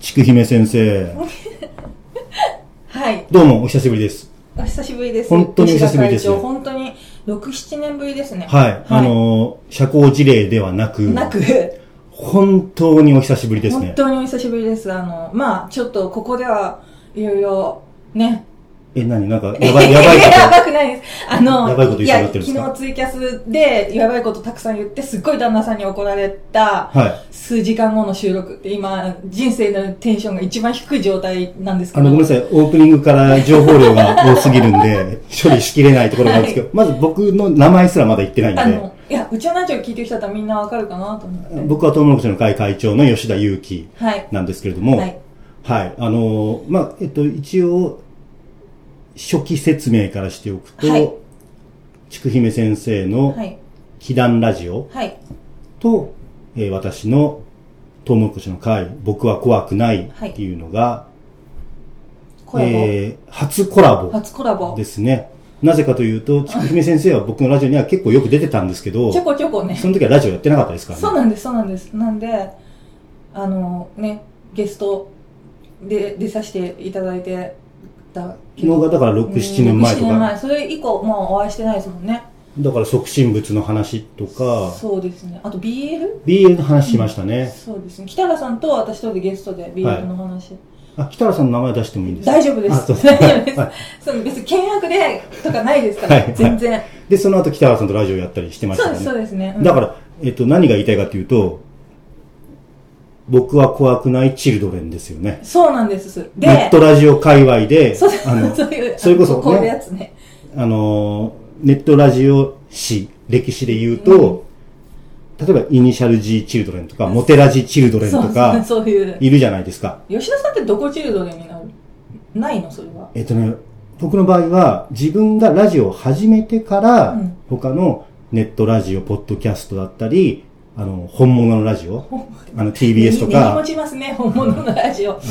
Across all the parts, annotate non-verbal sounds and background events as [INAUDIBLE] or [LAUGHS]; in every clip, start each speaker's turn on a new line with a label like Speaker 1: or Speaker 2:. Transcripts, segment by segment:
Speaker 1: ちくひめ先生。
Speaker 2: はい。
Speaker 1: どうも、お久しぶりです。
Speaker 2: お久しぶりです。
Speaker 1: 本当にお久しぶりです
Speaker 2: 吉田会長本当に6、7年ぶりですね。
Speaker 1: はい。あのー、社交辞令ではなく、
Speaker 2: なく、
Speaker 1: 本当にお久しぶりです
Speaker 2: 本
Speaker 1: ね。
Speaker 2: 当にお久しぶりです。あの、まあ、ちょっとここでは、いろいろ、ね。
Speaker 1: え、なになんか、やばい、やばいこ
Speaker 2: [LAUGHS] やばくないです。あの、
Speaker 1: やばいこと言いそうになってるんです
Speaker 2: や
Speaker 1: か
Speaker 2: 昨日ツイキャスで、やばいことたくさん言って、すっごい旦那さんに怒られた、
Speaker 1: と。はい。
Speaker 2: 数時間後の収録って、今、人生のテンションが一番低い状態なんですけ
Speaker 1: あ
Speaker 2: ど。
Speaker 1: の、ごめんなさい。オープニングから情報量が多すぎるんで、処理しきれないところがあるんですけど、まず僕の名前すらまだ言ってな
Speaker 2: あ
Speaker 1: いん
Speaker 2: の、いや、うちのラジオ聞いてる人だったらみんなわかるかなと思って。
Speaker 1: で、僕はトウモロコシの会会長の吉田祐樹
Speaker 2: はい。
Speaker 1: なんですけれども、
Speaker 2: は
Speaker 1: はいい。あのー、まあ、えっと、一応、初期説明からしておく
Speaker 2: はい
Speaker 1: と、ちくひめ先生の
Speaker 2: はい。
Speaker 1: 祈願ラジオ、
Speaker 2: はい。
Speaker 1: と、えー私のトウモロコシの会、僕は怖くない
Speaker 2: はい
Speaker 1: っていうのが、
Speaker 2: コラボ。
Speaker 1: えー初コラボ
Speaker 2: 初コラボ
Speaker 1: で。すね。なぜかというと、ちくひめ先生は僕のラジオには結構よく出てたんですけど
Speaker 2: ち、ょこちょこね。
Speaker 1: その時はラジオやってなかったですからね。
Speaker 2: そうなんです、そうなんです。なんで、あのね、ゲストで出させていただいてたけ
Speaker 1: の
Speaker 2: ど。
Speaker 1: がだから6、7年前と
Speaker 2: うん6 7年
Speaker 1: か、
Speaker 2: 前。それ以降、もうお会いしてないですもんね。
Speaker 1: だから促進物の話とか、
Speaker 2: そうですね。あと BL?
Speaker 1: BL の話しましたね。
Speaker 2: そうですね。北原さんと私とでゲストで BL の話。
Speaker 1: あ、北原さんの名前出してもいいんですか
Speaker 2: 大丈夫で
Speaker 1: あ
Speaker 2: す。
Speaker 1: そう [LAUGHS]
Speaker 2: 大丈夫です
Speaker 1: はい。
Speaker 2: そう別に倹約でとかないですから、
Speaker 1: はい
Speaker 2: 全然。
Speaker 1: で、その後北原さんとラジオやったりしてまし
Speaker 2: そう
Speaker 1: た
Speaker 2: で
Speaker 1: よね
Speaker 2: す、そ。うですね。うん
Speaker 1: だから、えっと、何が言いたいかというと、僕は怖くないチルドレンですよね。
Speaker 2: そうなんです。で、
Speaker 1: ネットラジオ界隈で
Speaker 2: そう、
Speaker 1: あの、
Speaker 2: そういう、
Speaker 1: それこそね
Speaker 2: こういうやつね。
Speaker 1: あのネットラジオ史、歴史で言うと、例えばイニシャル G チルドレンとか、モテラジチルドレンと
Speaker 2: そう
Speaker 1: か、
Speaker 2: そうそういう。
Speaker 1: いるじゃないですか。
Speaker 2: 吉田さんってどこチルドレンになるないのそれは。
Speaker 1: えっとね、僕の場合は、自分がラジオを始めてから、
Speaker 2: うん
Speaker 1: 他のネットラジオ、ポッドキャストだったり、あの、本物のラジオ、あの、TBS と
Speaker 2: 根に
Speaker 1: か
Speaker 2: 持、ちますね、本物のラジオ。
Speaker 1: あの、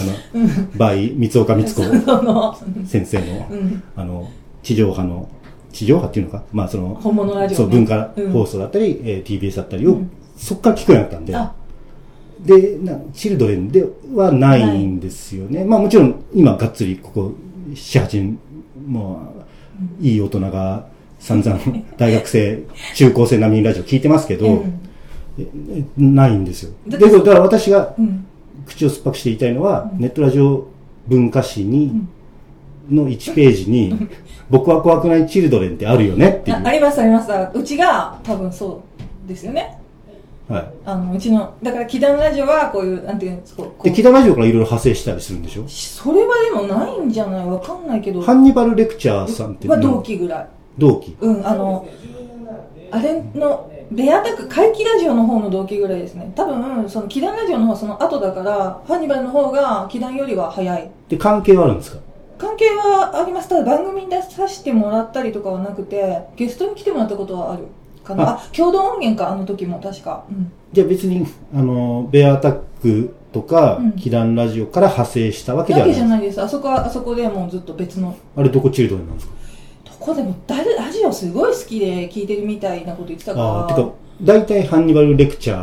Speaker 1: バイ、三岡光子
Speaker 2: [LAUGHS] その、
Speaker 1: 先生の
Speaker 2: う、ん、
Speaker 1: あの、地上波の、地上波っていうのかまあその、
Speaker 2: 本物のラジオ、
Speaker 1: そ
Speaker 2: ね。
Speaker 1: う、文化
Speaker 2: うん
Speaker 1: 放送だったり、えー TBS だったりを、
Speaker 2: うん
Speaker 1: そっから聞くようになったんで、
Speaker 2: あ、
Speaker 1: で、なチルドレンではないんですよね。まあもちろん、今がっつり、ここ、7、8人、もう、いい大人が散々、大学生、中高生並みにラジオ聞いてますけど、
Speaker 2: うん。
Speaker 1: えないんですよ。
Speaker 2: だ
Speaker 1: で、
Speaker 2: って
Speaker 1: だから私が
Speaker 2: うん。
Speaker 1: 口を酸っぱくして言いたいのは、
Speaker 2: うん
Speaker 1: ネットラジオ文化史に、の1ページ
Speaker 2: [LAUGHS]
Speaker 1: に、僕は怖くないチルドレンってあるよねっていう。
Speaker 2: あありますあります。あうちが多分そうですよね。
Speaker 1: は
Speaker 2: あの、うちの、だから、祈願ラジオはこういう、なんていうんですか、こ
Speaker 1: い。
Speaker 2: う
Speaker 1: で、キダラジオからいろいろ派生したりするんでしょ
Speaker 2: それはでもないんじゃないわかんないけど、
Speaker 1: ハンニバルレクチャーさんって、
Speaker 2: は同期ぐらい。
Speaker 1: 同期。
Speaker 2: うん、あの、あれの、レアタック、怪奇ラジオの方の同期ぐらいですね。多分、その、祈願ラジオの方はその後だから、ハンニバルの方が祈願よりは早い。
Speaker 1: で、関係はあるんですか
Speaker 2: 関係はあります。ただ番組に出させてもらったりとかはなくて、ゲストに来てもらったことはあるかな。あ、共同音源か、あの時も確か。うん。
Speaker 1: じゃあ別に、あの、ベアアタックとか
Speaker 2: うん、
Speaker 1: キダンラジオから派生したわけで
Speaker 2: だ
Speaker 1: はな
Speaker 2: け
Speaker 1: い。
Speaker 2: じゃないです。あそこは、あそこでもうずっと別の。
Speaker 1: あれどこチルドレンなんですか
Speaker 2: どこでも、だラジオすごい好きで聞いてるみたいなこと言ってたから。
Speaker 1: ああー、てか、大体ハンニバルレクチャ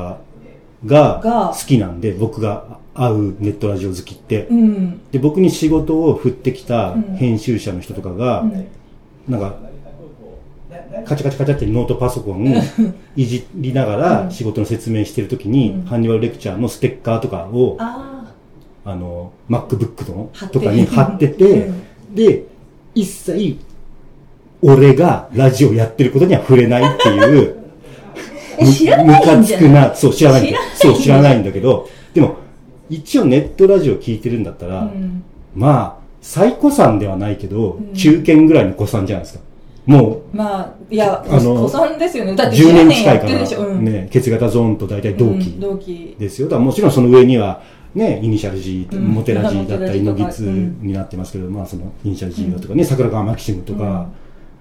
Speaker 1: ー
Speaker 2: が
Speaker 1: が好きなんで、僕が会うネットラジオ好きって。
Speaker 2: うん。
Speaker 1: で、僕に仕事を振ってきた
Speaker 2: うん
Speaker 1: 編集者の人とかが、
Speaker 2: うん
Speaker 1: なんか、カチャカチャカチャってノートパソコンをいじりなが
Speaker 2: うん
Speaker 1: ら仕事の説明してるときに、
Speaker 2: うん
Speaker 1: ハンニバルレクチャーのステッカーとかを、あ
Speaker 2: あ
Speaker 1: の、MacBook の
Speaker 2: 貼って
Speaker 1: とかに貼ってて、
Speaker 2: う
Speaker 1: で、一切、俺がラジオやってることには触れないって
Speaker 2: [LAUGHS]
Speaker 1: いう、
Speaker 2: あ。え、知らないんじゃない
Speaker 1: むかつくな、そう、知らないんだ
Speaker 2: 知らないんだ
Speaker 1: そう、知らないんだけど、でも、一応ネットラジオ聞いてるんだったら、
Speaker 2: うん
Speaker 1: まあ、最古参ではないけど、
Speaker 2: うん
Speaker 1: 中堅ぐらいの古参じゃないですか。も
Speaker 2: まあ、いや、
Speaker 1: あの
Speaker 2: 古参ですよね。
Speaker 1: う、
Speaker 2: だって
Speaker 1: 10年近
Speaker 2: や
Speaker 1: い
Speaker 2: っ
Speaker 1: か
Speaker 2: てるでしょ。
Speaker 1: ら、
Speaker 2: うん、
Speaker 1: ね、血型ゾーンと大体同
Speaker 2: うん
Speaker 1: 期
Speaker 2: 同期。
Speaker 1: ですよ。だからもちろんその上には、ね、イニシャル G、
Speaker 2: うん
Speaker 1: モテラ G だったり、
Speaker 2: モ
Speaker 1: ノ
Speaker 2: テ
Speaker 1: ギ
Speaker 2: ラジ
Speaker 1: ツ
Speaker 2: とかうん
Speaker 1: になってますけど、まあその、イニシャル G だとかね、桜川マキシムとか、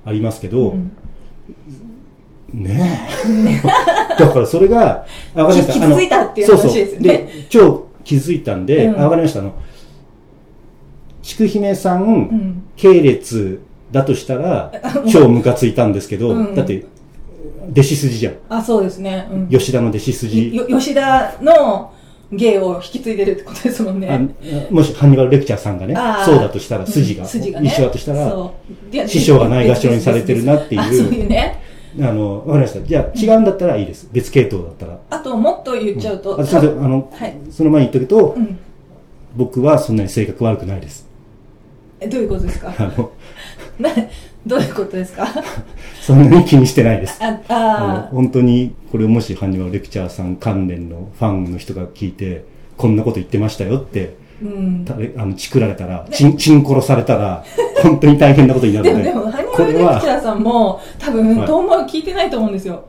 Speaker 1: ありますけど、
Speaker 2: うん
Speaker 1: ねえ。 [LAUGHS] だからそれが、あわかりました。
Speaker 2: 気
Speaker 1: あの
Speaker 2: 気づいたっていう話
Speaker 1: そうそう
Speaker 2: ですよね
Speaker 1: で、超気づいたんで、
Speaker 2: うん
Speaker 1: あわかりました。あの、ちくひめさん、
Speaker 2: うん。
Speaker 1: 系列だとした
Speaker 2: [LAUGHS]
Speaker 1: ら、超ムカついたんですけど、
Speaker 2: うん
Speaker 1: だって、弟子筋じゃん。
Speaker 2: あ、そうですね。うん、
Speaker 1: 吉田の弟子筋。
Speaker 2: よ吉田の、芸を引き継いでるってことですもんね。
Speaker 1: あもしハンニバルレクチャーさんがね
Speaker 2: あー、
Speaker 1: そうだとしたら、筋が、
Speaker 2: うん
Speaker 1: 一緒だとしたら、
Speaker 2: そういや
Speaker 1: 師匠がないがしろにされてるなっていう
Speaker 2: あそういうね。
Speaker 1: あの、わかりました。じゃあ、違うんだったらいいです。別系統だったら。
Speaker 2: あと、もっと言っちゃうと、
Speaker 1: あすいませんあの、
Speaker 2: はい
Speaker 1: その前に言っとくと、
Speaker 2: うん。
Speaker 1: 僕はそんなに性格悪くないです。
Speaker 2: え、どういうことです
Speaker 1: [LAUGHS]
Speaker 2: か
Speaker 1: あの、
Speaker 2: な、どういうことですか
Speaker 1: そんなに気にしてないです。
Speaker 2: あ、
Speaker 1: あの
Speaker 2: あー
Speaker 1: 本当に、これをもしハンニバルレクチャーさん関連のファンの人が聞いて、こんなこと言ってましたよって、
Speaker 2: うん。
Speaker 1: たれあの、チクられたら、チン、チン殺されたら、本当に大変なことになる
Speaker 2: で
Speaker 1: の
Speaker 2: も、
Speaker 1: で、
Speaker 2: でも、ハニ
Speaker 1: こ
Speaker 2: ワレ
Speaker 1: れ
Speaker 2: クチ
Speaker 1: は、
Speaker 2: ャーさんも、多分、
Speaker 1: はい
Speaker 2: トーマル聞いてないと思うんですよ。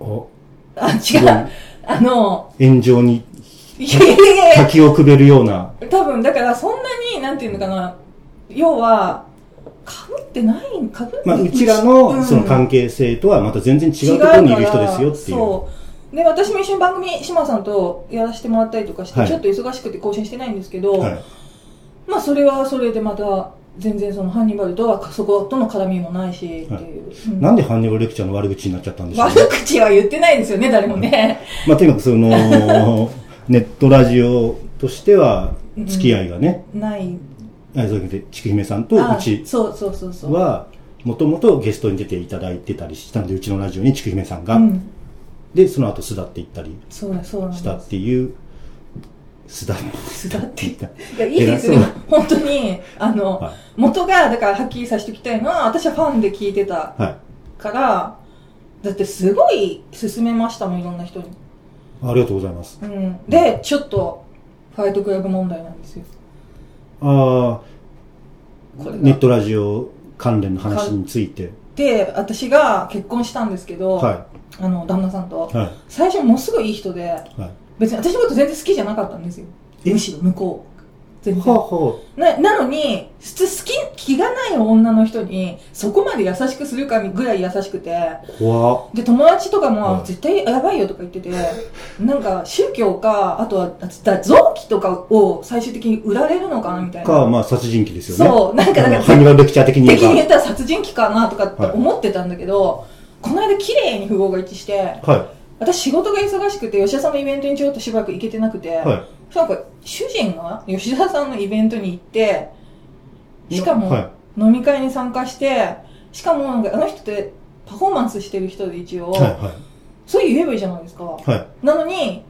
Speaker 1: お
Speaker 2: あ、
Speaker 1: す
Speaker 2: 違。
Speaker 1: ごいう
Speaker 2: あの、
Speaker 1: 炎上に
Speaker 2: いやいやいやいや
Speaker 1: 滝をくべるような、
Speaker 2: 多分だからそんなになんていうのかな要はかぶってないかぶって
Speaker 1: まあ、うちら
Speaker 2: う
Speaker 1: の
Speaker 2: ん
Speaker 1: その関係性とはまた全然違うところにいる人ですよってい
Speaker 2: 違
Speaker 1: う
Speaker 2: から
Speaker 1: う。
Speaker 2: そうで私も一緒に番組島さんとやらせてもらったりとかして、
Speaker 1: はい
Speaker 2: ちょっと忙しくて更新してないんですけど、
Speaker 1: はい
Speaker 2: まあそれはそれでまた全然そのハンニバルとはそことの絡みもないしっていう、
Speaker 1: はい
Speaker 2: うん
Speaker 1: なんでハンニバルレクチャーの悪口になっちゃったんでしょうね。
Speaker 2: 悪口は言ってないですよね誰もね、
Speaker 1: まあ、とにかくそ
Speaker 2: [LAUGHS]
Speaker 1: の、ネットラジオとしては、付き合いがね、
Speaker 2: ない
Speaker 1: あそうで、ちくひめさんとう
Speaker 2: あ
Speaker 1: ち
Speaker 2: そうそうそうそう
Speaker 1: は、もともとゲストに出ていただいてたりしたんで、うちのラジオにちくひめさんが、
Speaker 2: うん、
Speaker 1: で、その後巣立っていったり
Speaker 2: そうだそうなんです
Speaker 1: したっていう、巣立っ
Speaker 2: 巣立って
Speaker 1: てい
Speaker 2: い
Speaker 1: った。
Speaker 2: や、いいですよ
Speaker 1: 偉そう。
Speaker 2: 本当に、あの、
Speaker 1: はい
Speaker 2: 元が、だからはっきりさせておきたいのは、私はファンで聞いてた
Speaker 1: はい。
Speaker 2: から、だってすごい勧めましたもん、いろんな人に。
Speaker 1: ありがとうございます。
Speaker 2: うん。で、ちょっと、ファイトクラブ問題なんですよ。
Speaker 1: あ
Speaker 2: こ
Speaker 1: あ、
Speaker 2: れが
Speaker 1: ネットラジオ関連の話について。
Speaker 2: で、私が結婚したんですけど、
Speaker 1: は
Speaker 2: あの、旦那さんと
Speaker 1: い。。はい。
Speaker 2: 最初ものすごいいい人で、
Speaker 1: はい。
Speaker 2: 別に私のこと全然好きじゃなかったんですよ。
Speaker 1: え
Speaker 2: むしろ向こう。全然。
Speaker 1: は
Speaker 2: な、なのに、普通好き、気がない女の人に、そこまで優しくするかぐらい優しくて、
Speaker 1: あ、怖っ
Speaker 2: で友達とかも
Speaker 1: はい
Speaker 2: 絶対やばいよとか言っててなんか宗教かあとはだ臓器とかを最終的に売られるのかなみたいな
Speaker 1: か、まあ、殺人鬼ですよね。
Speaker 2: そうなんか
Speaker 1: あ
Speaker 2: な
Speaker 1: の
Speaker 2: ん
Speaker 1: ハ
Speaker 2: か
Speaker 1: ニバルレクチャー的に言え
Speaker 2: 敵に言
Speaker 1: ば。
Speaker 2: ったら殺人鬼かなとかって
Speaker 1: はい
Speaker 2: 思ってたんだけど、この間綺麗に符号が一致して
Speaker 1: は
Speaker 2: 私仕事が忙しくて吉田さんのイベントにちょっとしばらく行けてなくて、
Speaker 1: い。は
Speaker 2: なんか主人が吉田さんのイベントに行って
Speaker 1: い。
Speaker 2: しかも、
Speaker 1: はい。
Speaker 2: 飲み会に参加してしかもなんかあの人ってパフォーマンスしてる人で一応、
Speaker 1: はい。は
Speaker 2: そういう言えばいいじゃないですか、
Speaker 1: い。はい。
Speaker 2: なのに、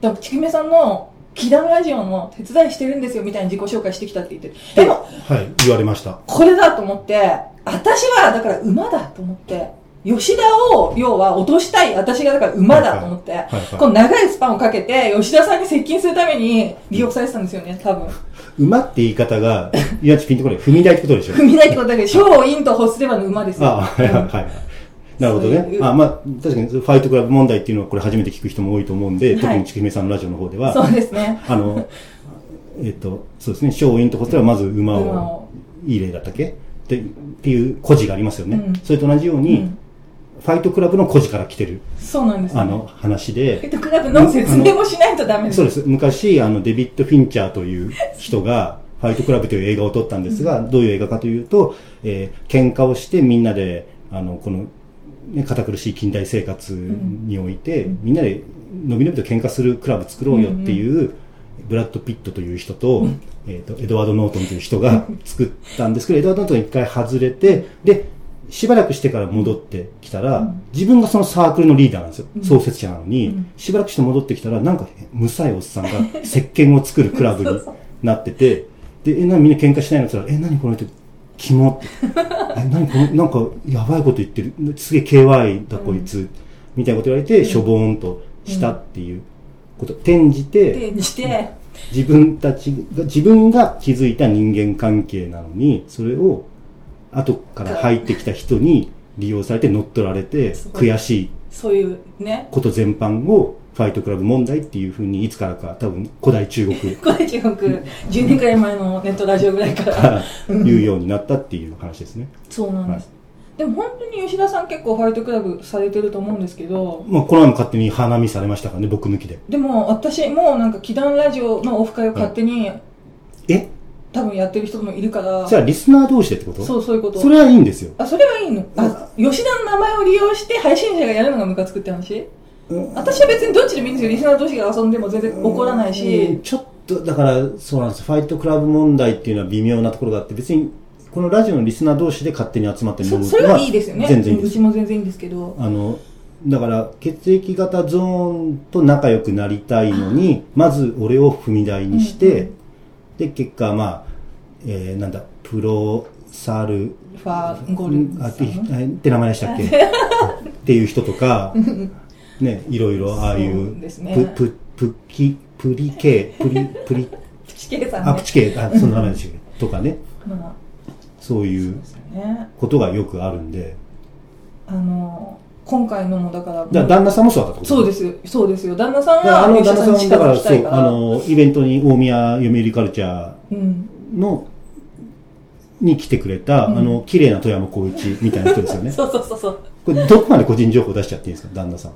Speaker 2: だからちくめさんの、気団ラジオの手伝いしてるんですよみたいに自己紹介してきたって言ってでも、
Speaker 1: はい。言われました。
Speaker 2: これだと思って、私はだから馬だと思って、吉田を、要は落としたい、私がだから馬だと思って、
Speaker 1: はい。は
Speaker 2: この長いスパンをかけて、吉田さんに接近するために利用されてたんですよね、多分。
Speaker 1: い。馬って言い方が、いや、ピンとこない。踏み台って
Speaker 2: [LAUGHS]
Speaker 1: ことでしょ。
Speaker 2: 踏み台ってことだけど、小を陰と欲すればの馬ですよ。
Speaker 1: ああ、はい。はい。はい。なるほど
Speaker 2: そうい
Speaker 1: ね。
Speaker 2: う
Speaker 1: あまあ、確かに、ファイトクラブ問題っていうのは、これ初めて聞く人も多いと思うんで、
Speaker 2: はい
Speaker 1: 特にちくひめさんのラジオの方では、
Speaker 2: そうですね。
Speaker 1: あの、えっと、そうですね、松陰とこしたらまず馬
Speaker 2: 馬
Speaker 1: を
Speaker 2: を、
Speaker 1: いい例だったっけってっていう故事がありますよね。
Speaker 2: うん
Speaker 1: それと同じように、
Speaker 2: うん
Speaker 1: ファイトクラブの故事から来てる、
Speaker 2: そうなんです、ね。
Speaker 1: あの、話
Speaker 2: ペ
Speaker 1: で、
Speaker 2: ットクラブの説明もしないとダメです
Speaker 1: そう。です。昔、あの、デビッド・フィンチャーという人
Speaker 2: [LAUGHS]
Speaker 1: が、ファイトクラブという映画を撮ったんですが、どういう映画かというと、えー喧嘩をしてみんなで、あの、この、ね、堅苦しい近代生活において、
Speaker 2: うん
Speaker 1: みんなで、のびのびと喧嘩するクラブ作ろうよっていう、ブラッド・ピットという人と、えっ、と、エドワード・ノートンという人が作ったんですけど、エドワード・ノートンが一回外れて、で、しばらくしてから戻ってきたら、
Speaker 2: うん
Speaker 1: 自分がそのサークルのリーダーなんですよ。
Speaker 2: うん
Speaker 1: 創設者なのに、
Speaker 2: うん
Speaker 1: しばらくして戻ってきたら、なんか、むさいおっさんが石鹸を作るクラ
Speaker 2: [LAUGHS]
Speaker 1: ブになってて、で、え、なにみんな喧嘩しないのって言ったら、え、なにこの人、キモ
Speaker 2: [LAUGHS]
Speaker 1: って。え、なにこの、なんか、やばいこと言ってる。すげえ KY だこいつ。みたいなこと言われて、しょぼーんとしたっていうこと。転じて、
Speaker 2: にして、
Speaker 1: 自分たちが、自分が気づいた人間関係なのに、それを、後から入ってきた人に利用されて乗っ取られて、
Speaker 2: すごい
Speaker 1: 悔しい
Speaker 2: そういうね、
Speaker 1: こと全般をファイトクラブ問題っていうふうにいつからか多分古代中国
Speaker 2: これ中国10年くらい前のネットラジオぐらいか
Speaker 1: からら言うようになったっていう話ですね。
Speaker 2: そうなんです、でも本当に吉田さん結構ファイトクラブされてると思うんですけど
Speaker 1: まあ、この前も勝手に花見されましたからね、僕抜きで。
Speaker 2: でも私もなんか祈願ラジオのオフ会を勝手に
Speaker 1: え
Speaker 2: 多分やってる人もいるから
Speaker 1: じゃあリスナー同士でってこと
Speaker 2: そうそういうこと
Speaker 1: それはいいんですよ。
Speaker 2: あそれはいいのあ吉田の名前を利用して配信者がやるのがムカつくって話私は別にどっちでもいいんですよリスナー同士が遊んでも全然怒らないし、
Speaker 1: うんちょっとだからそうなんですファイトクラブ問題っていうのは微妙なところがあって別にこのラジオのリスナー同士で勝手に集まって飲
Speaker 2: そ
Speaker 1: む
Speaker 2: それはいいですよね
Speaker 1: 全然いいで
Speaker 2: う
Speaker 1: す
Speaker 2: ちも全然いいんですけど
Speaker 1: あのだから血液型ゾーンと仲良くなりたいのにまず俺を踏み台にして、
Speaker 2: うん
Speaker 1: で結果まあ、えーなんだプロサル
Speaker 2: ファーゴル
Speaker 1: あ
Speaker 2: さ
Speaker 1: っ
Speaker 2: ん
Speaker 1: てあって名前でしたっ
Speaker 2: [LAUGHS]
Speaker 1: けっていう人とか、ね、いろいろああい
Speaker 2: そう
Speaker 1: う
Speaker 2: ですね
Speaker 1: プププキプリケプリプリ
Speaker 2: プチケイさんね
Speaker 1: あプチケあその名前でしたっけとかね
Speaker 2: まあ
Speaker 1: そうい
Speaker 2: そう
Speaker 1: う
Speaker 2: ですよね
Speaker 1: ことがよくあるんで
Speaker 2: あの今回のもだから
Speaker 1: だ旦那さんもそうだったってこと
Speaker 2: そうですそうですよ旦那さん
Speaker 1: だから
Speaker 2: は
Speaker 1: あの
Speaker 2: 吉
Speaker 1: 旦
Speaker 2: 田
Speaker 1: 那さん
Speaker 2: に
Speaker 1: はだ
Speaker 2: 近
Speaker 1: か
Speaker 2: づ
Speaker 1: ら
Speaker 2: きた
Speaker 1: そ
Speaker 2: いうから
Speaker 1: あのイベントに大宮読売カルチャ
Speaker 2: うん
Speaker 1: ーのに来てくれた、
Speaker 2: うん
Speaker 1: あの綺麗な富山光一みたいな人ですよね
Speaker 2: そうそうそうそう
Speaker 1: これどこまで個人情報出しちゃっていいんですか旦那さん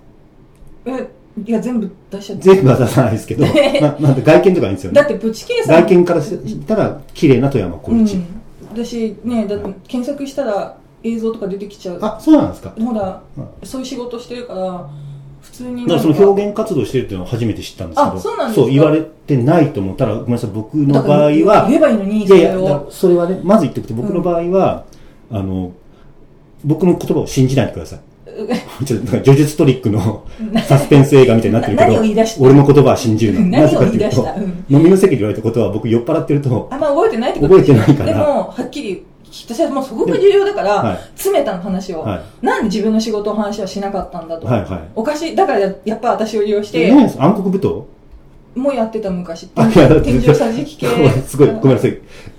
Speaker 2: えいや全部出しちゃって
Speaker 1: 全部は出さないです
Speaker 2: [LAUGHS]
Speaker 1: けどななんで外見とかいいんですよ
Speaker 2: だ
Speaker 1: ね
Speaker 2: ってプチケイさん
Speaker 1: 外見からしたら綺麗な富山
Speaker 2: う
Speaker 1: 光一、
Speaker 2: ん私ねだって検索したら映像とか出てきちゃう
Speaker 1: あそうなんですか
Speaker 2: ほら
Speaker 1: うん
Speaker 2: そういう仕事してるから普通に
Speaker 1: だから
Speaker 2: なんか
Speaker 1: その表現活動してるっていうのは初めて知ったんですけど
Speaker 2: あそうなんですか
Speaker 1: 言われてないと思ったらごめんなさい僕の
Speaker 2: だ
Speaker 1: 場合
Speaker 2: から
Speaker 1: は
Speaker 2: 言えばいいのに
Speaker 1: い
Speaker 2: そ
Speaker 1: やい
Speaker 2: れ
Speaker 1: やだ
Speaker 2: を
Speaker 1: それはねまず言っておくと僕の場合は、あの僕の言葉を信じないでください
Speaker 2: [LAUGHS]
Speaker 1: [LAUGHS] ちょっとなんか呪術トリックの [LAUGHS] サスペンス映画みたいになってるけ
Speaker 2: な何を
Speaker 1: ど
Speaker 2: 言い出した
Speaker 1: 俺の言葉は信じるのな
Speaker 2: 何
Speaker 1: ぜ
Speaker 2: を
Speaker 1: か
Speaker 2: 言
Speaker 1: と
Speaker 2: い
Speaker 1: いうと
Speaker 2: 出した、うん、
Speaker 1: 飲みの席で言われたことは僕酔っ払ってると
Speaker 2: あんま覚えてないってこと
Speaker 1: 覚えてないから
Speaker 2: でもはっきり私はもうすごく重要だから、
Speaker 1: はい
Speaker 2: 詰めたの話を、
Speaker 1: は
Speaker 2: なんで自分の仕事の話はしなかったんだ
Speaker 1: い
Speaker 2: と、
Speaker 1: はいは
Speaker 2: おかしいだからややっぱ私を利用し
Speaker 1: い
Speaker 2: て、
Speaker 1: 何です暗黒舞踏
Speaker 2: もうやってた昔
Speaker 1: あ [LAUGHS] いやだって
Speaker 2: 天井さじき系
Speaker 1: これ [LAUGHS] すごい、ごめんなさい。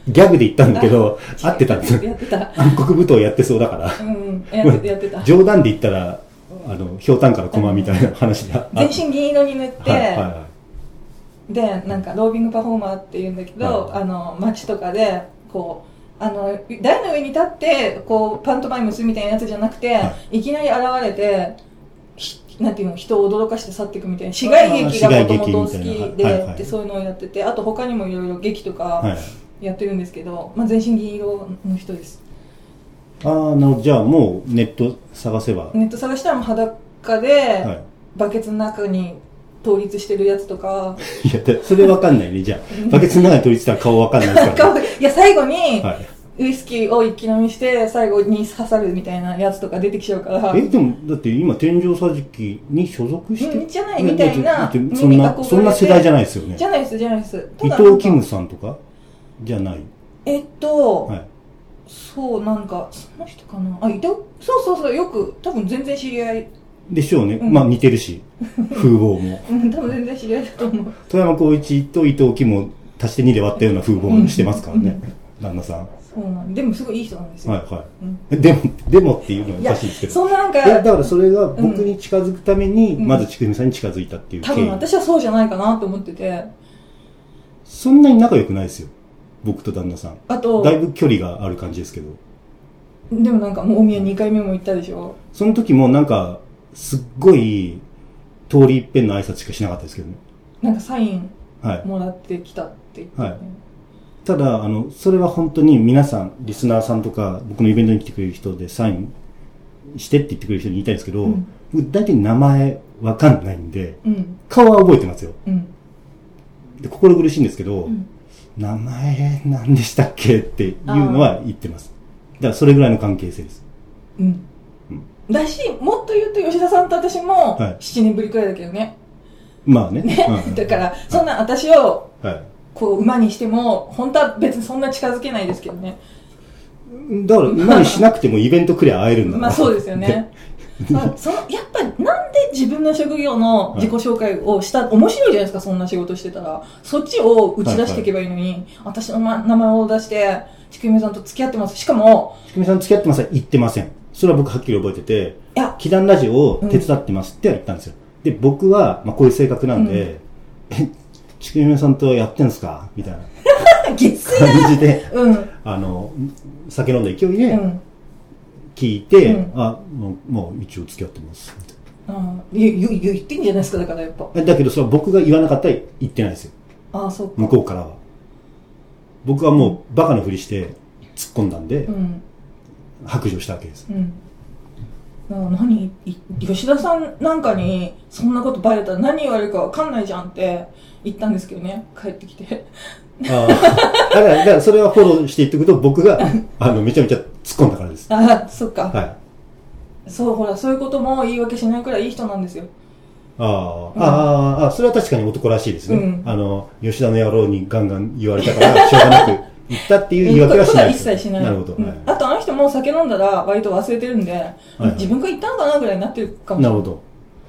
Speaker 1: ギャグで言ったんだけど、合
Speaker 2: [LAUGHS]
Speaker 1: ってたんですよ。
Speaker 2: やってた
Speaker 1: 暗黒舞踏やってそうだから。
Speaker 2: うんや
Speaker 1: [LAUGHS]
Speaker 2: ってたやってた
Speaker 1: 冗談で言ったら、あの、ひょうたんから駒みたいな話があっ
Speaker 2: 全身銀色に塗って、
Speaker 1: はいはいは
Speaker 2: でなんかロービングパフォーマーっていうんだけど、
Speaker 1: は
Speaker 2: あの街とかでこうあの台の上に立ってこうパントマイムするみたいなやつじゃなくて、、
Speaker 1: はい
Speaker 2: きなり現れてひなんていうの人を驚かして去っていくみたいな市街劇がもともと好き
Speaker 1: 市街劇み
Speaker 2: で,、
Speaker 1: たいなはいはい
Speaker 2: でそういうのをやっててあと他にもいろいろ劇と
Speaker 1: い。
Speaker 2: か
Speaker 1: はい、
Speaker 2: やってるんですけど、まあ、全身銀色の人です
Speaker 1: ああ、なるほど。じゃあもうネット探せば。は
Speaker 2: ネット探したらもう裸で、
Speaker 1: い。
Speaker 2: バケツの中に倒立してるやつとか
Speaker 1: いや、だそれわかんないね。じゃあ、バケツの中に取り付たら顔わかんないですから、ね。
Speaker 2: いや最後に、
Speaker 1: はい。
Speaker 2: ウイスキーを一気飲みして最後に刺さるみたいなやつとか出てきちゃうから
Speaker 1: え、でも、だって今、天井桟敷に所属して
Speaker 2: うんじゃないみたいな
Speaker 1: だってだってそん
Speaker 2: 耳が
Speaker 1: な、
Speaker 2: こう
Speaker 1: そんな世代じゃないですよね
Speaker 2: じ。ゃないですじゃないですた
Speaker 1: 伊
Speaker 2: だ
Speaker 1: 藤キムさんとかじゃない。
Speaker 2: えっと、
Speaker 1: はい。
Speaker 2: そうなんかその人かなあいたそうそうそうよく多分全然知り合い
Speaker 1: でしょうね。
Speaker 2: うん
Speaker 1: まあ似てるし、風貌も。 [LAUGHS]
Speaker 2: うん多分全然知り合いだと思う
Speaker 1: 富山光一と伊藤木も足して2で割ったような風貌をしてますからね、旦那さん。は
Speaker 2: そうなんでもすごいいい人なんです
Speaker 1: い
Speaker 2: よ、
Speaker 1: は
Speaker 2: うん
Speaker 1: い。でも、でもっていうのはおかしいですけど。
Speaker 2: そんななん
Speaker 1: いや、
Speaker 2: か
Speaker 1: だからそれが僕に近づくために、
Speaker 2: うん
Speaker 1: まずちくみさんに近づいたっていう
Speaker 2: 多
Speaker 1: 経
Speaker 2: 分
Speaker 1: 緯。
Speaker 2: 私はそうじゃないかなと思ってて
Speaker 1: そんなに仲良くないですよ。僕と旦那さん。
Speaker 2: あと
Speaker 1: だいぶ距離がある感じですけど。
Speaker 2: でもなんかもう大宮2回目も行ったでしょ
Speaker 1: その時もなんか、すっごい、通り一遍の挨拶しかしなかったですけどね。
Speaker 2: なんかサイン
Speaker 1: はい。
Speaker 2: もらってきたって言って、ね
Speaker 1: はいただあのそれは本当に皆さんリスナーさんとか僕のイベントに来てくれる人でサインしてって言ってくれる人に言いたいんですけど、
Speaker 2: うん
Speaker 1: 僕大体名前わかんないんで
Speaker 2: うん
Speaker 1: 顔は覚えてますよ
Speaker 2: うん
Speaker 1: で心苦しいんですけど、
Speaker 2: うん
Speaker 1: 名前何でしたっけっていうのは言ってますだからそれぐらいの関係性です
Speaker 2: うん
Speaker 1: うん
Speaker 2: だし、もっと言うと吉田さんと私も
Speaker 1: はい
Speaker 2: 7年ぶりくらいだけどね。
Speaker 1: まあねうん
Speaker 2: [LAUGHS] だから、そんな私を
Speaker 1: はい
Speaker 2: こう馬にしても、本当は別にそんな近づけないですけどね。
Speaker 1: だから何しなくてもイベントくりゃ会えるんだから
Speaker 2: [LAUGHS] まあそうです
Speaker 1: [LAUGHS]
Speaker 2: よね。まあそのやっぱりなんで自分の職業の自己紹介をした、面白いじゃないですか、そんな仕事してたら。そっちを打ち出していけばいいのに、私の、ま、名前を出して、ちくゆめさんと付き合ってます。しかも、
Speaker 1: ちくみさん付き合ってます言ってませんそれは僕はっきり覚えてて
Speaker 2: いや、
Speaker 1: 祈願ラジオを手伝ってますっては言ったんですよ。で、僕は、まあ、こういう性格なんで、え、ちくゆめさんとやってんすかみたいな
Speaker 2: 月水だ
Speaker 1: 感じ
Speaker 2: [LAUGHS]
Speaker 1: で、
Speaker 2: うん、
Speaker 1: あの、酒飲んだ勢いうで
Speaker 2: ん。
Speaker 1: 聞いて、
Speaker 2: うん
Speaker 1: あ、もう、もう一応付き合ってます。みたい
Speaker 2: ああ、ゆゆゆ言ってんじゃないですか、だからやっぱ。
Speaker 1: なだけど、それは僕が言わなかったら言ってないですよ。
Speaker 2: ああ、そうか。
Speaker 1: 向こうからは。僕はもう、バカのふりして突っ込んだんで、
Speaker 2: うん。
Speaker 1: 白状したわけです。
Speaker 2: うん。うん何い吉田さんなんかにそんなことバレたら何言われるかわかんないじゃんって言ったんですけどね帰ってきて [LAUGHS]
Speaker 1: ああ。 [LAUGHS] だから、だからそれはフォローしていってくと、僕が、あの、めちゃめちゃ突っ込んだからです。
Speaker 2: ああそっか、
Speaker 1: はい。
Speaker 2: そうほらそういうことも言い訳しないくらいいい人なんですよ
Speaker 1: ああ、ああ、ああ、それは確かに男らしいですね。
Speaker 2: うん
Speaker 1: あの、吉田の野郎にガンガン言われたから、しょうがなく言ったっていう言い訳はしない
Speaker 2: え
Speaker 1: で
Speaker 2: 一
Speaker 1: す。
Speaker 2: 切しない
Speaker 1: なるほど。
Speaker 2: うん
Speaker 1: はい
Speaker 2: あとあの人も酒飲んだら割と忘れてるんで、
Speaker 1: はい
Speaker 2: 自分が言ったのかなぐらいになってるかもし
Speaker 1: な
Speaker 2: れ
Speaker 1: るほど。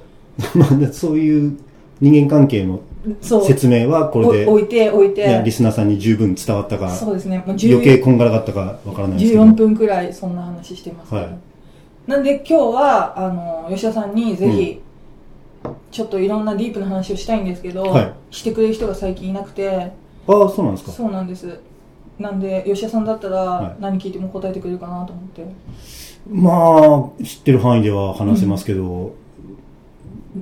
Speaker 1: [LAUGHS] まあ、そういう人間関係の
Speaker 2: ないそう
Speaker 1: 説明はこれで、
Speaker 2: お置いて置いて、
Speaker 1: ねリスナーさんに十分伝わったか、
Speaker 2: そうですねもう
Speaker 1: 余計こんがらかったかわからないですけど。
Speaker 2: 14分くらいそんな話してます、
Speaker 1: はい
Speaker 2: なんで今日はあの吉田さんにぜひ、ちょっといろんなディープな話をしたいんですけど、
Speaker 1: はい
Speaker 2: してくれる人が最近いなくて
Speaker 1: ああ、そうなんですか。
Speaker 2: そうなんですなんで吉田さんだったら
Speaker 1: い
Speaker 2: 何聞いても答えてくれるかなと思って、
Speaker 1: まあ、知ってる範囲では話せますけど、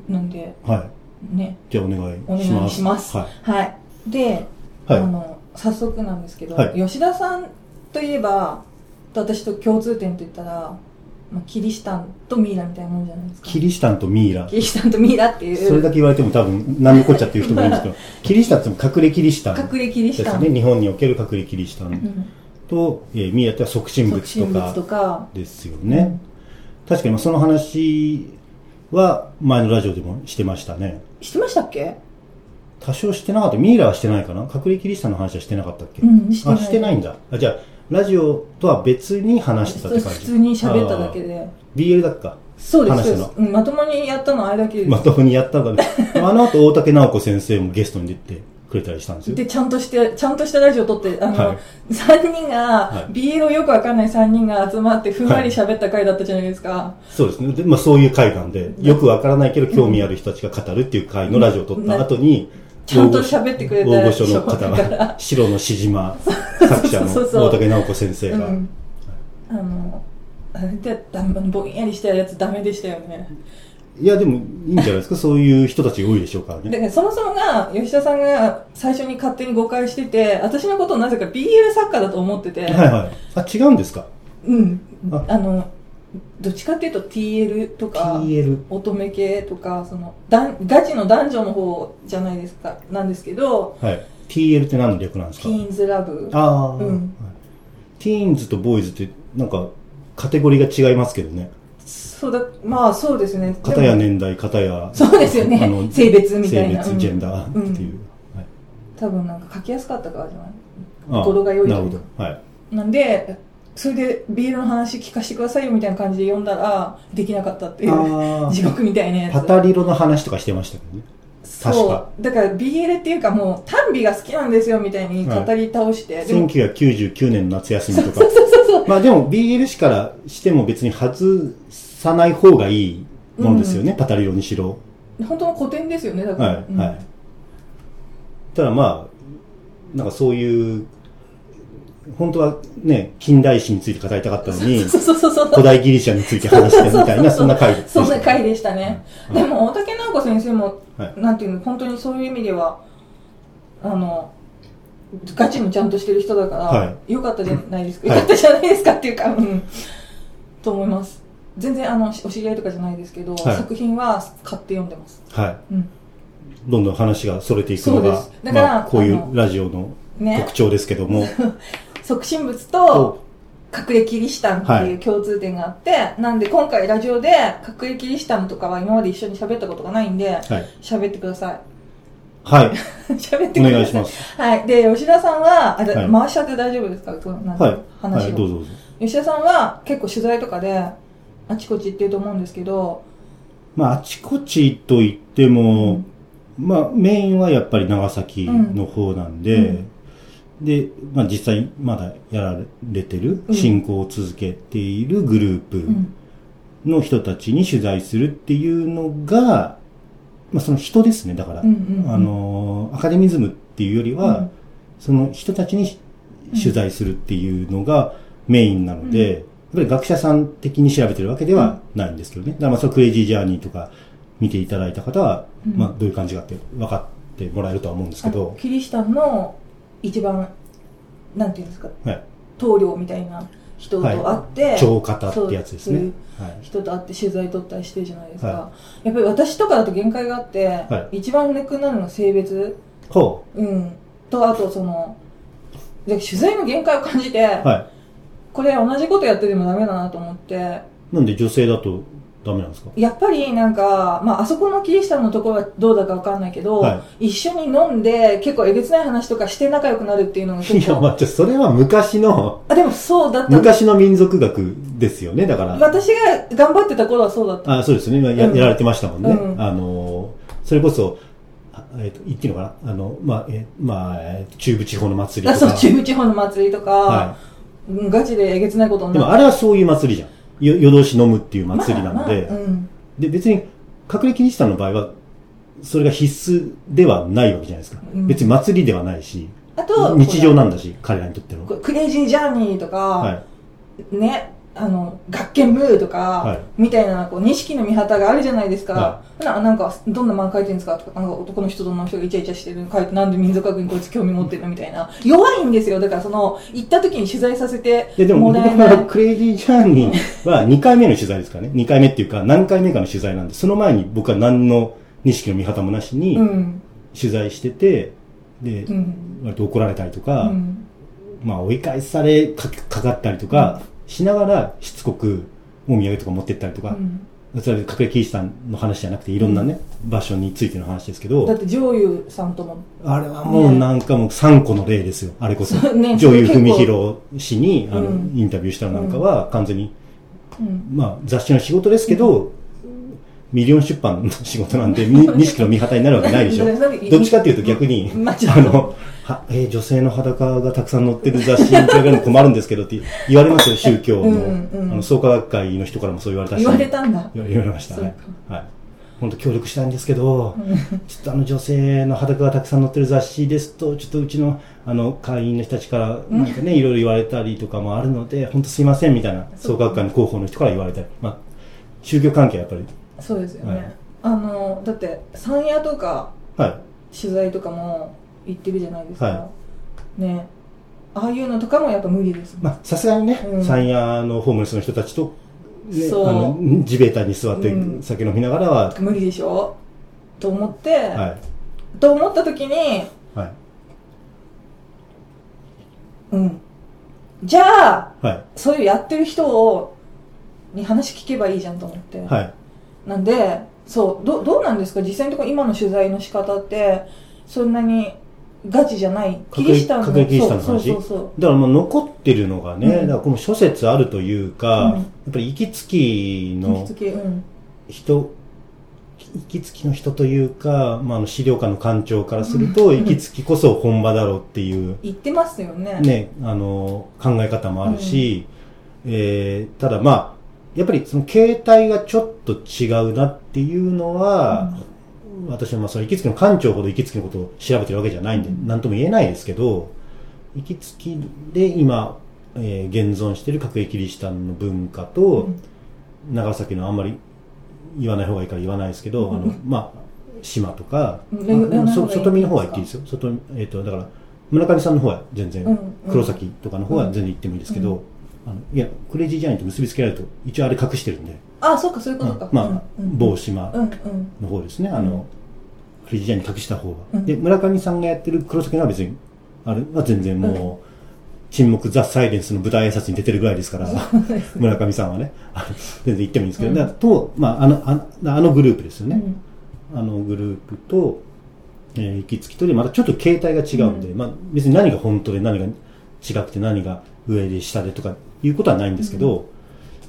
Speaker 2: なんで
Speaker 1: はい。
Speaker 2: ね
Speaker 1: じゃあお願
Speaker 2: お
Speaker 1: いし
Speaker 2: 願
Speaker 1: ま
Speaker 2: い
Speaker 1: す。
Speaker 2: します
Speaker 1: は
Speaker 2: はいで、
Speaker 1: い。
Speaker 2: あ
Speaker 1: は
Speaker 2: の早速なんですけど、
Speaker 1: はい
Speaker 2: 吉田さんといえば私と共通点といったら、まあ、キリシタンとミイラみたいなもんじゃないです
Speaker 1: い。
Speaker 2: か
Speaker 1: キリシタンとミイラ。
Speaker 2: キリシタンとミイラっていう
Speaker 1: それだけ言われても多分、何のこっちゃっていう人もいるん
Speaker 2: [LAUGHS]
Speaker 1: ですけど、キリシタンって言っても隠れキリシタン
Speaker 2: 隠れキリ
Speaker 1: で
Speaker 2: シタ
Speaker 1: す
Speaker 2: ン、
Speaker 1: ね。日本における隠れキリシタ
Speaker 2: う
Speaker 1: ン
Speaker 2: ん
Speaker 1: と、えーミイラっては即身
Speaker 2: 即
Speaker 1: 仏と
Speaker 2: 身仏
Speaker 1: か
Speaker 2: とか
Speaker 1: ですよね。確かにまあその話は前のラジオでもしてましたね。
Speaker 2: してましたっけ
Speaker 1: 多少してなかった。ミイラはしてないかな隠れキリシタンの話はしてなかったっけ、
Speaker 2: うんしてない
Speaker 1: あ、してないんだ。あじゃあ、ラジオとは別に話してたって感じ
Speaker 2: 普通に喋っただけ。で
Speaker 1: あー BL だっけか。
Speaker 2: そうです
Speaker 1: 話
Speaker 2: そ
Speaker 1: した
Speaker 2: うで
Speaker 1: の
Speaker 2: す、うんまともにやったのはあれだけです、
Speaker 1: まともにやった
Speaker 2: [LAUGHS]
Speaker 1: のかね。あの後、大竹直子先生もゲストに出てくれたりしたんですよ。
Speaker 2: でちゃんとしてちゃんとしたラジオ撮ってあの、
Speaker 1: は
Speaker 2: 3人が、
Speaker 1: はい
Speaker 2: BL をよくわかんない3人が集まってふんわり喋った回だったじゃないですか、
Speaker 1: そうですね。で、まあそういう会なんで、よくわからないけど興味ある人たちが語るっていう会のラジオを撮った後に、
Speaker 2: ちゃんと喋ってくれた
Speaker 1: 大御所の方
Speaker 2: 人だから
Speaker 1: が、白のしじま作者の
Speaker 2: [LAUGHS] そうそうそう
Speaker 1: 大竹直子先生が、
Speaker 2: うん、あのあれでだぼんやりしたやつダメでしたよね
Speaker 1: いやでもいいんじゃないですか、そういう人たち多いでしょうから
Speaker 2: だ
Speaker 1: ね。
Speaker 2: からそもそもが吉田さんが最初に勝手に誤解してて私のことをなぜか BL 作家だと思ってて、
Speaker 1: はいはい。あ、違うんですか
Speaker 2: うん
Speaker 1: あ
Speaker 2: あのどっちかっていうと TL とか
Speaker 1: ?PL。
Speaker 2: 乙女系とかそのだんガチの男女の方じゃないですかなんですけど
Speaker 1: はい。TL って何の略なんです
Speaker 2: テ
Speaker 1: か
Speaker 2: ィーンズラブ
Speaker 1: ああ、
Speaker 2: う
Speaker 1: は
Speaker 2: ん
Speaker 1: いティーンズとボーイズって、なんか、カテゴリーが違いますけどね。
Speaker 2: そうだまあそうですね
Speaker 1: 片や
Speaker 2: でも
Speaker 1: 年代、片や、
Speaker 2: そうですよね
Speaker 1: あの
Speaker 2: 性別みたいな
Speaker 1: 性別、
Speaker 2: うん
Speaker 1: ジェンダーっていう。はい
Speaker 2: 多分なんか書きやすかったからじゃない
Speaker 1: ああ
Speaker 2: 語呂が良いと
Speaker 1: な
Speaker 2: いう
Speaker 1: る
Speaker 2: か
Speaker 1: ほど。はい。
Speaker 2: なんでそれで BL の話聞かせてくださいよみたいな感じで読んだらできなかったっていう
Speaker 1: あ
Speaker 2: [LAUGHS] 地獄みたいなや
Speaker 1: パ
Speaker 2: つ
Speaker 1: タリロの話とかしてましたけどね。確か
Speaker 2: そうだから BL っていうかもう短美が好きなんですよみたいに語り倒して、でも
Speaker 1: 1999年の夏休みとか。まあでも BL 誌からしても別に外さない方がいいものですよね、パタリロにしろ。
Speaker 2: 本当の古典ですよねだから、
Speaker 1: はい、
Speaker 2: うん
Speaker 1: はい。ただまあ、なんかそういう、本当はね、近代史について語りたかったのに、
Speaker 2: そうそうそうそう
Speaker 1: 古代ギリシャについて話してみたいな、そんな回です。
Speaker 2: そんな回でしたね、
Speaker 1: うん
Speaker 2: でも大竹直子先生も、
Speaker 1: はい
Speaker 2: なんていうの本当にそういう意味ではあのガチもちゃんとしてる人だから、
Speaker 1: は
Speaker 2: よかったじゃないですか、
Speaker 1: はい
Speaker 2: よかったじゃないですかっていうか、うん、と思います全然あのお知り合いとかじゃないですけど、
Speaker 1: はい
Speaker 2: 作品は買って読んでます、
Speaker 1: は
Speaker 2: うん、
Speaker 1: い。どんどん話がそれていくのが
Speaker 2: そうで、すだから
Speaker 1: まあ、こうい
Speaker 2: あの
Speaker 1: うラジオの
Speaker 2: ね
Speaker 1: 特徴ですけども、
Speaker 2: 即身仏と隠れキリシタンっていう共通点があって、なんで今回ラジオで隠れキリシタンとかは今まで一緒に喋ったことがないんで
Speaker 1: はい。
Speaker 2: 喋ってください [LAUGHS]
Speaker 1: はい。
Speaker 2: 喋って
Speaker 1: お
Speaker 2: くださ
Speaker 1: 願いします。
Speaker 2: [LAUGHS] はい。で、吉田さんは、あれ
Speaker 1: はい
Speaker 2: 回しちゃって大丈夫ですかこのなんか
Speaker 1: はい。は
Speaker 2: 話
Speaker 1: い、
Speaker 2: を、
Speaker 1: どうぞどうぞ。
Speaker 2: 吉田さんは結構取材とかで、あちこち行ってると思うんですけど、
Speaker 1: まあ、あちこちといっても、まあ、メインはやっぱり長崎の方なんで、
Speaker 2: うん
Speaker 1: で、まあ、実際まだやられてる、
Speaker 2: うん
Speaker 1: 進行を続けているグル
Speaker 2: う
Speaker 1: ー
Speaker 2: ん。
Speaker 1: プの人たちに取材するっていうのが、まあ、その人ですね、だから。
Speaker 2: うんうんうん
Speaker 1: あのー、アカデミズムっていうよりは、
Speaker 2: うん
Speaker 1: その人たちに取材するっていうのがメインなので、やっぱり学者さん的に調べてるわけではないんですけどね。だからまあそのクレイジージャーニーとか見ていただいた方は、
Speaker 2: うん
Speaker 1: まあどういう感じかって分かってもらえるとは思うんですけ
Speaker 2: あの
Speaker 1: ど、
Speaker 2: キリシタンの一番、なんていうんですか、
Speaker 1: はい。
Speaker 2: 棟梁みたいな人と会って、
Speaker 1: 超方ってやつです
Speaker 2: そう
Speaker 1: ね
Speaker 2: いう。
Speaker 1: はい。
Speaker 2: 人と会って取材取ったりしてるじゃないですか、
Speaker 1: は
Speaker 2: やっぱり私とかだと限界があって、
Speaker 1: は
Speaker 2: 一番なくなるのは性別、
Speaker 1: ほ
Speaker 2: うん、とあとそので取材の限界を感じて、
Speaker 1: う。は
Speaker 2: これ同じことやっててもダメだなと思って
Speaker 1: い。なんで女性だとダメなんですか
Speaker 2: やっぱりなんか、まあ、あそこのキリシタンのところはどうだかわかんないけど、
Speaker 1: は
Speaker 2: 一緒に飲んで結構えげつない話とかして仲良くなるっていうの
Speaker 1: [LAUGHS]
Speaker 2: が
Speaker 1: い
Speaker 2: 結
Speaker 1: や、
Speaker 2: 構
Speaker 1: まあ、ちょ、それは昔の、
Speaker 2: あでもそうだった
Speaker 1: 昔の民族学ですよね、だから。
Speaker 2: 私が頑張ってた頃はそうだった
Speaker 1: あそうですよね、今や,、
Speaker 2: うん
Speaker 1: やられてましたもんね。
Speaker 2: うん
Speaker 1: あのー、それこそ、あえっ、と、言っていいのかなあの、まあ、えまあ、えー中部地方の祭り
Speaker 2: あ
Speaker 1: とか。
Speaker 2: そう中部地方の祭りとか、
Speaker 1: は
Speaker 2: うんガチでえげつないこと
Speaker 1: い。
Speaker 2: に
Speaker 1: で
Speaker 2: な
Speaker 1: も、
Speaker 2: っ
Speaker 1: あれはそういう祭りじゃん。よ夜通し飲むっていう祭りなので。
Speaker 2: まあまあうん
Speaker 1: で、別に、隠れキリシタンの場合は、それが必須ではないわけじゃないですか。
Speaker 2: うん
Speaker 1: 別に祭りではないし、
Speaker 2: あと
Speaker 1: 日常
Speaker 2: の
Speaker 1: なんだし、彼らにとっての。
Speaker 2: クレイジージャーニーとか、
Speaker 1: はい。
Speaker 2: ねあの学研ムーとか、
Speaker 1: はい
Speaker 2: みたいなこう錦の御旗があるじゃないですか、
Speaker 1: は
Speaker 2: ななんかどんな漫画描いてるんですかとかなんか男の人と女の人がイチャイチャしてるの書いてなんで民族学にこいつ興味持ってるのみたいな弱いんですよだからその行った時に取材させて
Speaker 1: いやでも、
Speaker 2: も
Speaker 1: 僕
Speaker 2: らえない
Speaker 1: はクレイジージャーニーは2回目の取材ですからね。2回目っていうか、何回目かの取材なんで、その前に僕は何の錦の見方もなしに
Speaker 2: うん
Speaker 1: 取材してて、で
Speaker 2: う、ん
Speaker 1: 割と怒られたりと
Speaker 2: う
Speaker 1: か、
Speaker 2: ん
Speaker 1: まあ追い返されかかかったりとか、しながらしつこくお土産とか持ってったりと
Speaker 2: う
Speaker 1: か、
Speaker 2: ん
Speaker 1: それは隠れキリシタンの話じゃなくて、いろんなね、場所についての話ですけ
Speaker 2: だっ
Speaker 1: ど、
Speaker 2: て上優さんとも [LAUGHS]
Speaker 1: あれはもうなんかもう3個の例ですよ、あれこそ。
Speaker 2: そう [LAUGHS] ね
Speaker 1: 女優
Speaker 2: 結構
Speaker 1: 文宏氏にあの、
Speaker 2: うん
Speaker 1: インタビューしたのなんかは完全に、
Speaker 2: うん
Speaker 1: まあ、雑誌の仕事ですけど、ミリオン出版の仕事
Speaker 2: [LAUGHS]
Speaker 1: なんで、み錦の見旗になるわけないでしょ。
Speaker 2: なんか
Speaker 1: どっちかっていうと逆に、
Speaker 2: まあちょっ
Speaker 1: あ
Speaker 2: と
Speaker 1: の、はえー女性の裸がたくさん載ってる雑誌に比べるの困るんですけどって言われますよ、宗教の。
Speaker 2: うんうん
Speaker 1: あの、創価学会の人からもそう言われたし。
Speaker 2: 言われたんだ
Speaker 1: [LAUGHS] 言わ言われました。
Speaker 2: そう
Speaker 1: は
Speaker 2: か
Speaker 1: い。はい。本当協力したいんですけど、ちょっとあの女性の裸がたくさん載ってる雑誌ですと、ちょっとうちのあの会員の人たちからなんかね、いろいろ言われたりとかもあるので、本当すいませんみたいな、
Speaker 2: そう
Speaker 1: 創価学会の広報の人から言われたり、まあ、宗教関係はやっぱり、
Speaker 2: [LAUGHS] そうですよね、
Speaker 1: はい
Speaker 2: あのだって山野とか
Speaker 1: は
Speaker 2: 取材とかも行ってるじゃないですか、
Speaker 1: は
Speaker 2: ねああいうのとかもやっぱ無理です
Speaker 1: い。まあ、さすがにね、
Speaker 2: うん
Speaker 1: 山野のホームレスの人たちと、ね、あ
Speaker 2: そう
Speaker 1: の、地べたに座って
Speaker 2: うん
Speaker 1: 酒飲みながらは、
Speaker 2: 無理でしょと思って、
Speaker 1: は
Speaker 2: と思った時
Speaker 1: い、
Speaker 2: に
Speaker 1: はい、
Speaker 2: うんじゃあ
Speaker 1: は
Speaker 2: そういうやってる人をに話聞けばいいじゃんと思って、
Speaker 1: い、はい。
Speaker 2: なんでそうどどうなんですか実際のところ今の取材の仕方ってそんなにガチじゃないキリシタン
Speaker 1: 隠れキリシタンの話
Speaker 2: そうそうそうそう
Speaker 1: だからもう残ってるのがね、
Speaker 2: うん
Speaker 1: だからこの諸説あるというか、
Speaker 2: うん
Speaker 1: やっぱり行きつき
Speaker 2: 引
Speaker 1: の
Speaker 2: き続きうん
Speaker 1: 人、行きつきの人というか、まあ、あの資料館の館長からすると、
Speaker 2: うん
Speaker 1: 行きつきこそ本場だろうっていう、
Speaker 2: 言ってますよね
Speaker 1: ね、あの、考え方もあるし、えーただまあ、やっぱりその形態がちょっと違うなっていうのは、私はまあその行きつきの館長ほど行きつきのことを調べてるわけじゃないんで、
Speaker 2: うん
Speaker 1: なんとも言えないですけど、行きつきで今、えー現存している各駅キリシタンの文化と、長崎のあんまり言わない方がいいから言わないですけど、
Speaker 2: うん
Speaker 1: あの、まあ、島とか、
Speaker 2: うん
Speaker 1: まあでもそ
Speaker 2: 言わない方がいい
Speaker 1: 外見の方は言
Speaker 2: ですか
Speaker 1: っていいですよ。外見、えっ、と、だから、村上さんの方は全然、
Speaker 2: うんうん
Speaker 1: 黒崎とかの方は全然言ってもいいですけど、あのいや、クレイジージャーニーと結びつけられると、一応あれ隠してるんで、
Speaker 2: あそうかそういうこと
Speaker 1: う
Speaker 2: か
Speaker 1: んまあ、
Speaker 2: うん
Speaker 1: 某島
Speaker 2: うんうん
Speaker 1: の方ですね、あの、クレイジージャーニーに隠した方が、
Speaker 2: うん
Speaker 1: で、村上さんがやってる黒崎のは別に、あれは全然もう、沈黙ザ・サイレンスの舞台挨拶に出てるぐらいです
Speaker 2: [LAUGHS]
Speaker 1: から、村上さんはね、あの全然言ってもいいんですけど、
Speaker 2: うん
Speaker 1: だからと、まあ、あの、あのあのグループですよ
Speaker 2: う
Speaker 1: ね。
Speaker 2: ん
Speaker 1: あのグループと、えー行きつきとでまたちょっと形態が違うんで、
Speaker 2: う
Speaker 1: まあ別に何が本当で何が違くて何が上で下でとかいうことはないんですけど、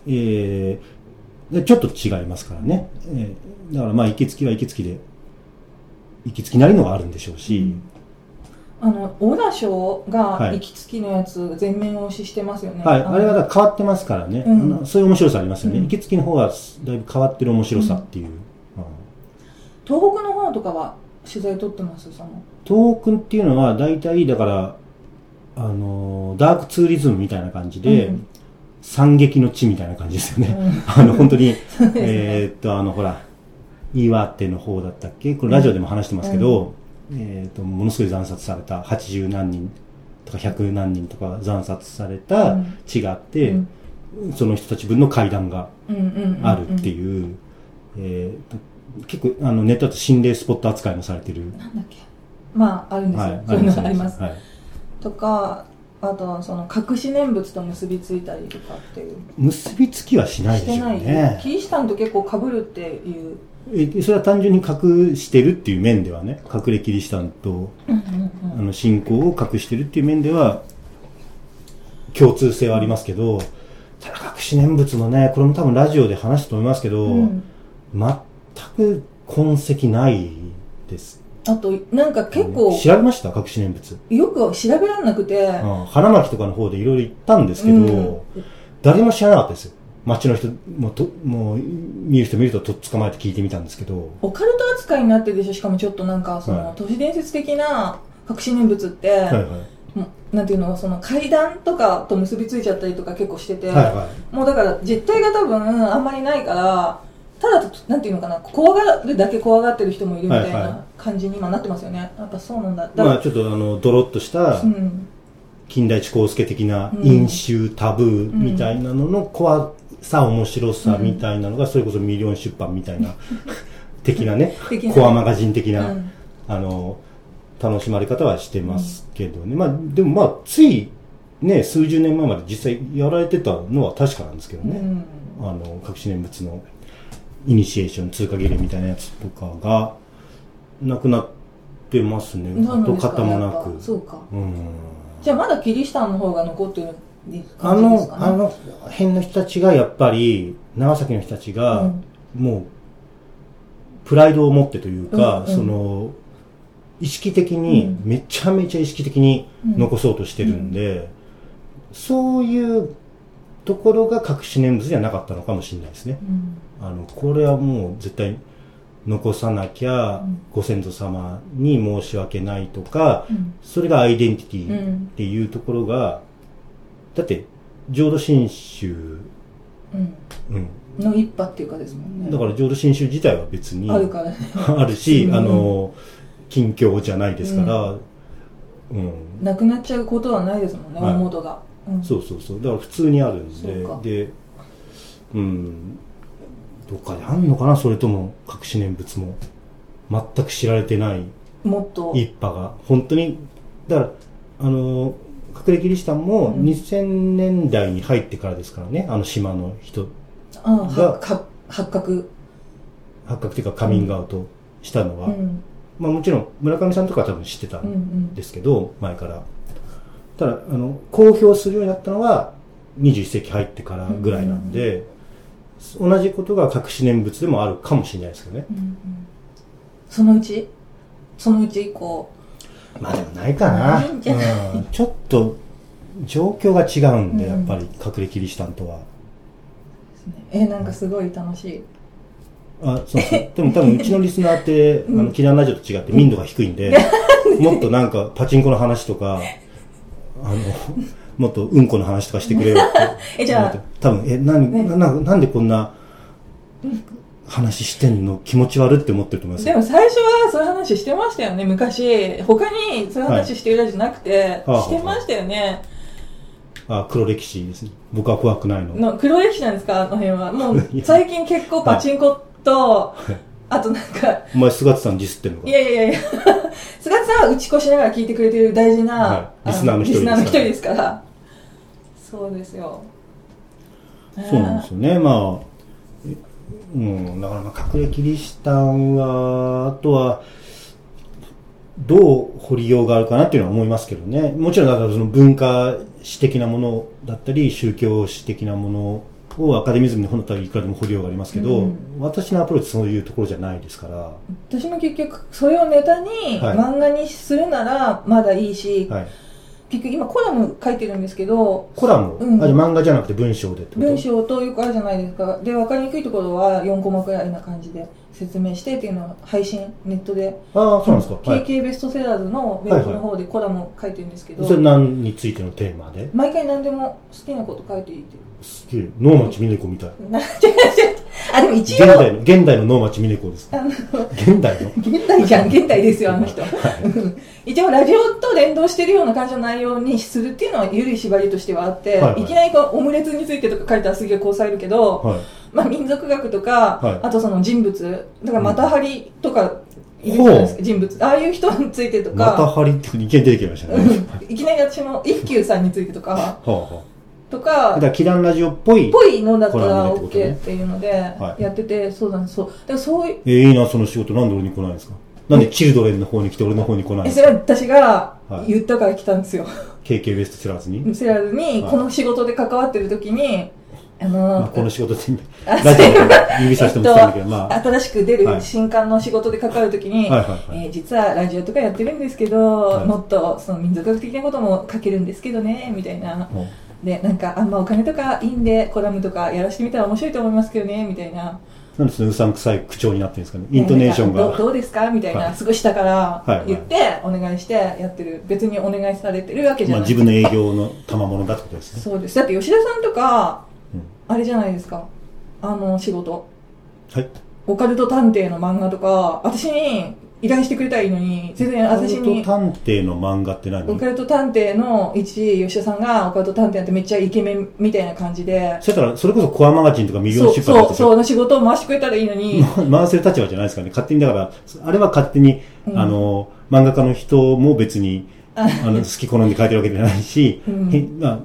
Speaker 1: えーでちょっと違いますからね。えーだからまあ行きつきは行きつきで、行きつきなりのがあるんでしょうし、
Speaker 2: あの小田賞が
Speaker 1: はい
Speaker 2: 行きつきのやつ全面押ししてますよね、
Speaker 1: はい、
Speaker 2: の
Speaker 1: あれはだから変わってますからね、
Speaker 2: うん
Speaker 1: あのそういう面白さありますよね。
Speaker 2: うん
Speaker 1: 行きつきの方はだいぶ変わってる面白さっていう。うん
Speaker 2: 東北の方とかは取材取ってますその
Speaker 1: 東北っていうのは大体だから、あのーダークツーリズムみたいな感じで、
Speaker 2: うん
Speaker 1: 惨劇の地みたいな感じですよね。
Speaker 2: うん
Speaker 1: [LAUGHS] あの、本当に、
Speaker 2: [LAUGHS] そうですね
Speaker 1: えーっと、あの、ほら、岩手の方だったっけこれラジオでも話してますけど、えーっと、ものすごい惨殺された80何人ととか100何人とか惨殺された地があって、その人たち分の階段があるって
Speaker 2: う
Speaker 1: いう、えー結構あのネットだと心霊スポット扱いもされてる
Speaker 2: ん。なんだっけまああるんですよ、そ
Speaker 1: あり
Speaker 2: ういう
Speaker 1: ま
Speaker 2: の
Speaker 1: す
Speaker 2: があります、
Speaker 1: はい
Speaker 2: とかあとその隠し念仏と結びついたりとかっていう
Speaker 1: 結びつきはしない
Speaker 2: し
Speaker 1: で
Speaker 2: て
Speaker 1: しょう
Speaker 2: ない、
Speaker 1: ね
Speaker 2: キ。リシタンと結構かぶるっていう、
Speaker 1: えそれは単純に隠してるっていう面ではね、隠れキリシタンと
Speaker 2: うん
Speaker 1: あの信仰を隠してるっていう面では、共通性はありますけど、ただ隠し念仏のね、これも多分ラジオで話したと思いますけど、
Speaker 2: うんうん、
Speaker 1: 全く痕跡ないです、
Speaker 2: あとなんか結構
Speaker 1: 調べました隠し念仏。
Speaker 2: よく調べられなくて、
Speaker 1: うん花巻とかの方でいろいろ行ったんですけど、
Speaker 2: うん
Speaker 1: 誰も知らなかったですよ。街の人もと、もう、見る人見るととっ捕まえて聞いてみたんですけど、
Speaker 2: オカルト扱いになってるでしょしかもちょっとなんかその、
Speaker 1: はい
Speaker 2: 都市伝説的な隠し念仏って、
Speaker 1: はいはい。
Speaker 2: もうなんていうのその階段とかと結びついちゃったりとか結構してて、
Speaker 1: はいはい。
Speaker 2: もうだから実態が多分あんまりないからただなんていうのかな怖がるだけ怖がってる人もいるみたい
Speaker 1: はいは
Speaker 2: な感じに今なってますよね、やっぱそうなんだだ
Speaker 1: まあちょっとあの、ドロッとした
Speaker 2: うん
Speaker 1: 近代一光介的な
Speaker 2: うん
Speaker 1: 飲酒タブーみたいなのの怖さ、面白さみたいなのが、それこそミリオン出版みたい
Speaker 2: [LAUGHS]
Speaker 1: な、的なね
Speaker 2: 的、な
Speaker 1: コアマガジン的な、
Speaker 2: うん
Speaker 1: あの、楽しまれ方はしてますけどね。まあ、でもまあ、つい、ね、数十年前まで実際やられてたのは確かなんですけど
Speaker 2: う
Speaker 1: ね。
Speaker 2: ん
Speaker 1: あの、隠し念仏のイニシエーション通過儀礼みたいなやつとかが、なくなってますね。
Speaker 2: そうなん
Speaker 1: 跡
Speaker 2: ですか
Speaker 1: 形もな
Speaker 2: やっぱ
Speaker 1: く。
Speaker 2: そうか
Speaker 1: うん。
Speaker 2: じゃあまだキリシタンの方が残ってる
Speaker 1: あ
Speaker 2: 感じですか
Speaker 1: の、
Speaker 2: ね
Speaker 1: あの辺の人たちがやっぱり、長崎の人たち
Speaker 2: う
Speaker 1: が
Speaker 2: ん、
Speaker 1: もう、プライドを持ってというか、
Speaker 2: うんうん
Speaker 1: その、意識的に、
Speaker 2: うん
Speaker 1: めちゃめちゃ意識的に
Speaker 2: うん
Speaker 1: 残そうとしてるんで、そういうところが隠し念仏じゃなかったのかもしれないですね。
Speaker 2: うん
Speaker 1: あの、これはもう絶対残さなきゃ、
Speaker 2: うん
Speaker 1: ご先祖様に申し訳ないとか、
Speaker 2: うん
Speaker 1: それがアイデンティテ
Speaker 2: う
Speaker 1: ィっ
Speaker 2: ん
Speaker 1: ていうところが、だって、浄土真宗、
Speaker 2: うん
Speaker 1: うん。
Speaker 2: の一派っていうかですもんね
Speaker 1: だから浄土真宗自体は別に
Speaker 2: あるからね
Speaker 1: あるし、
Speaker 2: うん
Speaker 1: あの、近況じゃないですから、うん。
Speaker 2: なくなっちゃうことはないですもんね
Speaker 1: はい
Speaker 2: 大元がうん
Speaker 1: そうそうそう。だから普通にあるんで
Speaker 2: そうか、
Speaker 1: で、うん、どっかであんのかなそれとも隠し念仏も。全く知られてない
Speaker 2: もっと
Speaker 1: 一派が。本当に、だから、あの、隠れキリシタンも
Speaker 2: うん
Speaker 1: 2000年代に入ってからですからね、あの島の人、
Speaker 2: あ
Speaker 1: が
Speaker 2: はか発覚
Speaker 1: 発覚というかカミングアウトしたのは、
Speaker 2: うん
Speaker 1: まあもちろん村上さんとかは多分知ってた
Speaker 2: うんうんん
Speaker 1: ですけど、前から。ただ、あの、公表するようになったのは、21世紀入ってからぐらいなんで、同じことが隠し念仏でもあるかもしれないですけどね。
Speaker 2: うんうんそのうちそのうち以降
Speaker 1: まあでもないかな。
Speaker 2: ないんじゃない
Speaker 1: うんちょっと、状況が違うんで、
Speaker 2: うん
Speaker 1: やっぱり隠れキリシタンとは。
Speaker 2: ですねえなんかすごい楽しい
Speaker 1: あ、そうそう。でも多分うちのリスナーって、 [LAUGHS]
Speaker 2: うん
Speaker 1: あの、キランラジオと違って民度が低いんで、もっとなんかパチンコの話とか、あの、もっとうんこの話とかしてくれよって。
Speaker 2: えじゃあ
Speaker 1: 多分、え、なん、
Speaker 2: ね
Speaker 1: な、ななんでこんな話してんの気持ち悪って思ってると思います
Speaker 2: で
Speaker 1: よ。
Speaker 2: も最初はそういう話してましたよね、昔。他にそういう話してるらじゃなくて、
Speaker 1: はい
Speaker 2: してましたよね。
Speaker 1: あ、黒歴史ですね。僕は怖くないの。
Speaker 2: の黒歴史なんですか、あの辺は。もう
Speaker 1: [LAUGHS] いや
Speaker 2: 最近結構パチンコと、あとなんか、
Speaker 1: お前、菅田さんディスってんのか
Speaker 2: いやいやいや、 [LAUGHS] 菅田さんは打ち越しながら聞いてくれてる大事な、
Speaker 1: はいリスナーの一人
Speaker 2: リスナーの一人
Speaker 1: で
Speaker 2: ですから。そうですよ。。
Speaker 1: そうなんですすよね。まあ、えうん、だからまあ隠れキリシタンは、あとは、どう掘りようがあるかなっていうのは思いますけどね。もちろん、だからその文化史的なものだったり、宗教史的なものをアカデミズムに本だったらいくらでも掘りようがありますけど、
Speaker 2: うん
Speaker 1: 私のアプローチそういうところじゃないですから、
Speaker 2: 私も結局、それをネタに
Speaker 1: はい
Speaker 2: 漫画にするならまだいいし、
Speaker 1: はい。
Speaker 2: 結局今コラム書いてるんですけど、
Speaker 1: コラムを、
Speaker 2: うん
Speaker 1: あじゃあ漫画じゃなくて文章でってこと
Speaker 2: 文章とよくあるじゃないですかで分かりにくいところは4コマくらいな感じで説明してっていうのを配信ネットで
Speaker 1: ああ、そうなんですか。はい。
Speaker 2: KK ベストセラーズのウェブの方でコラムを書いてるんですけど、
Speaker 1: それ何についてのテーマで
Speaker 2: 毎回何でも好きなこと書いていいって
Speaker 1: すげえ、能町みね子みたい。
Speaker 2: な違う違う [LAUGHS] あ、でも
Speaker 1: 現
Speaker 2: 一
Speaker 1: 代
Speaker 2: 応、
Speaker 1: の、現代の能町峰子です。
Speaker 2: あの、
Speaker 1: 現代の。
Speaker 2: 現代じゃん、現代ですよ、あの人。 [LAUGHS]
Speaker 1: はい
Speaker 2: うん一応ラジオと連動してるような感じの内容にするっていうのは緩い縛りとしてはあっ
Speaker 1: は
Speaker 2: て、
Speaker 1: い
Speaker 2: い
Speaker 1: はい
Speaker 2: きなりこうオムレツについてとか書いたらすげえこうされるけど、
Speaker 1: はい。
Speaker 2: まあ、民族学とか、
Speaker 1: はい
Speaker 2: あとその人物だからタハリとかいるじゃ
Speaker 1: ほう
Speaker 2: ないですか人物ああいう人についてと
Speaker 1: また
Speaker 2: か、
Speaker 1: 張りって意見出てきましたね。
Speaker 2: いきなり私も一休さんについてとか
Speaker 1: はあは
Speaker 2: と
Speaker 1: あ。だ
Speaker 2: か
Speaker 1: から、キランラジオっぽい。
Speaker 2: ぽいのだった
Speaker 1: コラ
Speaker 2: ら
Speaker 1: ムでってことね
Speaker 2: OK っていうので
Speaker 1: はい
Speaker 2: やってて、そうなんですそうだからそういう
Speaker 1: えー、いいな、その仕事。なんで俺に来ないんですかなんでチルドレンの方に来て俺の方に来ないん
Speaker 2: え
Speaker 1: で
Speaker 2: そ
Speaker 1: す
Speaker 2: れ
Speaker 1: か
Speaker 2: は私が
Speaker 1: はい
Speaker 2: 言ったから来たんですよ、
Speaker 1: ?KK ベストセラーズに。
Speaker 2: セラーズに
Speaker 1: はい
Speaker 2: この仕事で関わってる時にあの、
Speaker 1: まあ、この仕事って、
Speaker 2: あ
Speaker 1: ラジオ
Speaker 2: [LAUGHS]
Speaker 1: で指さしても伝わるけど、まあ。
Speaker 2: 新しく出
Speaker 1: は
Speaker 2: る
Speaker 1: い
Speaker 2: 新刊の仕事で関わるときに、
Speaker 1: はいはいはい
Speaker 2: えー実はラジオとかやってるんですけど、
Speaker 1: はい
Speaker 2: もっとその民族学的なことも書けるんですけどねみたいな
Speaker 1: もう
Speaker 2: でなんかあんまお金とかいいんでコラムとかやらしてみたら面白いと思いますけどねみたいな
Speaker 1: なんでそのうさんくさい口調になってるんですかね。イントネーション
Speaker 2: えーなんかど
Speaker 1: が。
Speaker 2: どうですかみたいな、
Speaker 1: はい
Speaker 2: すごい下か
Speaker 1: はいはい
Speaker 2: ら言って、お願いしてやってる別にお願いされてるわけじ
Speaker 1: ま
Speaker 2: ゃ
Speaker 1: あ、
Speaker 2: ない、
Speaker 1: 自分の営業の賜物だってことですね。
Speaker 2: そうですだって吉田さんとか
Speaker 1: うん
Speaker 2: あれじゃないですかあの仕事
Speaker 1: はい。
Speaker 2: オカルト探偵の漫画とか、私に依頼してくれたらいいのに、全然私
Speaker 1: オ
Speaker 2: に、
Speaker 1: カルト探偵の漫画って
Speaker 2: オ
Speaker 1: 何
Speaker 2: カルト探偵の一吉田さんが、オカルト探偵やってめっちゃイケメンみたいな感じで、
Speaker 1: そしたら、それこそコアマガジンとかミリオ
Speaker 2: そ
Speaker 1: ン
Speaker 2: う、
Speaker 1: 出版
Speaker 2: そう、
Speaker 1: と
Speaker 2: そ
Speaker 1: か、
Speaker 2: うの仕事を回してくれたらいいのに、
Speaker 1: 回せる立場じゃないですかね。勝手に、だから、あれは勝手に、
Speaker 2: うん
Speaker 1: あの、漫画家の人も別
Speaker 2: [LAUGHS]
Speaker 1: に、
Speaker 2: あ
Speaker 1: あの、好き好んで書いてるわけじゃないし、
Speaker 2: うん
Speaker 1: へまあ、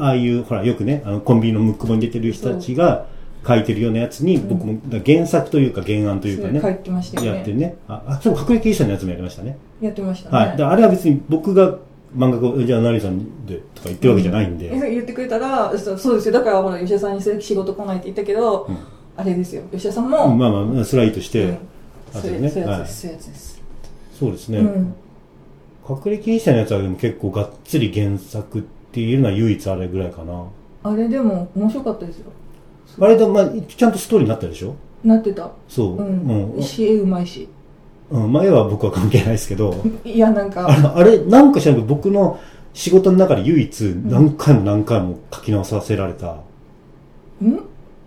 Speaker 1: あああいう、ほら、よくね、あの、コンビニのムック本に出てる人たちが書いてるようなやつに、
Speaker 2: ん
Speaker 1: 僕も、だから原作というか原案というかね、
Speaker 2: そう書いてましたよ
Speaker 1: やって
Speaker 2: ね。
Speaker 1: ね。あ、あ、そう、隠れ経営者のやつもやりましたね。
Speaker 2: やってましたね。
Speaker 1: はい。だからあれは別に僕が漫画家、じゃあ何さんでとか言ってるわけじゃないんで、
Speaker 2: え言ってくれたら、そうそうですよ。だからほら、吉田さんに仕事来ないって言ったけど、
Speaker 1: うん
Speaker 2: あれですよ。吉田さん
Speaker 1: うん
Speaker 2: も、
Speaker 1: まあまあ、それはいいとして、
Speaker 2: うん
Speaker 1: あ
Speaker 2: そう
Speaker 1: と
Speaker 2: いう
Speaker 1: ね
Speaker 2: そういうや
Speaker 1: は
Speaker 2: つで
Speaker 1: い
Speaker 2: す、そういうやつです。
Speaker 1: そうですね。
Speaker 2: うん。
Speaker 1: 隠れ経営者のやつはでも結構がっつり原作っていうのは唯一あれぐらいかな。
Speaker 2: あれでも面白かったですよ。
Speaker 1: あれでも、まあ、ちゃんとストーリーになったでしょ
Speaker 2: なってた。
Speaker 1: そう。
Speaker 2: う
Speaker 1: うん。
Speaker 2: ん。し、絵うまいし。
Speaker 1: うん、前は僕は関係ないですけど、
Speaker 2: いや、なんか
Speaker 1: あ。のあれ、なんかしらんけど僕の仕事の中で唯一何回も何回も書き直させられた。
Speaker 2: ん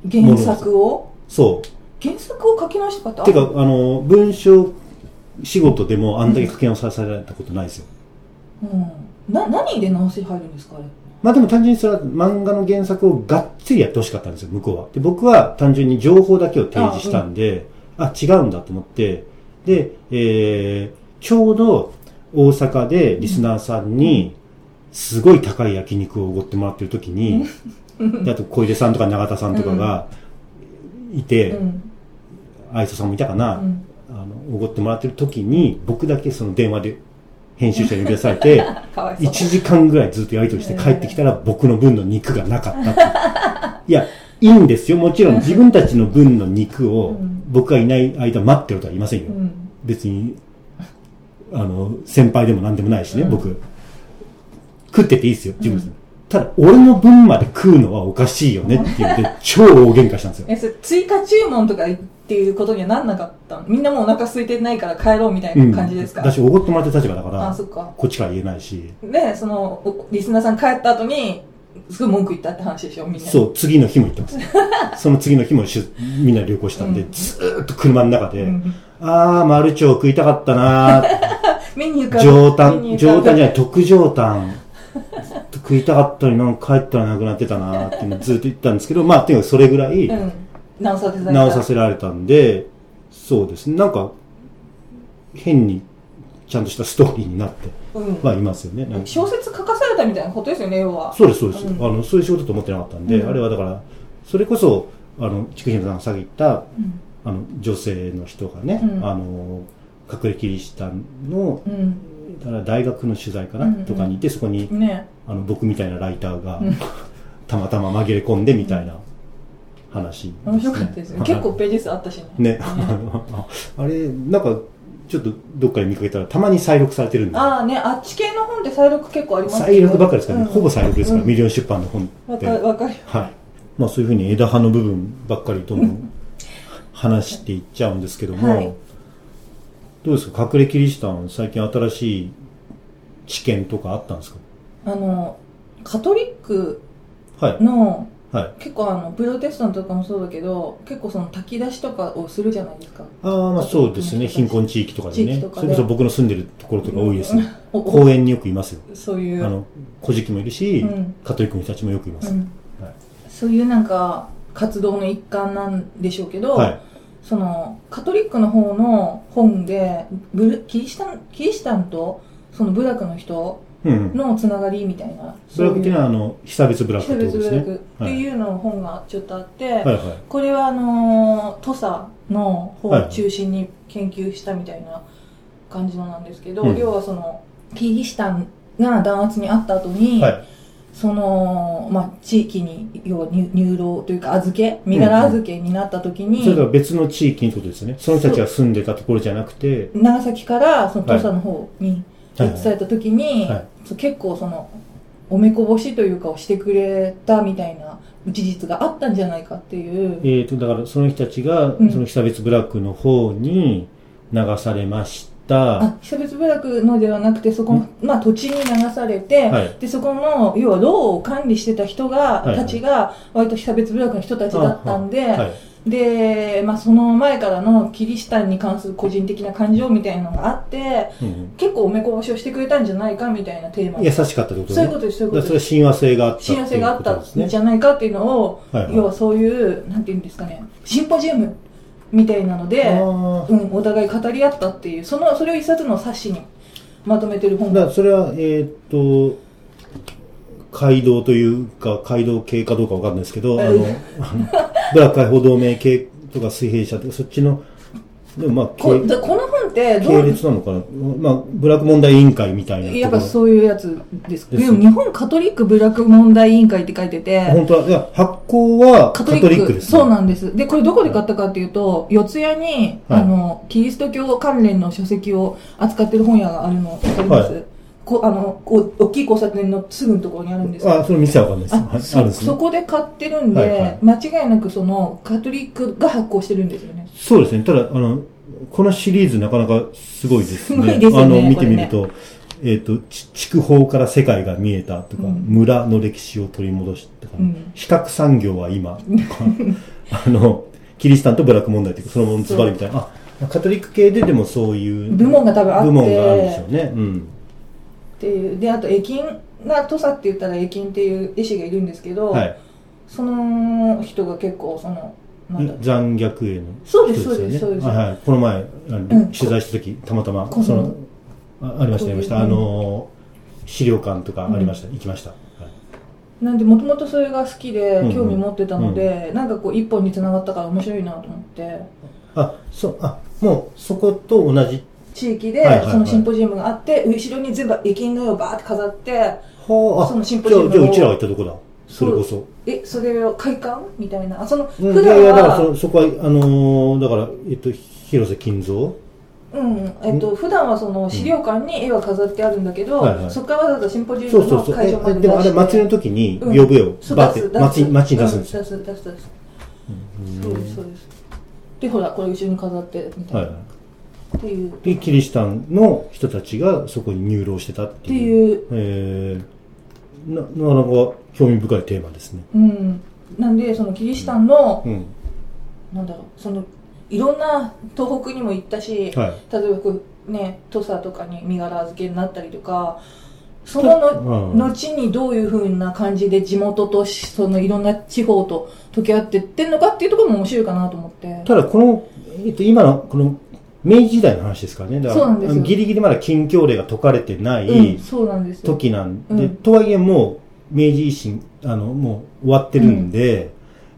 Speaker 2: 原作を
Speaker 1: そう。
Speaker 2: 原作を書き直した方
Speaker 1: てか、あの、文章仕事でもあんだけ書き直させられたことないですよ。
Speaker 2: うん、な何で直し入るんですかあれ
Speaker 1: まあでも単純にそれは漫画の原作をがっつりやってほしかったんですよ、向こうは。で、僕は単純に情報だけを提示したんで、あ,、違うんだと思って、で、えー、ちょうど大阪でリスナーさんに、すごい高い焼肉をおごってもらってる時に、であと小出さんとか永田さんとかがいて、
Speaker 2: うん
Speaker 1: 愛想さんもいたか
Speaker 2: う
Speaker 1: な、
Speaker 2: ん
Speaker 1: あの、おごってもらってる時に、僕だけその電話で編集者に呼び出され
Speaker 2: [LAUGHS]
Speaker 1: て、
Speaker 2: かわいそう
Speaker 1: 1時間ぐらいずっとやりとりして帰ってきたら僕の分の肉がなかったっていういや、いいんですよ。もちろ
Speaker 2: [LAUGHS]
Speaker 1: ん自分たちの分の肉
Speaker 2: う
Speaker 1: を
Speaker 2: ん
Speaker 1: 僕がいない間待ってるとは言いません
Speaker 2: う
Speaker 1: よ。
Speaker 2: ん
Speaker 1: 別に、あの、先輩でも何でもないしね、
Speaker 2: うん
Speaker 1: 僕。食ってていいですよ、自分たち
Speaker 2: う
Speaker 1: ただ、俺の分まで食うのはおかしいよねっていうの
Speaker 2: [LAUGHS]
Speaker 1: で、超大喧嘩したんですよ。
Speaker 2: えそれ追加注文とかっていうことにはなんなかったのみんなもうお腹空いてないから帰ろうみたい
Speaker 1: うん。
Speaker 2: な感じですか、
Speaker 1: 私、おごってもらってる立場だか
Speaker 2: あ
Speaker 1: ら
Speaker 2: そ、っか
Speaker 1: こっちから言えないし。
Speaker 2: でそのおリスナーさん帰った後にすごい文句言ったって話でしょみんな
Speaker 1: そう、次の日も行って
Speaker 2: [LAUGHS]
Speaker 1: ます。その次の日もしゅみんな旅行したんで、
Speaker 2: うん
Speaker 1: ずーっと車の中で、
Speaker 2: ん
Speaker 1: あー、マルチョウ食いたかったなー、
Speaker 2: メニューから
Speaker 1: 上
Speaker 2: メニュ
Speaker 1: タン、
Speaker 2: ーから
Speaker 1: 上タンじゃない、特上タン。食いたかったのになんか帰ったらなくなってたなーっていうのをずっと言ってたんですけど、まあ、ていうかそれぐらい
Speaker 2: うん直させた
Speaker 1: 直させられたんで、そうですね、なんか、変にちゃんとしたストーリーになって
Speaker 2: うん
Speaker 1: はいますよね。なんか
Speaker 2: 小説書かされたみたいなことですよね要は
Speaker 1: そうです、そうです、
Speaker 2: うん
Speaker 1: あの。そういう仕事と思ってなかったんで、
Speaker 2: うん
Speaker 1: あれはだから、それこそ、あの、ちくひめさんがさっき言った、
Speaker 2: うん
Speaker 1: あの、女性の人がね、
Speaker 2: うん
Speaker 1: あの、隠れキリシタンの、
Speaker 2: うん
Speaker 1: だから大学の取材かな、
Speaker 2: うんうん
Speaker 1: とかにいて、そこに、
Speaker 2: ね
Speaker 1: あの、僕みたいなライターが、
Speaker 2: うん
Speaker 1: たまたま紛れ込んでみたいな話、
Speaker 2: 面白かったですね結構ページ数あったしね
Speaker 1: ね。 [LAUGHS] あれ、なんか、ちょっとどっかで見かけたら、たまに再録されてるんで、
Speaker 2: ああね、あっち系の本って再録結構ありますよ
Speaker 1: 再録ばっかりですからね、
Speaker 2: うん
Speaker 1: ほぼ再録ですから、
Speaker 2: うん
Speaker 1: ミリオン出版の本
Speaker 2: わ
Speaker 1: って。
Speaker 2: かる、わかる。
Speaker 1: はい。まあそういうふうに枝葉の部分ばっかりどんどん話していっちゃうんですけども、
Speaker 2: はい
Speaker 1: どうですか隠れキリシタン、最近新しい知見とかあったんですか
Speaker 2: あの、カトリック
Speaker 1: はい。
Speaker 2: の、
Speaker 1: はい。
Speaker 2: 結構あのプロテスタントとかもそうだけど結構その炊き出しとかをするじゃないですか
Speaker 1: ああ、まあそうですね。貧困地域とかで
Speaker 2: 地
Speaker 1: ね。
Speaker 2: 域とか
Speaker 1: そ
Speaker 2: で
Speaker 1: れこそ僕の住んでるところとか多いですね。
Speaker 2: [LAUGHS] おお
Speaker 1: 公園によくいますよ。
Speaker 2: そうい
Speaker 1: あ
Speaker 2: う
Speaker 1: の、古事記もいるし、
Speaker 2: うん
Speaker 1: カトリックの人たちもよくいま
Speaker 2: う
Speaker 1: す。
Speaker 2: ん
Speaker 1: はい
Speaker 2: そういうなんか活動の一環なんでしょうけど、
Speaker 1: はい。
Speaker 2: そのカトリックの方の本でブルキリシタンキリシタンとその部落の人
Speaker 1: うんうん。
Speaker 2: のつながりみたいな
Speaker 1: それは的には、あの、被差別部落っ
Speaker 2: そう
Speaker 1: て
Speaker 2: い
Speaker 1: こ
Speaker 2: う
Speaker 1: と
Speaker 2: 種
Speaker 1: です
Speaker 2: 別
Speaker 1: ね。
Speaker 2: 部落っていうの本がちょっとあって、
Speaker 1: はいはい。
Speaker 2: これはあのー土佐の方を中心に研究したみたいな感じのなんですけど、
Speaker 1: うん
Speaker 2: 要はそのキリシタンが弾圧にあった後に、
Speaker 1: はい。
Speaker 2: その、まあ、地域に要は入入道というか預け身柄預けになった時に、
Speaker 1: それとは別の地域にってことですよね。その人たちが住んでたところじゃなくて、
Speaker 2: 長崎からその土佐の方に
Speaker 1: はい
Speaker 2: 移された時に、
Speaker 1: はい
Speaker 2: そう結構そのおめこぼしというかをしてくれたみたいな事実があったんじゃないかっていう
Speaker 1: えーと、だからその人たちが
Speaker 2: うん、
Speaker 1: その被差別部落の方に流されました。
Speaker 2: あ、被差別部落のではなくて、そこの、まあ土地に流されて、
Speaker 1: はい
Speaker 2: で、そこの、要は牢を管理してた人が、
Speaker 1: はいはい
Speaker 2: たちが、割と被差別部落の人たちだったんで、
Speaker 1: はい。
Speaker 2: で、まあその前からのキリシタンに関する個人的な感情みたいなのがあって、
Speaker 1: うん
Speaker 2: 結構おめこぼしをしてくれたんじゃないかみたいなテーマ
Speaker 1: うん優しかったってこと
Speaker 2: そういう
Speaker 1: ね
Speaker 2: こ。とです、そうい
Speaker 1: だ
Speaker 2: うこ
Speaker 1: から
Speaker 2: と
Speaker 1: それ
Speaker 2: で
Speaker 1: は
Speaker 2: す。
Speaker 1: 親和性があったって
Speaker 2: 親和性があった
Speaker 1: いうことですね
Speaker 2: んじ。ゃないかっていうのを、
Speaker 1: はいはい
Speaker 2: 要はそういう、なんて言うんですかね、シンポジウムみたいなので、
Speaker 1: あ
Speaker 2: うん、お互い語り合ったっていう、その、それを一冊の冊子にまとめてる
Speaker 1: あ
Speaker 2: 本
Speaker 1: だ
Speaker 2: が。
Speaker 1: からそれは、えーっと、街道というか、街道系かどうかわかんないですけど、あ
Speaker 2: うん
Speaker 1: の、あのブラック解放同盟系とか水平社とか、そっちの、でもまあ、
Speaker 2: こ
Speaker 1: 系
Speaker 2: だこの本ってど
Speaker 1: 系
Speaker 2: う、
Speaker 1: 列なのかなまあ、ブラック問題委員会みたいなところ。
Speaker 2: やっぱそういうやつですか
Speaker 1: です
Speaker 2: でも日本カトリック部落問題委員会って書いてて、
Speaker 1: 本当は、いや、発行はカトリックです、ね。
Speaker 2: そうなんです。で、これどこで買ったかっていうと、四谷に、
Speaker 1: はい
Speaker 2: あの、キリスト教関連の書籍を扱ってる本屋があるの、わかります、
Speaker 1: はい
Speaker 2: こあのこう、大きい交差点のすぐのところにあるんですけど
Speaker 1: あ、その店はわかんないです。はいあるん
Speaker 2: そ
Speaker 1: です
Speaker 2: そ
Speaker 1: ね。
Speaker 2: こで買ってるんで、
Speaker 1: はいはい
Speaker 2: 間違いなくそのカトリックが発行してるんですよね。
Speaker 1: そうですね。ただ、あの、このシリーズなかなかすごいですね。
Speaker 2: すごいですよね
Speaker 1: あの、見
Speaker 2: こ
Speaker 1: て
Speaker 2: れ
Speaker 1: み
Speaker 2: ね
Speaker 1: ると、えっ、と、ち筑豊から世界が見えたとか、
Speaker 2: うん
Speaker 1: 村の歴史を取り戻したとか、
Speaker 2: うん
Speaker 1: 比較産業は今
Speaker 2: [LAUGHS]
Speaker 1: とか、あの、キリシタンとブラック問題というか、そのものズバリみたいな。あ、カトリック系ででもそういう
Speaker 2: 部門が多分あって
Speaker 1: 部門があるんでしょうね。うん。
Speaker 2: っていうであと絵金が土佐って言ったら絵金っていう絵師がいるんですけど、
Speaker 1: はい。
Speaker 2: その人が結構そのなんだろう
Speaker 1: 残虐への
Speaker 2: そう
Speaker 1: 人
Speaker 2: ですそうですそうです、
Speaker 1: はいはい、この前、あの
Speaker 2: ん
Speaker 1: 取材した時たまたま
Speaker 2: こ
Speaker 1: その
Speaker 2: こ
Speaker 1: あありましたありました
Speaker 2: こう
Speaker 1: あ
Speaker 2: いう
Speaker 1: のー資料館とかありました、行きました、はい
Speaker 2: なんでもともとそれが好きで
Speaker 1: うんうん
Speaker 2: 興味持ってたので、なんかこう一本に繋がったから面白いなと思って
Speaker 1: あそうあもうそこと同じ
Speaker 2: 地域
Speaker 1: はいは
Speaker 2: で
Speaker 1: いはい
Speaker 2: そのシンポジウムがあって、後ろに全部絵金画をバーって飾って
Speaker 1: はあ
Speaker 2: そのシンポジウムを
Speaker 1: じゃあじゃあうちらが行ったとこだそれこそ
Speaker 2: えそれを開館みたいなあその
Speaker 1: うん
Speaker 2: 普
Speaker 1: いや
Speaker 2: 段
Speaker 1: いやだからそ
Speaker 2: は
Speaker 1: のそこはあのーだからえっと広瀬金蔵
Speaker 2: うん、えっと、普段はその資料館に絵は飾ってあるんだけど、
Speaker 1: はいはい
Speaker 2: そこからわざわざシンポジウ
Speaker 1: そ
Speaker 2: ム
Speaker 1: うそ
Speaker 2: の
Speaker 1: うそう
Speaker 2: 会場ま
Speaker 1: え
Speaker 2: で
Speaker 1: でもあれ祭りの
Speaker 2: 時
Speaker 1: 時に呼ぶよ、バーって街に街に出すんですよ、
Speaker 2: 出す出す出す、そうですそうですでほらこれ後ろに飾ってみたいな、
Speaker 1: はいはい
Speaker 2: っていうっ
Speaker 1: でキリシタンの人たちがそこに入牢してたって
Speaker 2: て
Speaker 1: いう
Speaker 2: いう
Speaker 1: えー、ななかなか興味深いテーマですね。
Speaker 2: うんなんでそのキリシタンの、
Speaker 1: うん。
Speaker 2: なんだろうそのいろんな東北にも行ったし、
Speaker 1: はい。
Speaker 2: 例えばこうね土佐とかに身柄預けになったりとかそのの、
Speaker 1: うん
Speaker 2: 後にどういうふうな感じで地元としそのいろんな地方と溶け合ってってんのかっていうところも面白いかなと思って
Speaker 1: ただ、この、えっと、今の、この、明治時代の話ですからね。だか
Speaker 2: そう
Speaker 1: ら
Speaker 2: なんですよ
Speaker 1: ギリギリまだ禁教令が解かれてな
Speaker 2: うん、
Speaker 1: い
Speaker 2: そうなんですよ
Speaker 1: 時なんで、
Speaker 2: うん
Speaker 1: とはいえもう、明治維新、あの、もう終わってるんで、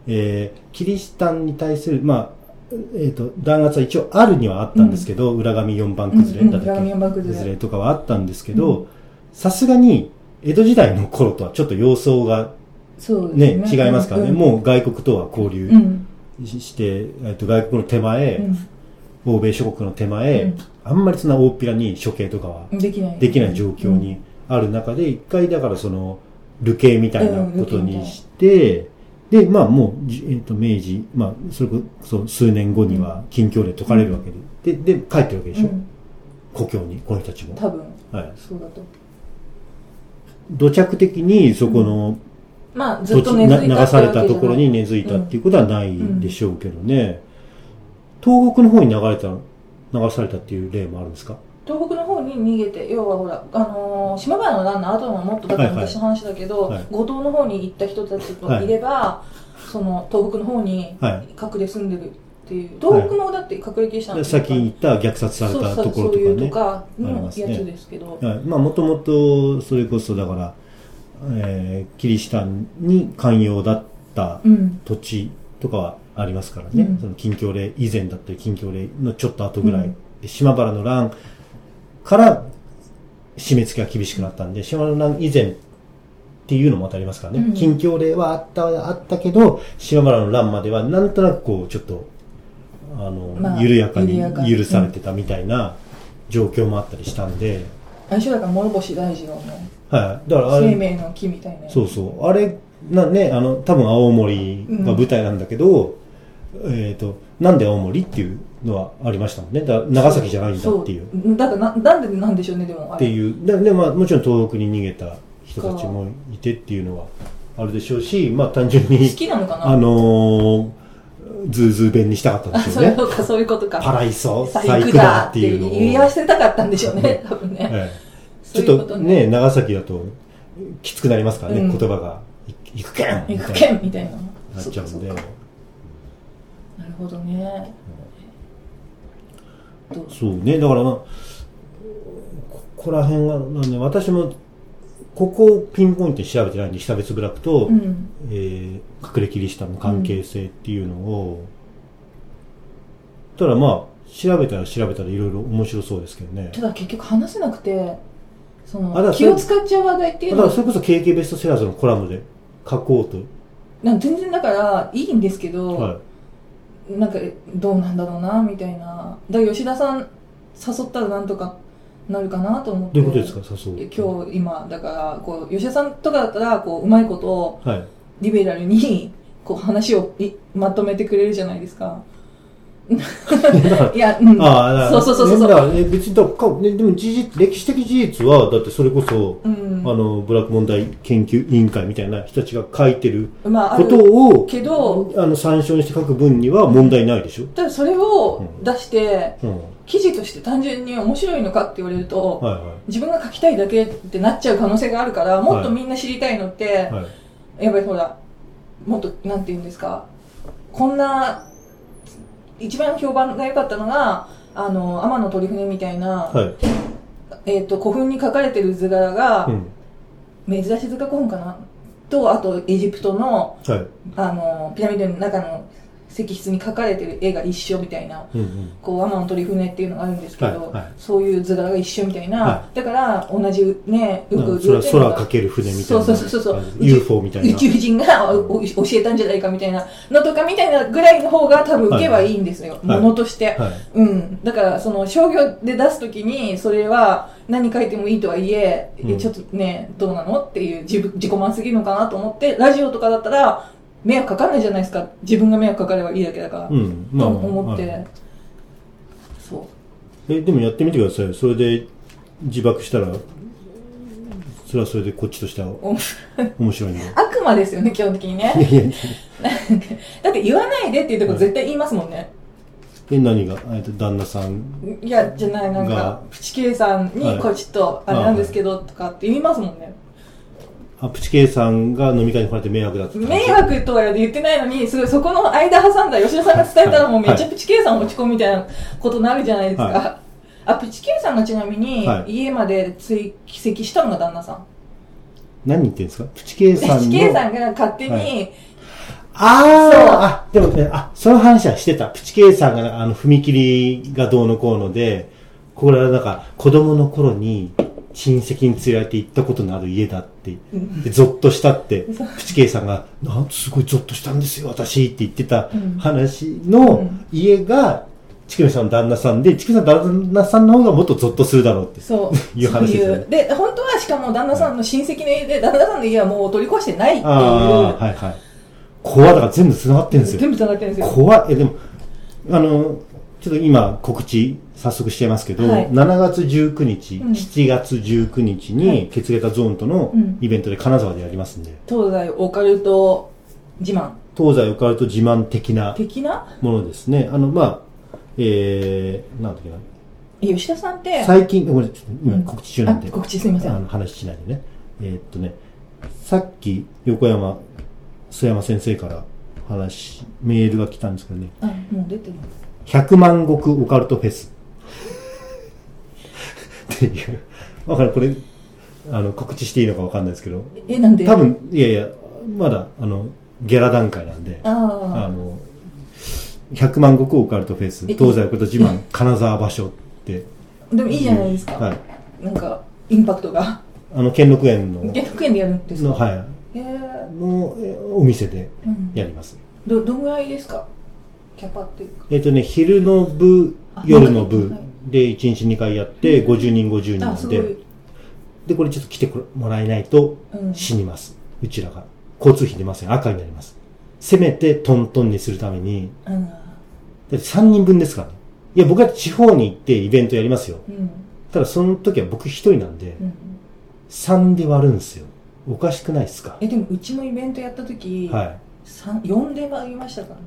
Speaker 1: えーキリシタンに対する、まあ、えっ、と、弾圧は一応あるにはあったんですけど、裏紙4番崩れだったっけ、
Speaker 2: ラーメンバッグ
Speaker 1: 崩
Speaker 2: で
Speaker 1: れとかはあったんですけど、さすがに、江戸時代の頃とはちょっと様相が
Speaker 2: そう
Speaker 1: ね、
Speaker 2: です
Speaker 1: 違いますからね、
Speaker 2: うん
Speaker 1: もう外国とは交
Speaker 2: う
Speaker 1: 流
Speaker 2: ん
Speaker 1: しして、えっと、外国の手前、
Speaker 2: うん、
Speaker 1: 欧米諸国の手前、
Speaker 2: うん
Speaker 1: あんまりそんな大っぴらに処刑とかは
Speaker 2: できない
Speaker 1: できない状況にある中で、一回だからその、流刑みたいなことにして、で、まあもうじ、えっと、明治、まあ、それこそ数年後には禁教令解かれるわけで、で、で、帰ってるわけで
Speaker 2: う
Speaker 1: しょ、
Speaker 2: ん、
Speaker 1: 故郷に、この人たちも。
Speaker 2: 多分
Speaker 1: はい。
Speaker 2: そうだと
Speaker 1: 土着的にそこの、
Speaker 2: まあ、ず
Speaker 1: 土
Speaker 2: っと
Speaker 1: 地
Speaker 2: 根
Speaker 1: な
Speaker 2: 付い
Speaker 1: 流
Speaker 2: たって
Speaker 1: さ
Speaker 2: わ
Speaker 1: れ
Speaker 2: けじゃな
Speaker 1: た
Speaker 2: い
Speaker 1: ところに根付いたっていうことはないんでしょうけどね、東北の方に流れた流されたっていう例もあるんですか
Speaker 2: 東北の方に逃げて要はほら、あのー島原のランナー後ももっとだから昔の話だけど、
Speaker 1: はいはい
Speaker 2: 五島の方に行った人たちといれば、その東北の方に
Speaker 1: は
Speaker 2: 隠れ住んでるっていう東北もだって隠れてしたん
Speaker 1: で先に行った虐殺され
Speaker 2: そう
Speaker 1: た
Speaker 2: そう
Speaker 1: ところ
Speaker 2: そう
Speaker 1: とか
Speaker 2: いうと
Speaker 1: ね
Speaker 2: か
Speaker 1: あり
Speaker 2: のや
Speaker 1: ま
Speaker 2: つ
Speaker 1: すね
Speaker 2: ですけど、
Speaker 1: はいまあもともとそれこそだから、えーキリシタンに寛容だった
Speaker 2: うん
Speaker 1: 土地とかはありますからね、
Speaker 2: うん
Speaker 1: その近況令以前だったり近況令のちょっと後ぐらい、で島原の乱から締め付けが厳しくなったんで島原の乱以前っていうのもまたありますからね、
Speaker 2: うん
Speaker 1: 近況令はあったあったけど島原の乱まではなんとなくこうちょっとあの、
Speaker 2: まあ
Speaker 1: 緩やかに
Speaker 2: 緩やかに
Speaker 1: 許されてたみたいな状況もあったりしたんで、
Speaker 2: 相性だから諸星大二郎の
Speaker 1: はい、だからあれ
Speaker 2: 生命の木みたいな
Speaker 1: そうそう。あれ、なね、あの、多分青森が舞台なんだけど、えっ、と、なんで青森っていうのはありましたもんね。だ長崎じゃないんだっていう。
Speaker 2: そだからななんでなんでしょうねでもあ
Speaker 1: っ
Speaker 2: れ
Speaker 1: ていう。で、でまあ、もちろん東北に逃げた人たちもいてっていうのはあるでしょうし、まあ単純
Speaker 2: 好
Speaker 1: に、
Speaker 2: きなのかな
Speaker 1: あのー、ズーズー弁にしたかったんで
Speaker 2: あ
Speaker 1: しょ
Speaker 2: そううい
Speaker 1: ね
Speaker 2: [LAUGHS] う。ことかそういうことか
Speaker 1: パライソ、
Speaker 2: サ
Speaker 1: サ
Speaker 2: イ
Speaker 1: イ
Speaker 2: ク
Speaker 1: ク
Speaker 2: だ
Speaker 1: だ
Speaker 2: っ
Speaker 1: ってて
Speaker 2: い
Speaker 1: いうう
Speaker 2: の
Speaker 1: の
Speaker 2: を
Speaker 1: を。
Speaker 2: 言い合わせたかったんでしょうね多分ね、
Speaker 1: ええち
Speaker 2: そうい
Speaker 1: ょ
Speaker 2: うこ
Speaker 1: っと
Speaker 2: と
Speaker 1: ね、長崎だときつくなりますからね、
Speaker 2: うん
Speaker 1: 言葉が。い行くけんみ
Speaker 2: 行
Speaker 1: た
Speaker 2: く
Speaker 1: いな
Speaker 2: けんみたいな
Speaker 1: なっちゃうんで
Speaker 2: そっかそっ。かなるほどねどう
Speaker 1: そうね、だから、まあ、ここら辺は、なんで私も、ここをピンポイントに調べてないんで、久別部落と、
Speaker 2: うん
Speaker 1: えー隠れキリシタンの関係性っていうのを、ただまあ、調べたら調べたらいろいろ面白そうですけどね。
Speaker 2: ただ結局話せなくてそ
Speaker 1: あだか
Speaker 2: の
Speaker 1: らそ
Speaker 2: 気
Speaker 1: れ
Speaker 2: を使っちゃう話題ってい
Speaker 1: だ
Speaker 2: う
Speaker 1: か
Speaker 2: の
Speaker 1: ら
Speaker 2: は
Speaker 1: それこそ KK ベストセラーズのコラムで書こう
Speaker 2: なんか全然だからいいんですけど、
Speaker 1: と。は
Speaker 2: なんかどうなんだろうなみたいなだから吉田さん誘ったらなんとかなるかなと思っ
Speaker 1: い。
Speaker 2: て
Speaker 1: どういうことですか、誘う。
Speaker 2: 今日今だからこう吉田さんとかだったらこううまいことを
Speaker 1: 日。はい。
Speaker 2: リベラルにこう話をいまとめてくれるじゃないで
Speaker 1: [LAUGHS]
Speaker 2: すか。いや、うん、
Speaker 1: ああ、
Speaker 2: そうそうそうそう
Speaker 1: だからね別にだから、ね、でも事実、歴史的事実は、だってそれこそ、
Speaker 2: うん、
Speaker 1: あの、ブラック問題研究委員会みたいな人たちが書いてる
Speaker 2: まああ
Speaker 1: こ
Speaker 2: る
Speaker 1: とを、
Speaker 2: けど、
Speaker 1: あの、参照にして書く分には問題ないでしょ
Speaker 2: ただそれを出して、
Speaker 1: うん。
Speaker 2: 記事として単純に面白いのかって言われると、
Speaker 1: はいは
Speaker 2: 自分が書きたいだけってなっちゃう可能性があるから、もっとみんな知りたいのって、
Speaker 1: い。はい。
Speaker 2: やっぱりほら、もっと、なんて言うんですか、こんな、一番評判が良かったのが、あの、天の鳥船みたいな、
Speaker 1: はい。
Speaker 2: えっ、と、古墳に書かれてる図柄が、
Speaker 1: うん。
Speaker 2: 珍しい図画古墳かなとあとエジプトの
Speaker 1: はい。
Speaker 2: あのピラミッドの中の石室に描かれてる絵が一緒みたいな
Speaker 1: うんうん。
Speaker 2: こう天の鳥船っていうのがあるんですけど、
Speaker 1: はいはい
Speaker 2: そういう図柄が一緒みたいな、
Speaker 1: は
Speaker 2: だから同じねよく
Speaker 1: それは
Speaker 2: 言うてる
Speaker 1: 空
Speaker 2: のが
Speaker 1: かける船みたい
Speaker 2: そう
Speaker 1: な。
Speaker 2: そうそうそう
Speaker 1: あの UFO みたい
Speaker 2: 宇
Speaker 1: な。
Speaker 2: 宙人がおお教えたんじゃないかみたいなのとかみたいなぐらいの方が多分受けはいいんですよ、
Speaker 1: はい
Speaker 2: ものとして、
Speaker 1: はい。
Speaker 2: うん、だからその商業で出すときにそれは何書いてもいいとはいえ、
Speaker 1: うん
Speaker 2: ちょっとねどうなのっていう自分自己満すぎるのかなと思ってラジオとかだったら迷惑かかんないじゃないですか自分が迷惑かかればいいだけだから、
Speaker 1: うん。
Speaker 2: と思って、
Speaker 1: はい
Speaker 2: そう
Speaker 1: え、でもやってみてくださいよ。それで自爆したら、それはそれでこっちとしては
Speaker 2: お
Speaker 1: 面白いので。 [LAUGHS]
Speaker 2: 悪魔ですよね基本的にね
Speaker 1: いやいや
Speaker 2: だって言わないでっていうとこ絶対言いますもんね、
Speaker 1: で、何が、えっと、旦那さん。
Speaker 2: い、やじゃないなんか
Speaker 1: が
Speaker 2: プチケイさん
Speaker 1: は
Speaker 2: に
Speaker 1: い
Speaker 2: これちょっとあれなんですけどとかって言いますもんね、
Speaker 1: あ、プチケイさんが飲み会に来られて迷惑だった。
Speaker 2: 迷惑とは言ってないのに、すごいそこの間挟んだ吉田さんが伝えたらもうめちゃプチ K さん落ち込むみたいなことになるじゃないですか。
Speaker 1: は
Speaker 2: あ、プチ K さんがちなみに
Speaker 1: は、い
Speaker 2: 家まで追跡したのが旦那さん。
Speaker 1: 何言ってんですかプチケイ
Speaker 2: プ
Speaker 1: さんの。
Speaker 2: チ K さんが勝手に、
Speaker 1: はあーあ、でもね、あ、その話はしてた。プチケイさんがなんか、あの、踏切がどうのこうので、これはなんか、子供の頃に親戚に連れられて行ったことのある家だって、でゾッとしたって、プチケイさんが、なんすごいゾッとしたんですよ、私って言ってた
Speaker 2: うん
Speaker 1: 話
Speaker 2: う
Speaker 1: の
Speaker 2: ん
Speaker 1: 家が、チクメさんの旦那さんで、チクメさんの旦那さんの方がもっとゾッとするだろうって。
Speaker 2: そう。
Speaker 1: [LAUGHS] いう話ですね
Speaker 2: そういうで、本当はしかも旦那さんの親戚の家で、旦那さんの家はもう取り越してないっていう。
Speaker 1: ああー、はいはい。怖だから全部繋がってるんですよ。
Speaker 2: 全部繋がってるんですよ。
Speaker 1: 怖いえでもあのちょっと今告知早速しちゃいますけど、
Speaker 2: はい
Speaker 1: 7月19日、
Speaker 2: うん
Speaker 1: 7月19日
Speaker 2: は
Speaker 1: に
Speaker 2: い、
Speaker 1: ケツゲタゾーンとの
Speaker 2: うん
Speaker 1: イベントで金沢でやりますんで、
Speaker 2: 東西オカルト自慢
Speaker 1: 東西オカルト自慢的な
Speaker 2: 的な
Speaker 1: ものですね。あの、まあ、えー、なんだっけな、
Speaker 2: え吉田さんって
Speaker 1: 最近、ごめん、ちょっと
Speaker 2: うん
Speaker 1: 今告知中なんで、
Speaker 2: あ告知すみません
Speaker 1: あの話しないでね。えーっとね、さっき横山、須山先生から話、メールが来たんですけどね、
Speaker 2: あもう出てる
Speaker 1: 100万石オカルトフェス。っていう。わかる、これ、あの、告知していいのかわかんないですけど、
Speaker 2: えなんで
Speaker 1: 多分、いやいや、まだ、あの、ゲラ段階なんで、あ
Speaker 2: あ
Speaker 1: の、100万石オカルトフェス、
Speaker 2: え
Speaker 1: 東西オカルト自慢、金沢場所って、
Speaker 2: あでもいいじゃないですか、
Speaker 1: はい。
Speaker 2: なんかインパクトが
Speaker 1: あの、兼六園の、
Speaker 2: 兼六園でやるんです
Speaker 1: の、
Speaker 2: か
Speaker 1: はい。
Speaker 2: へえ
Speaker 1: のえお店で
Speaker 2: うん
Speaker 1: やります。
Speaker 2: どどんぐらいですかキャパっていうか
Speaker 1: えっ、とね、昼の部
Speaker 2: あ、
Speaker 1: 夜の部
Speaker 2: はい
Speaker 1: で1日2回やって、50人50人な
Speaker 2: あ
Speaker 1: ん
Speaker 2: すごい、
Speaker 1: で、で、これちょっと来てもらえないと
Speaker 2: うん、
Speaker 1: 死にます。うちらが。交通費出ません。赤になります。せめてトントンにするために、
Speaker 2: うん
Speaker 1: だって3人分ですからね。いや、僕は地方に行ってイベントやりますよ。
Speaker 2: うん
Speaker 1: ただその時は僕1人なんで
Speaker 2: う、ん
Speaker 1: 3で割るんですよ。おかしくないですか
Speaker 2: えでもうちもイベントやった時、
Speaker 1: はい。
Speaker 2: 三4であげましたからね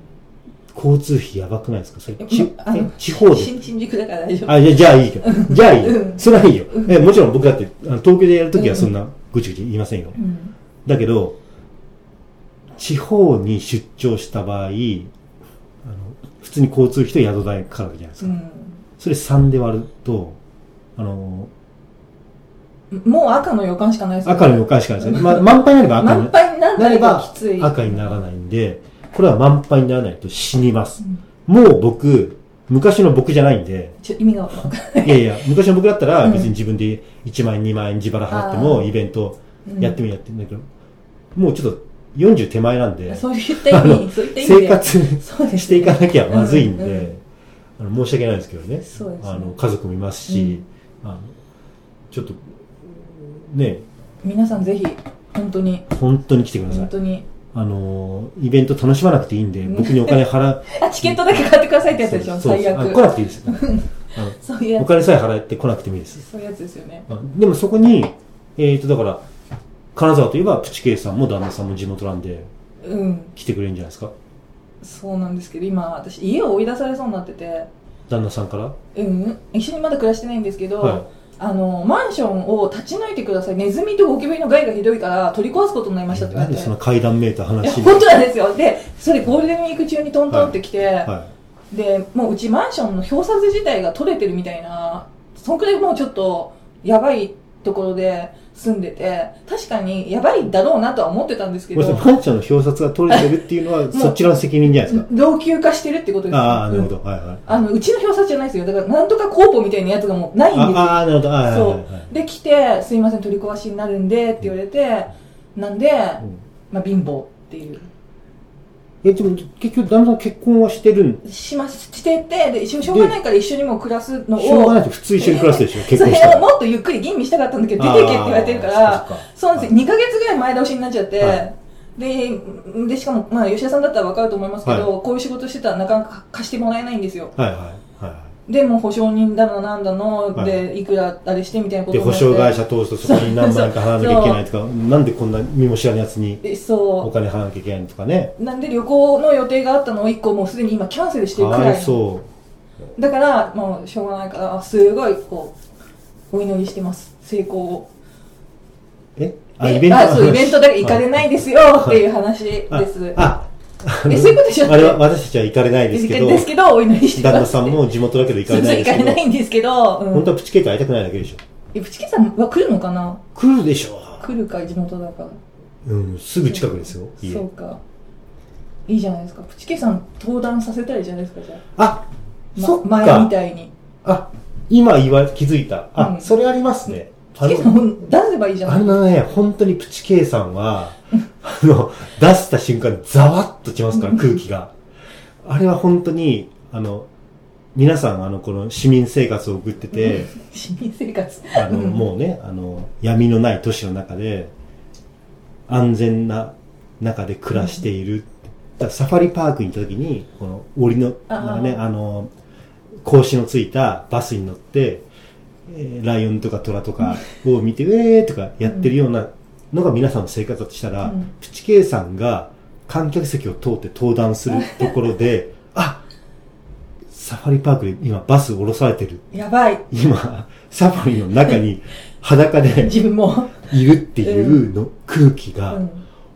Speaker 1: 交通費やばくないですかそれ、
Speaker 2: いや
Speaker 1: ち
Speaker 2: まあの
Speaker 1: え地方で。
Speaker 2: 新新宿だから大丈夫
Speaker 1: あ、じゃあ、じゃあいいよ。じゃあいいよ
Speaker 2: う。ん
Speaker 1: それはいいよ
Speaker 2: う。ん
Speaker 1: え、もちろん僕だって、あの東京でやるときはそんなぐちぐち言いませんよ
Speaker 2: う。ん
Speaker 1: だけど、地方に出張した場合、あの普通に交通費と宿代かかるわけじゃないです
Speaker 2: う
Speaker 1: か。
Speaker 2: ん
Speaker 1: それ3で割ると、あの、
Speaker 2: もう赤の予感しかないです
Speaker 1: 赤の予感しかないですよね。ま、満杯になれば赤
Speaker 2: 満
Speaker 1: に
Speaker 2: 杯になん
Speaker 1: な
Speaker 2: な
Speaker 1: れ
Speaker 2: いと
Speaker 1: ば
Speaker 2: きつい
Speaker 1: 赤にならないんで、これは満杯にならないと死にます
Speaker 2: う。ん
Speaker 1: もう僕、昔の僕じゃないんで、
Speaker 2: ちょ意味が分かんない
Speaker 1: いやいや、昔の僕だったら
Speaker 2: うん
Speaker 1: 別に自分で1万円、2万円自腹払っても
Speaker 2: あー
Speaker 1: イベント
Speaker 2: うん
Speaker 1: やってもやってんだけど、もうちょっと40手前なんで、
Speaker 2: そういった
Speaker 1: [LAUGHS]
Speaker 2: 意
Speaker 1: あの
Speaker 2: 味そういった意味
Speaker 1: 生
Speaker 2: で
Speaker 1: 活
Speaker 2: そうですね
Speaker 1: していかなきゃまずいんで、
Speaker 2: うんうん
Speaker 1: あの申し訳ないですけどね、
Speaker 2: そうですね
Speaker 1: あの家族もいますし、あのちょっと、ね、
Speaker 2: 皆さんぜひ本当に
Speaker 1: 本当に来てくださ
Speaker 2: 本
Speaker 1: い。
Speaker 2: 当に
Speaker 1: あの、イベント楽しまなくていいんで、
Speaker 2: うん
Speaker 1: 僕にお金払
Speaker 2: [LAUGHS]
Speaker 1: う。
Speaker 2: あチケットだけ買ってくださいってやつでしょ
Speaker 1: そう
Speaker 2: 最
Speaker 1: あ
Speaker 2: 悪
Speaker 1: 来なくていいです。あの
Speaker 2: そういうや
Speaker 1: お金さえ払って来なくてもいいです
Speaker 2: つ。そういうやつですよね
Speaker 1: あでもそこに、えっ、と、だから、金沢といえばプチケイさんも旦那さんも地元なんで、
Speaker 2: うん
Speaker 1: 来てくれるんじゃないですか
Speaker 2: そうなんですけど今私家を追い出されそうになってて
Speaker 1: 旦那さんから。
Speaker 2: うん一緒にまだ暮らしてないんですけど、
Speaker 1: はい
Speaker 2: あのマンションを立ち退いてくださいネズミとゴキブリの害がひどいから取り壊すことになりましたってな
Speaker 1: な
Speaker 2: っ
Speaker 1: ん
Speaker 2: て
Speaker 1: でその階段めいた
Speaker 2: いや
Speaker 1: 話に。
Speaker 2: 本当なんですよでそれゴールデンウィーク中にトントンって来て、
Speaker 1: は
Speaker 2: でもううちマンションの表札自体が取れてるみたいなそんくらいもうちょっとやばいところで住んでて確かにやばいだろうなとは思ってたんです
Speaker 1: い。
Speaker 2: け
Speaker 1: これ、
Speaker 2: ど
Speaker 1: マンションの表札が取れてるって
Speaker 2: [LAUGHS]
Speaker 1: いうのは、そちらの責任じゃないですか。
Speaker 2: 老朽化してるってことです
Speaker 1: ああ、なるほど。はいはい。
Speaker 2: あのうちの表札じゃないですよだからなんとかコーポみたいなやつがもうないんですよ
Speaker 1: ああー、なるほど。はいはいはいはい。
Speaker 2: で来て「すいません取り壊しになるんで」って言われてなんで、
Speaker 1: うん
Speaker 2: まあ、貧乏っていう
Speaker 1: え、でも結局旦那さん結婚はしてるん
Speaker 2: しますしててでしょしょうがないから一緒にもう暮らすのを
Speaker 1: しょうがないと普通一緒に暮らすでしょ、結
Speaker 2: そ
Speaker 1: 婚
Speaker 2: れ
Speaker 1: した
Speaker 2: をもっとゆっくり吟味したかったんだけど出てけって言われてるか
Speaker 1: あーそっか
Speaker 2: ら
Speaker 1: そっか
Speaker 2: そうなんですよ2ヶ月ぐらい前倒しになっちゃって、
Speaker 1: はい
Speaker 2: ででしかも、まあ、吉田さんだったら分かると思いますけど、こういう仕事してたらなかなか貸してもらえないんですよ
Speaker 1: はいはい。は
Speaker 2: でもう保証人だのなんだの、
Speaker 1: はい。
Speaker 2: でいくらあれしてみたいないこと
Speaker 1: で、
Speaker 2: にな
Speaker 1: 保
Speaker 2: って
Speaker 1: 証会社通すとそこに何万円か払わなきゃいけないとか、なんでこんな身も知らぬやつに
Speaker 2: で
Speaker 1: お
Speaker 2: そ
Speaker 1: 金払わなきゃいけないのとかね。
Speaker 2: うなんで旅行の予定があったのを1個もうすでに今キャンセルして
Speaker 1: か
Speaker 2: るく
Speaker 1: わ
Speaker 2: ら
Speaker 1: い
Speaker 2: い
Speaker 1: そう。
Speaker 2: だからもうしょうがないからあすごいこうお祈りしてます成功を
Speaker 1: え
Speaker 2: で
Speaker 1: の
Speaker 2: あそうイベントだけ行かれないですよっていう話
Speaker 1: あ
Speaker 2: です
Speaker 1: あ、あ
Speaker 2: えそういうことでしょ
Speaker 1: あれは私たちは行かれないですけど、
Speaker 2: ですけどお祈りしてま
Speaker 1: 旦
Speaker 2: す
Speaker 1: 那さんも地元だけど行かれない
Speaker 2: 行
Speaker 1: で
Speaker 2: か
Speaker 1: す
Speaker 2: [LAUGHS] れ
Speaker 1: け
Speaker 2: な
Speaker 1: ど、
Speaker 2: いんですけど、う
Speaker 1: 本
Speaker 2: ん
Speaker 1: 当、はプチケイト会いたくないだけでしょ。
Speaker 2: えプチケさんは来るのかな
Speaker 1: 来るでしょ
Speaker 2: 来るか地元だから
Speaker 1: う。うん、すぐ近くですよ、家
Speaker 2: そう。かいいじゃないですかプチケさん登壇させたらいいじゃないですかじゃあ、
Speaker 1: あ、
Speaker 2: ま
Speaker 1: そっ
Speaker 2: 前み
Speaker 1: か。
Speaker 2: たいに
Speaker 1: あ、今言わ、気づいた。あ、
Speaker 2: うん
Speaker 1: それありますね。
Speaker 2: プ
Speaker 1: あ
Speaker 2: チケさん [LAUGHS]
Speaker 1: の、
Speaker 2: を出せばいいじゃな
Speaker 1: あ
Speaker 2: [LAUGHS] い
Speaker 1: のね、本当にプチケイさんは、あの、出した瞬間、ざわっときますから、空気が。あれは本当に、あの、皆さん、あの、この市民生活を送ってて、
Speaker 2: 市民生活
Speaker 1: あの、
Speaker 2: うん
Speaker 1: もうね、あの、闇のない都市の中で、安全な中で暮らしている。だからサファリパークに行った時に、この、檻の、
Speaker 2: あー
Speaker 1: なんかね、あの、格子のついたバスに乗って、えーライオンとかトラとかを見て、えーとかやってるようなのが皆さんの生活だとしたら、
Speaker 2: うん
Speaker 1: プチ K さんが観客席を通って登壇するところ
Speaker 2: [LAUGHS]
Speaker 1: で、あサファリパークで今バス降ろされてる。
Speaker 2: やばい。
Speaker 1: 今、サファリの中に裸で
Speaker 2: 自分も。
Speaker 1: いるっていうの空気
Speaker 2: う
Speaker 1: が、
Speaker 2: ん。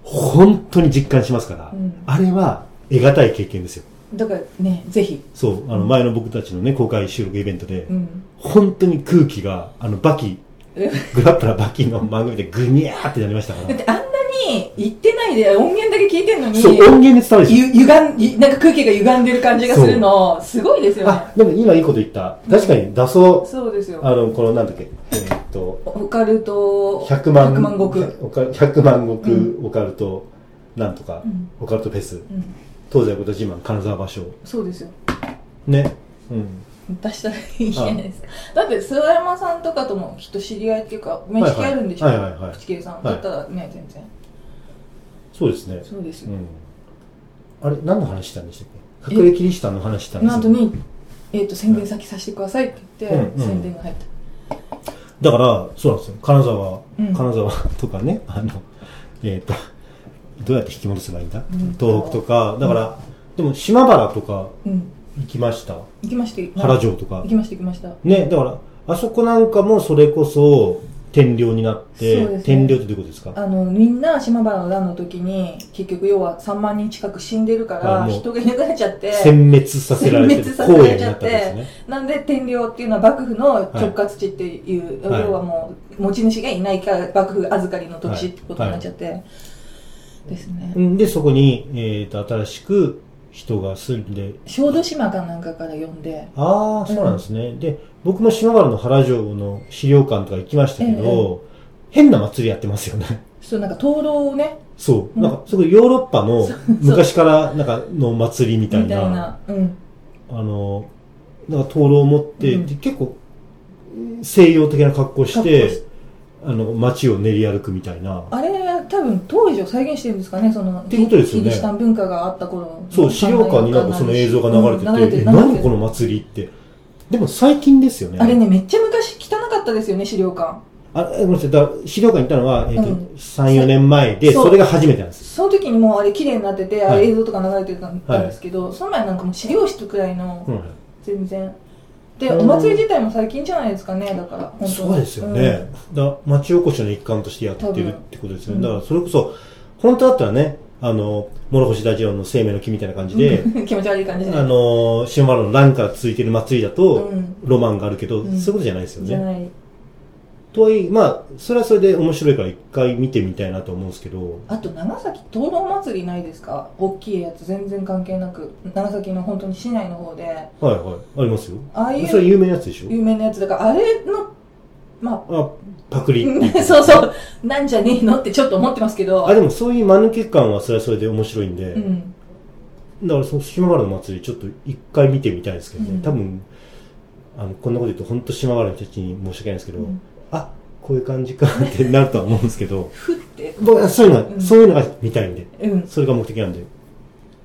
Speaker 1: 本当に実感しますから、
Speaker 2: うん
Speaker 1: あれは、得難い経験ですよ。
Speaker 2: だからね、ぜひ。
Speaker 1: そう、あの、前の僕たちのね、公開収録イベントで
Speaker 2: う、
Speaker 1: [LAUGHS]
Speaker 2: ん。
Speaker 1: 本当に空気が、あの、バキ、
Speaker 2: え
Speaker 1: グラップラバキの番組でグニャーってなりましたか
Speaker 2: だっ
Speaker 1: ら、
Speaker 2: てあんなに言ってないで音源だけ聞いてんのに、
Speaker 1: そう、音源で伝わるでし
Speaker 2: ゆ歪んゆ、なんか空気が歪んでる感じがするの、すごいです
Speaker 1: ょ。
Speaker 2: よね
Speaker 1: あ。、でも今いいこと言った。確かに、ダソ
Speaker 2: そうですよ。
Speaker 1: あの、この、なんだっけ、えーっと、
Speaker 2: オカルト、
Speaker 1: 100万、
Speaker 2: 100万石。
Speaker 1: おか100万
Speaker 2: う
Speaker 1: 石、オカルト、なんとか
Speaker 2: う、ん。
Speaker 1: オカルトフェス、
Speaker 2: うん。
Speaker 1: 東西こと自慢、金沢場所。
Speaker 2: そうですよ。
Speaker 1: ね。うん。
Speaker 2: 出したらいいじゃないですか。だって、諏訪山さんとかともきっと知り合いっていうか、面識あるんでしょ
Speaker 1: はいはいはいはい
Speaker 2: プチケイさん。
Speaker 1: はい
Speaker 2: だったらね、全然。
Speaker 1: そうですね。
Speaker 2: そうで
Speaker 1: う
Speaker 2: すよ。
Speaker 1: ん。あれ、何の話したんでしたっけ隠れキリシタンの話したんです
Speaker 2: なんとに、えっと、宣伝先させてくださいって言っ
Speaker 1: う
Speaker 2: て、
Speaker 1: んうん
Speaker 2: 宣伝が入った。
Speaker 1: だから、そうなんですよ。金沢、
Speaker 2: うん
Speaker 1: 金沢とかね、あの、えっ、と、どうやって引き戻せばいいんだ、
Speaker 2: うん
Speaker 1: 東北とか、だから、でも島原とか
Speaker 2: うん。
Speaker 1: 行きました。
Speaker 2: 行きました。
Speaker 1: 原城とか
Speaker 2: 行。きました、行きました。
Speaker 1: ね、だから、あそこなんかもそれこそ、天領になって、
Speaker 2: そうですね
Speaker 1: 天領ってどういうことですか
Speaker 2: あのみんな島原の乱の時に結局要は3万人近く死んでるか
Speaker 1: あ
Speaker 2: ら
Speaker 1: もう
Speaker 2: 人がいなくなっちゃって
Speaker 1: 殲滅させられてる
Speaker 2: 殲滅さ
Speaker 1: 荒
Speaker 2: せら
Speaker 1: 野
Speaker 2: れ
Speaker 1: に
Speaker 2: ち
Speaker 1: な
Speaker 2: ゃ
Speaker 1: っ
Speaker 2: ったて
Speaker 1: んですね。
Speaker 2: なんで天領っていうのは幕府の直轄地っていう、
Speaker 1: はい
Speaker 2: 要はもう持ち主がいないから幕府預かりの土地ってことになっちゃって、ですね、
Speaker 1: うんで、そこに、えっ、と、新しく人が住んで、
Speaker 2: 小豆島かなんかから呼んで
Speaker 1: ああ、そうなんですね。で、僕も島原の原城の資料館とか行きましたけど、変な祭りやってますよね。 [LAUGHS]
Speaker 2: そうなんか灯籠をね
Speaker 1: そう。
Speaker 2: うん
Speaker 1: なんか、すごいヨーロッパの昔からなんかの祭りみ
Speaker 2: み
Speaker 1: た
Speaker 2: た
Speaker 1: い
Speaker 2: い
Speaker 1: な、
Speaker 2: な、うん、
Speaker 1: あの、なんか灯籠を持って、
Speaker 2: うん
Speaker 1: で結構西洋的な格好し
Speaker 2: 格好
Speaker 1: て
Speaker 2: し、
Speaker 1: あの、街を練り歩くみたいな。
Speaker 2: あれ多分当時を再現してるんですかねその
Speaker 1: てことですよね
Speaker 2: キリシタン文化があった頃の
Speaker 1: そう、資料館になんかその映像が流
Speaker 2: うん
Speaker 1: れてて、え、
Speaker 2: 流れて
Speaker 1: 何この祭りって。でも最近ですよね。
Speaker 2: あれね、めっちゃ昔汚かったですよね、資料館。
Speaker 1: あごめんなさい。だから資料館に行ったのは、えっ、と、
Speaker 2: うん
Speaker 1: 3、4年前で、
Speaker 2: そう
Speaker 1: それが初めてなんです。
Speaker 2: その時にもうあれ綺麗になってて、
Speaker 1: はい
Speaker 2: あれ映像とか流れてたん
Speaker 1: はい
Speaker 2: ですけど、その前なんかもう資料室くらいの、
Speaker 1: うん
Speaker 2: 全然。で、
Speaker 1: うん
Speaker 2: お祭り自体も最近じゃないですかね、だから、本当に
Speaker 1: そうですよね。だ町おこしの一環としてやってるってことですよ
Speaker 2: 多
Speaker 1: ね。
Speaker 2: 分うん
Speaker 1: だからそれこそ、本当だったらね、あの、諸星大二郎の生命の木みたいな感じで、
Speaker 2: うん [LAUGHS] 気持ち悪い感じで。
Speaker 1: あの、島原の乱から続いてる祭りだと、
Speaker 2: うん
Speaker 1: ロマンがあるけど、
Speaker 2: うん
Speaker 1: そういうことじゃないですよ
Speaker 2: じゃ
Speaker 1: ね。
Speaker 2: ない。
Speaker 1: とはいえ、まあ、それはそれで面白いから一回見てみたいなと思うんですけど、
Speaker 2: あと、長崎灯籠祭りないですか大きいやつ、全然関係なく。長崎の本当に市内の方で、
Speaker 1: はいはい、ありますよ。
Speaker 2: ああい
Speaker 1: それ
Speaker 2: う
Speaker 1: 有名なやつでし
Speaker 2: 有名なやつだから、あれの、ま
Speaker 1: ょあ、パクリっていう
Speaker 2: あ、 [LAUGHS] そうそう、なんじゃねえのってちょっと思ってますけど、
Speaker 1: あ、でもそういう間抜け感はそれはそれで面白いんで、
Speaker 2: うん。
Speaker 1: だからその島原の祭りちょっと一回見てみたいですけどね、
Speaker 2: うん
Speaker 1: 多分あのこんなこと言うと本当島原の人たちに申し訳ないですけど、
Speaker 2: うん
Speaker 1: あこういう感じかってなるとは思うんですけ
Speaker 2: [LAUGHS]
Speaker 1: ど
Speaker 2: ふって、
Speaker 1: 僕はそういうのが、
Speaker 2: うん
Speaker 1: そういうのが見たいんで
Speaker 2: うん。
Speaker 1: それが目的なんで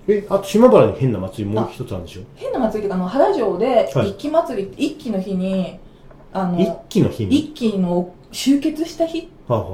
Speaker 1: えあと島原に変な祭りもう一つあるんでしょ
Speaker 2: 変な祭りとか、あの、原城で、
Speaker 1: はい
Speaker 2: 一揆祭りって、一揆の日に、あ
Speaker 1: 一
Speaker 2: の、
Speaker 1: 期の日に
Speaker 2: 一揆の集結した日
Speaker 1: はあ、は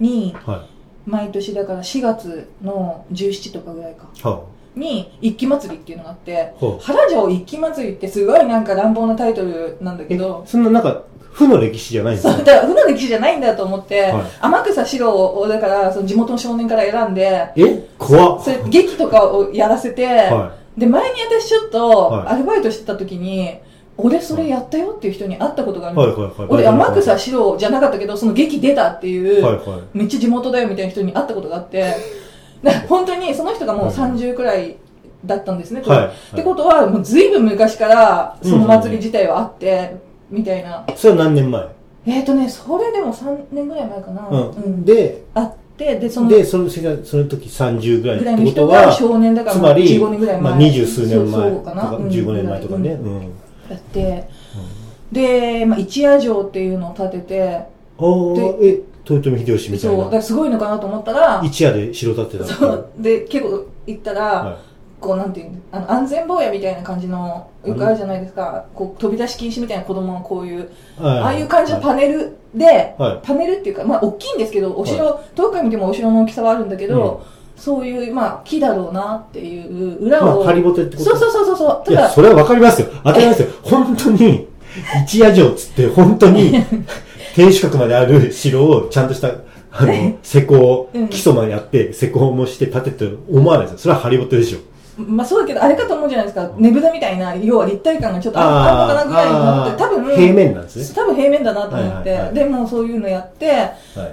Speaker 2: に、
Speaker 1: あは
Speaker 2: 毎年だから4月の17とかぐらいか、
Speaker 1: あ、は
Speaker 2: に、一揆祭りっていうのがあって、
Speaker 1: あ、はあ
Speaker 2: 原城一揆祭りってすごいなんか乱暴なタイトルなんだけ
Speaker 1: え
Speaker 2: ど、
Speaker 1: そんななんか負の歴史じゃないんです
Speaker 2: そ
Speaker 1: よ
Speaker 2: [LAUGHS] う、だから、負の歴史じゃないんだと思って、
Speaker 1: はい
Speaker 2: 天草四郎を、だから、その地元の少年から選んで、
Speaker 1: え怖っ
Speaker 2: それ、劇とかをやらせて、
Speaker 1: は
Speaker 2: で、前に私ちょっ
Speaker 1: はい
Speaker 2: と、アルバイトしてた時に、俺それやったよっていう人に会ったことがあ
Speaker 1: い
Speaker 2: るの、
Speaker 1: はいはいはい
Speaker 2: 俺、天
Speaker 1: は
Speaker 2: 草四郎じゃなかったけど、その劇出たってい、
Speaker 1: いうはい
Speaker 2: めっちゃ地元だよみたいな人に会ったことがあって、で本当にその人がもう
Speaker 1: はい
Speaker 2: 30くらいだったんですね、当時
Speaker 1: はい
Speaker 2: ってことは、もう随分昔から、その祭り自体はあって、みたいな。
Speaker 1: それは何年前、
Speaker 2: えっ、ー、とね、それでも3年ぐらい前かな。
Speaker 1: うん
Speaker 2: うん
Speaker 1: で
Speaker 2: あって、で、その、
Speaker 1: で、その世代その時30ぐらいっ
Speaker 2: ぐら
Speaker 1: て
Speaker 2: いの
Speaker 1: こと
Speaker 2: 人が
Speaker 1: は、
Speaker 2: 少年だから、
Speaker 1: つ
Speaker 2: ま
Speaker 1: ま
Speaker 2: あ
Speaker 1: り、
Speaker 2: 15年ぐらい前。
Speaker 1: まあ、二十数年前
Speaker 2: そうそ
Speaker 1: と
Speaker 2: う
Speaker 1: か
Speaker 2: かな。うん
Speaker 1: 15年前とかね、
Speaker 2: うん
Speaker 1: うん
Speaker 2: やって、で、まあ、一夜城っていうのを建てて、
Speaker 1: ああ、え、豊臣秀吉みた
Speaker 2: そう、
Speaker 1: い
Speaker 2: だか
Speaker 1: な。
Speaker 2: らすごいのかなと思ったら、
Speaker 1: 一夜で城建てたの
Speaker 2: そう、で、結構行ったら、
Speaker 1: は
Speaker 2: 構なんていうんあの安全坊やみたいな感じのよくあるじゃないですかこう飛び出し禁止みたいな子供のこういうああいう感じのパネルで、
Speaker 1: は
Speaker 2: パネルっていうか、まあ、大きいんですけど、お城、遠くから見てもお城の大きさはあるんだけど、そういう、まあ、木だろうなっていう裏
Speaker 1: まあ
Speaker 2: を。
Speaker 1: ハリボテってこと
Speaker 2: そうそうそうそうそう。
Speaker 1: い
Speaker 2: た
Speaker 1: や、
Speaker 2: だ、
Speaker 1: それはわかりますよ。当たり前ですよ。本当に、一夜城っつって、本当
Speaker 2: [LAUGHS]
Speaker 1: に、天守閣まである城をちゃんとした、あの、施工
Speaker 2: うん、
Speaker 1: 基礎までやって、施工もして建てて思わないですよ。それはハリボテでしょ。
Speaker 2: まあそうだけど、あれかと思うじゃないですか。ねぶたみたいな、要は立体感がちょっとああるのかなぐらいになって、多
Speaker 1: あー
Speaker 2: 分、
Speaker 1: 平面なんですね。
Speaker 2: 多分平面だなと思って、
Speaker 1: はいはいはい
Speaker 2: でもうそういうのやって、
Speaker 1: は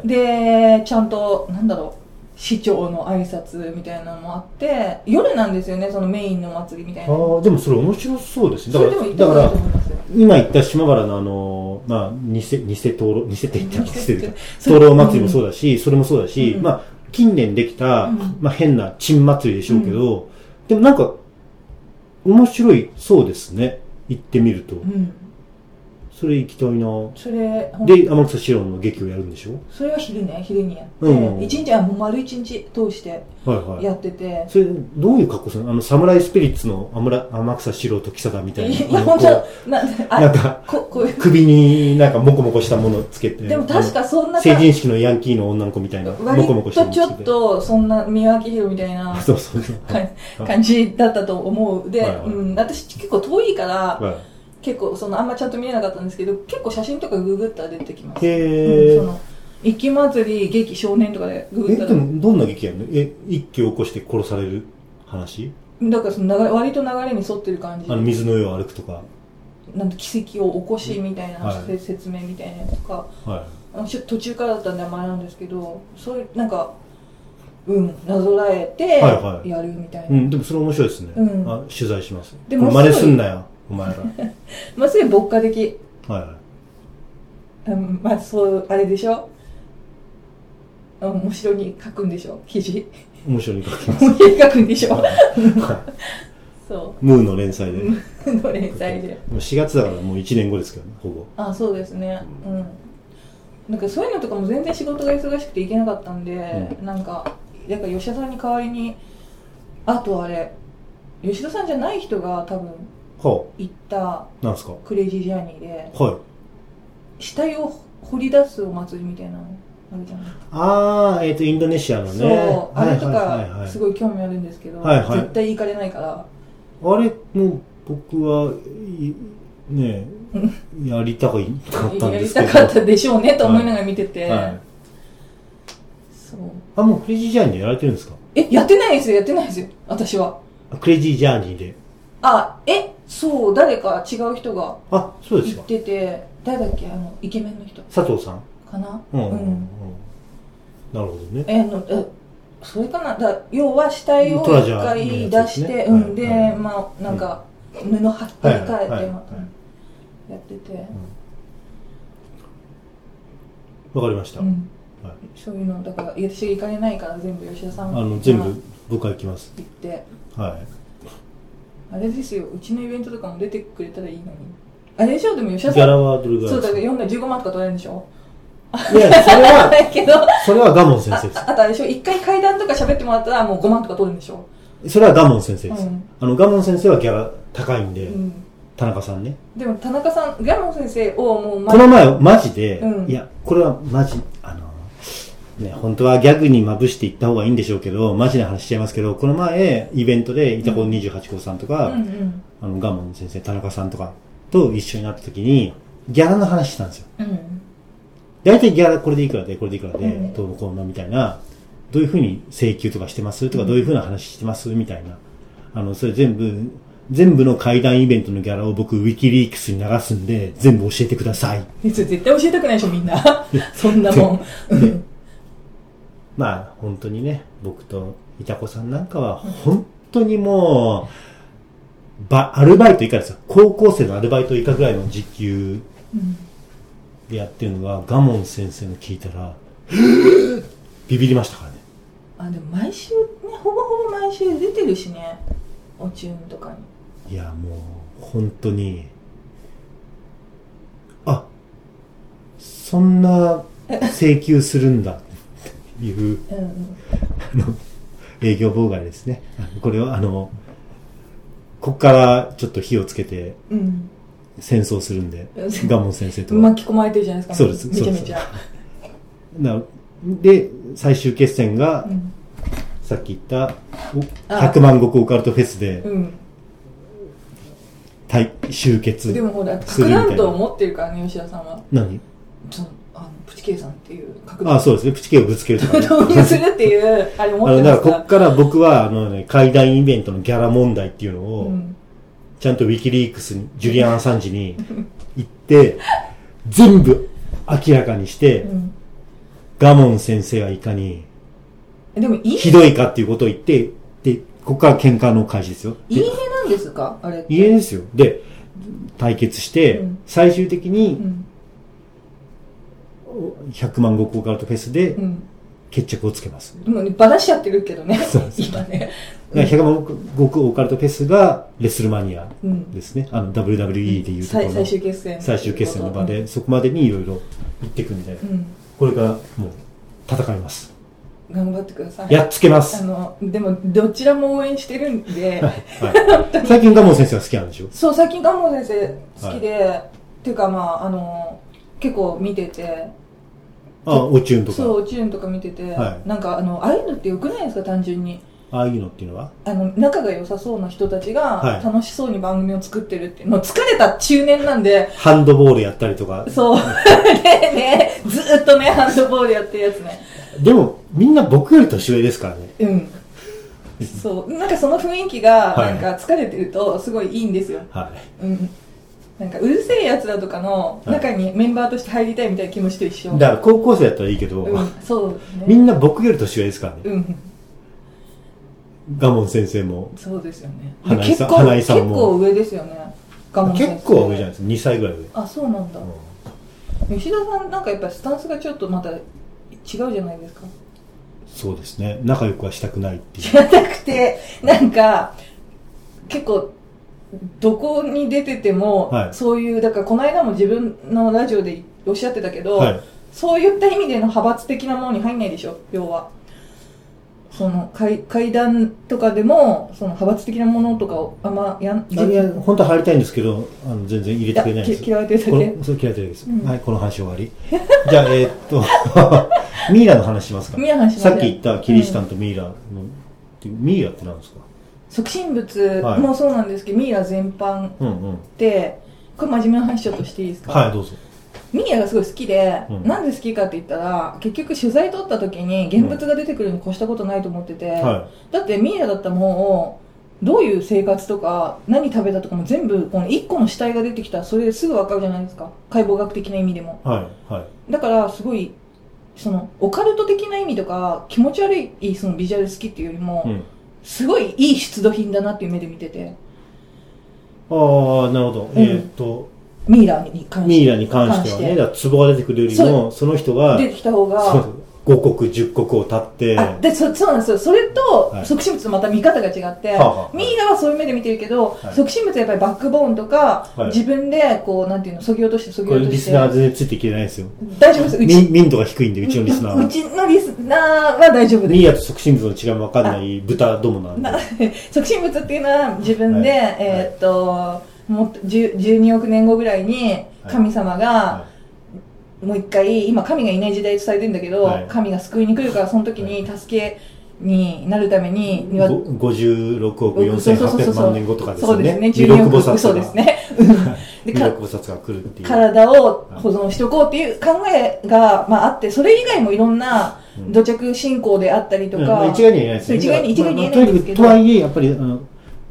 Speaker 1: い。
Speaker 2: で、ちゃんと、なんだろう。市長の挨拶みたいなのもあって、夜なんですよね、そのメインの祭りみたいな。
Speaker 1: ああ、でもそれ面白そうですね。だ
Speaker 2: そ
Speaker 1: か
Speaker 2: れでも行っ
Speaker 1: ら、
Speaker 2: た
Speaker 1: だから
Speaker 2: ことないと、思いますよ。
Speaker 1: 今言った島原のあの、まあ、偽、偽灯籠、偽って言ったら、偽
Speaker 2: 偽
Speaker 1: って言った
Speaker 2: [LAUGHS] それ
Speaker 1: 灯籠祭りもそうだし、それもそうだし、
Speaker 2: うん
Speaker 1: まあ、近年できた、
Speaker 2: うん
Speaker 1: まあ、変な珍祭りでしょうけど、でもなんか、面白いそうですね。行ってみると。
Speaker 2: うん。
Speaker 1: それ行きたいな
Speaker 2: それ、ほん
Speaker 1: で、天草四郎の劇をやるんでしょ
Speaker 2: それは昼ね、昼にやって、
Speaker 1: うん
Speaker 2: 一日はもう丸一日通して
Speaker 1: はいは
Speaker 2: や
Speaker 1: い。
Speaker 2: ってて、
Speaker 1: それ、どういう格好するのあの、サムライスピリッツの天ら天草四郎とキだみたい
Speaker 2: い
Speaker 1: な。
Speaker 2: や、
Speaker 1: あの
Speaker 2: 本
Speaker 1: こ
Speaker 2: 当な
Speaker 1: うなん
Speaker 2: あ、
Speaker 1: か、
Speaker 2: ここういう、
Speaker 1: 首になんかモコモコしたものつけて。
Speaker 2: でも確かそんな
Speaker 1: 成
Speaker 2: 感じ、
Speaker 1: 人式のヤンキーの女の子みたいな、モコモコ
Speaker 2: 割
Speaker 1: して
Speaker 2: と
Speaker 1: る
Speaker 2: ちょっと、そんな、三輪明宏みたいな
Speaker 1: [LAUGHS] そうそうそう。
Speaker 2: 感
Speaker 1: はい
Speaker 2: 感じだったと思う。で、
Speaker 1: はいはい
Speaker 2: うん、私結構遠いから、
Speaker 1: は
Speaker 2: 結構、その、あんまちゃんと見えなかったんですけど、結構写真とかググったら出てきま
Speaker 1: い。
Speaker 2: す。
Speaker 1: へ
Speaker 2: うんそ
Speaker 1: ー
Speaker 2: の、雪祭り、劇少年とかでググ
Speaker 1: え、
Speaker 2: ったら
Speaker 1: でも、どんな劇やるのえ、一気を起こして殺される話
Speaker 2: だからその流れ、割と流れに沿ってる感じ
Speaker 1: あの、水の上を歩くとか。
Speaker 2: なんて奇跡を起こしみたいな、
Speaker 1: はい
Speaker 2: せ説明みたいなやつとか
Speaker 1: は
Speaker 2: あのちょっと途中からだったんであんまりなんですけどそういうなんかうんなぞらえて
Speaker 1: はいはい
Speaker 2: やるみたいな、
Speaker 1: い。うん、でもそれ面白いですね。
Speaker 2: うん
Speaker 1: あ取材します。
Speaker 2: でも
Speaker 1: これ真似すんなよ、お
Speaker 2: [LAUGHS]
Speaker 1: 前ら。
Speaker 2: まあすごい牧歌的、
Speaker 1: は
Speaker 2: うん、まあそうあれでしょうん面白に書くんでしょ記事
Speaker 1: い。面白いに書きます。
Speaker 2: 面白に書くんでしょ
Speaker 1: は
Speaker 2: そ
Speaker 1: いムーの連載で。
Speaker 2: う
Speaker 1: も
Speaker 2: うんの連載で
Speaker 1: う4月だからもう1年後ですけどね、ほぼ。
Speaker 2: あそうですねうんなんかそういうのとかも全然仕事が忙しくて行けなかったんで、
Speaker 1: う
Speaker 2: なんかだから吉田さんに代わりにあとあれ吉田さんじゃない人が多分
Speaker 1: は
Speaker 2: 行った
Speaker 1: あ、なんすかは
Speaker 2: クレイジージャーニーで
Speaker 1: い。
Speaker 2: 死体を掘り出すお祭りみたいなのあるじゃない
Speaker 1: あー、えっと、インドネシアのね。
Speaker 2: そうあれと
Speaker 1: はいはいはいは
Speaker 2: か
Speaker 1: い
Speaker 2: すごい興味あるんですけど、
Speaker 1: はいはい
Speaker 2: 絶対行かれないから
Speaker 1: あれも僕はいねえやりたかったん
Speaker 2: や
Speaker 1: で
Speaker 2: り
Speaker 1: すけ
Speaker 2: た
Speaker 1: ど
Speaker 2: かったでしょうねと思いながら見てて、
Speaker 1: はい、
Speaker 2: そう
Speaker 1: あもうクレイジージャーニーでやられてるんですか
Speaker 2: えやってないですよやってないですよ私は
Speaker 1: あクレイジージャーニーで
Speaker 2: あえそう誰か違う人が
Speaker 1: あそうです
Speaker 2: 行
Speaker 1: か
Speaker 2: ってて誰だっけあのイケメンの人
Speaker 1: 佐藤さん
Speaker 2: かな
Speaker 1: うん、うんうん、なるほどね
Speaker 2: えあのえそれかなだ要は死体を
Speaker 1: トラジャ
Speaker 2: 一
Speaker 1: ー
Speaker 2: 回
Speaker 1: のや
Speaker 2: 出
Speaker 1: つ
Speaker 2: して、
Speaker 1: ですね
Speaker 2: うんで、
Speaker 1: はいはい
Speaker 2: まあなんか、布貼って
Speaker 1: はい
Speaker 2: 替え
Speaker 1: は
Speaker 2: て、
Speaker 1: いはいはい
Speaker 2: やってて、
Speaker 1: わかりました、
Speaker 2: うん
Speaker 1: はい
Speaker 2: そういうのだから私行かれないから全部吉田さんが
Speaker 1: あの全部僕は行きます
Speaker 2: 行って
Speaker 1: はい
Speaker 2: あれですようちのイベントとかも出てくれたらいいのにあれでしょでも
Speaker 1: ギ
Speaker 2: 吉田さ
Speaker 1: ャ
Speaker 2: ん
Speaker 1: ラはどれぐら
Speaker 2: そ
Speaker 1: いう
Speaker 2: だから
Speaker 1: で
Speaker 2: 4ん15万とか取れるんでしょ
Speaker 1: すかいやそれ
Speaker 2: [LAUGHS]
Speaker 1: は
Speaker 2: だけどあ
Speaker 1: それはガモン先生で
Speaker 2: あとあれでしょ一回階段とか喋ってもらったらもう5万とか取れるんでしょ
Speaker 1: すそれはガモン先生です、
Speaker 2: うん
Speaker 1: あのガモン先生はギャラ高いんで、
Speaker 2: うん
Speaker 1: 田中さんね
Speaker 2: でも田中さんガモン先生をもう
Speaker 1: この前、マジで、
Speaker 2: うん
Speaker 1: いや、これはマジ、あの、ね、本当はギャグにまぶしていった方がいいんでしょうけど、マジな話しちゃいますけど、この前、イベントで、いたこ28号さんとか、
Speaker 2: うんうん
Speaker 1: あの、ガモン先生、田中さんとかと一緒になった時に、ギャラの話したんですよ。
Speaker 2: うん
Speaker 1: 大体ギャラこれでいくらで、これでいくらで、
Speaker 2: うん
Speaker 1: どうのこうのみたいな、どういうふうに請求とかしてますとか、
Speaker 2: うん
Speaker 1: どういうふうな話してますみたいな。あの、それ全部、全部の会談イベントのギャラを僕、ウィキリークスに流すんで、全部教えてください。
Speaker 2: 別に絶対教えたくないでしょ
Speaker 1: [LAUGHS]
Speaker 2: みんなそんなもんうん
Speaker 1: まあ本当にね、僕といたこさんなんかは本当にもう、ば、アルバイト以下ですよ。高校生のアルバイト以下ぐらいの時給
Speaker 2: うん
Speaker 1: でやってるのが、ガモン先生の聞いたら、ビビりましたからね。
Speaker 2: あでも毎週ねほぼほぼ毎週出てるしねおチューンとか
Speaker 1: い
Speaker 2: に
Speaker 1: や、もう、本当に、あ、そんな請求するんだ、っていう。
Speaker 2: うん
Speaker 1: あの、営業妨害ですね。あのこれは、あの、こっからちょっと火をつけて
Speaker 2: うん。
Speaker 1: 戦争するんで、ガモン先生とは。
Speaker 2: 巻き込まれてるじゃないです
Speaker 1: そ
Speaker 2: か。
Speaker 1: うです
Speaker 2: めちゃめちゃ。
Speaker 1: なで、最終決戦が
Speaker 2: う、ん。
Speaker 1: さっき言った、お
Speaker 2: あ
Speaker 1: 100万石オカルトフェスで、
Speaker 2: うん。
Speaker 1: 対、集結。
Speaker 2: でもほら、
Speaker 1: する
Speaker 2: 核
Speaker 1: みたいな
Speaker 2: 弾頭を持ってるからね、吉田さんは。
Speaker 1: 何
Speaker 2: その、あの、プチケイさんっていう核
Speaker 1: あ
Speaker 2: 弾
Speaker 1: そうですね。プチケをぶつけるとか、
Speaker 2: [LAUGHS]
Speaker 1: ね。
Speaker 2: 頭を導入するっていう、あれ持
Speaker 1: あ
Speaker 2: っ
Speaker 1: の、
Speaker 2: て
Speaker 1: だ
Speaker 2: ま
Speaker 1: から
Speaker 2: す
Speaker 1: こ
Speaker 2: か
Speaker 1: っから僕は、あのね、会談イベントのギャラ問題っていうの
Speaker 2: う
Speaker 1: を、
Speaker 2: ん。
Speaker 1: ちゃんとウィキリークスに、ジュリアン・アサンジに行って、全部明らかにして、
Speaker 2: うん
Speaker 1: ガモン先生がいかに
Speaker 2: でも、いい
Speaker 1: ひどいかっていうことを言って、で、ここから喧嘩の開始ですよ。
Speaker 2: 陰
Speaker 1: で
Speaker 2: 影なんですかあれって。
Speaker 1: 家ですよ。で、対決して、
Speaker 2: うん
Speaker 1: 最終的
Speaker 2: う
Speaker 1: に
Speaker 2: ん。
Speaker 1: 100万石オカルトフェスで
Speaker 2: うん。
Speaker 1: 決着をつけます。
Speaker 2: でもね、ばらしちゃってるけどね
Speaker 1: [LAUGHS] そう。そ
Speaker 2: 今ね。
Speaker 1: だから100万石オカルトフェスがレスルマニア
Speaker 2: うん。
Speaker 1: ですね。あの、WWE でいうところ
Speaker 2: 最
Speaker 1: の
Speaker 2: 最終決戦。
Speaker 1: 最終決戦の場。で、そこまでにいろいろ行ってくんで
Speaker 2: う、ん。
Speaker 1: これからもう戦います。
Speaker 2: 頑張ってください。
Speaker 1: やっつけま
Speaker 2: あ
Speaker 1: す。
Speaker 2: の、でも、どちらも応援してるんで、
Speaker 1: はい、最近ガモン先生は好きなんでしょ
Speaker 2: そう、最近ガンモ先生好きで、っていうかまあ、あの、結構見てて、
Speaker 1: あ、オチューンとか。
Speaker 2: そう、チューンとか見てて、
Speaker 1: はい
Speaker 2: なんかあの、ああいうのってよくないですか、単純に。
Speaker 1: ああいうのっていうのは
Speaker 2: あの、仲が良さそうな人たち
Speaker 1: は
Speaker 2: が
Speaker 1: い、
Speaker 2: 楽しそうに番組を作ってるっていう、もう疲れた中年なんで、
Speaker 1: ハンドボールやったりとか。 [LAUGHS]
Speaker 2: そう、でね、ずーっとね、ハンドボールやってるやつね。
Speaker 1: でも、みんな僕より年上ですからね。
Speaker 2: うん。そう、なんかその雰囲気が、
Speaker 1: は
Speaker 2: ないんか疲れてると、すごいいいんですよ。
Speaker 1: はい。
Speaker 2: うん、なんかうるせえやつらとかの中にメンバーとして入りたいみたいな気持ちと一緒、
Speaker 1: だから高校生だったらいいけど、
Speaker 2: うん、そうですね
Speaker 1: みんな僕より年上ですからね。
Speaker 2: うん
Speaker 1: ガモン先生も。
Speaker 2: そうですよね
Speaker 1: 花井
Speaker 2: 結
Speaker 1: さん
Speaker 2: 構
Speaker 1: 花井さんも
Speaker 2: 結構上ですよね我慢
Speaker 1: 結構上じゃない
Speaker 2: い
Speaker 1: ですか。2歳ぐらい上。
Speaker 2: あそうなんだ、吉田さんなんかやっぱスタンスがちょっとまた違うじゃないですか
Speaker 1: そうですね。仲良くはしたくないってい
Speaker 2: じゃなくてなんか結構どこに出てても、
Speaker 1: はい
Speaker 2: そういうだからこの間も自分のラジオでおっしゃってたけ
Speaker 1: う。
Speaker 2: ど、
Speaker 1: はい。
Speaker 2: そういった意味での派閥的なものに入んないでしょ、要は。その会会談とかでも、その派閥的なものとかをあんまやん、
Speaker 1: いや、本当は入りたいんですけど、あの全然入れてくれないんです
Speaker 2: き嫌われてる
Speaker 1: こ
Speaker 2: だけ。
Speaker 1: のそう嫌いてるです、
Speaker 2: うん
Speaker 1: はい、この話終わり。 [LAUGHS] じゃあ、えーっと、 [LAUGHS] ミイラの話しますか。
Speaker 2: ミイラの話しま
Speaker 1: さ
Speaker 2: す
Speaker 1: っき言ったキリシタンとミイラの、ってミイラって何ですか
Speaker 2: 促進物もそうなんですけど、ミイラ全般っ
Speaker 1: うんうん。
Speaker 2: て、これ真面目な話ちょっとしていいですか、
Speaker 1: はい、どうぞ。
Speaker 2: ミイラがすごい好きで、
Speaker 1: うん
Speaker 2: なんで好きかって言ったら、結局取材取った時に現物が出てくるに越したことないと思ってて、
Speaker 1: は
Speaker 2: だってミイラだったらもうどういう生活とか何食べたとかも全部この1個の死体が出てきたらそれですぐ分かるじゃないですか解剖学的な意味でも
Speaker 1: い、はい、はい。
Speaker 2: だからすごいそのオカルト的な意味とか気持ち悪いそのビジュアル好きっていうよりも、
Speaker 1: うん
Speaker 2: すごいいい出土品だなっていう目で見てて
Speaker 1: ああ、なるほど。
Speaker 2: うん
Speaker 1: えーっと、
Speaker 2: ミイラに関して
Speaker 1: ミイラに関しては
Speaker 2: 関し
Speaker 1: ね、
Speaker 2: て
Speaker 1: だから壺が出てくるよりも、その人が、
Speaker 2: 出てきた方が
Speaker 1: 5国、10国を立って、
Speaker 2: あでそそうなんですよそれと
Speaker 1: はい
Speaker 2: 促進物とまた見方が違って、
Speaker 1: はあはあ
Speaker 2: ミイラはそういう目で見てるけど、
Speaker 1: はい
Speaker 2: 促進物はやっぱりバックボーンとか、
Speaker 1: はい
Speaker 2: 自分でこうなんていうのそぎ落としてそぎ
Speaker 1: これ
Speaker 2: 落と
Speaker 1: リ
Speaker 2: して
Speaker 1: スナー全然ついていけないですよ。
Speaker 2: 大丈夫ですう
Speaker 1: 民
Speaker 2: ち
Speaker 1: [LAUGHS] 民度が低いんで、うちのリスナー
Speaker 2: う
Speaker 1: は。
Speaker 2: ちのリスナーは大丈夫
Speaker 1: ミイ
Speaker 2: で
Speaker 1: ラと促進物の違いもわかんない豚どもなん
Speaker 2: す
Speaker 1: で
Speaker 2: な。促進物っていうのは自分で、
Speaker 1: はい
Speaker 2: えーっともっと10 12億年後ぐらいに神様が、
Speaker 1: は
Speaker 2: もう一回今神がいない時代とされてるんだけど、
Speaker 1: はい
Speaker 2: 神が救いに来るからその時に助けになるために、
Speaker 1: いご56億4800万年後とかですよね。
Speaker 2: そうですね。12
Speaker 1: 弥
Speaker 2: 億
Speaker 1: 勒菩薩が
Speaker 2: そうですね。うんで
Speaker 1: 弥
Speaker 2: か
Speaker 1: 勒菩薩が来るっていう。
Speaker 2: 体を保存しておこうっていう考えが、まあ、あって、それ以外もいろんな
Speaker 1: うん
Speaker 2: 土着信仰であったりと
Speaker 1: うんま
Speaker 2: か、
Speaker 1: あ一概には言えないです
Speaker 2: そう一概に一概に言えないんですけど
Speaker 1: まあまあとにかくとはいえ、やっぱり、あの、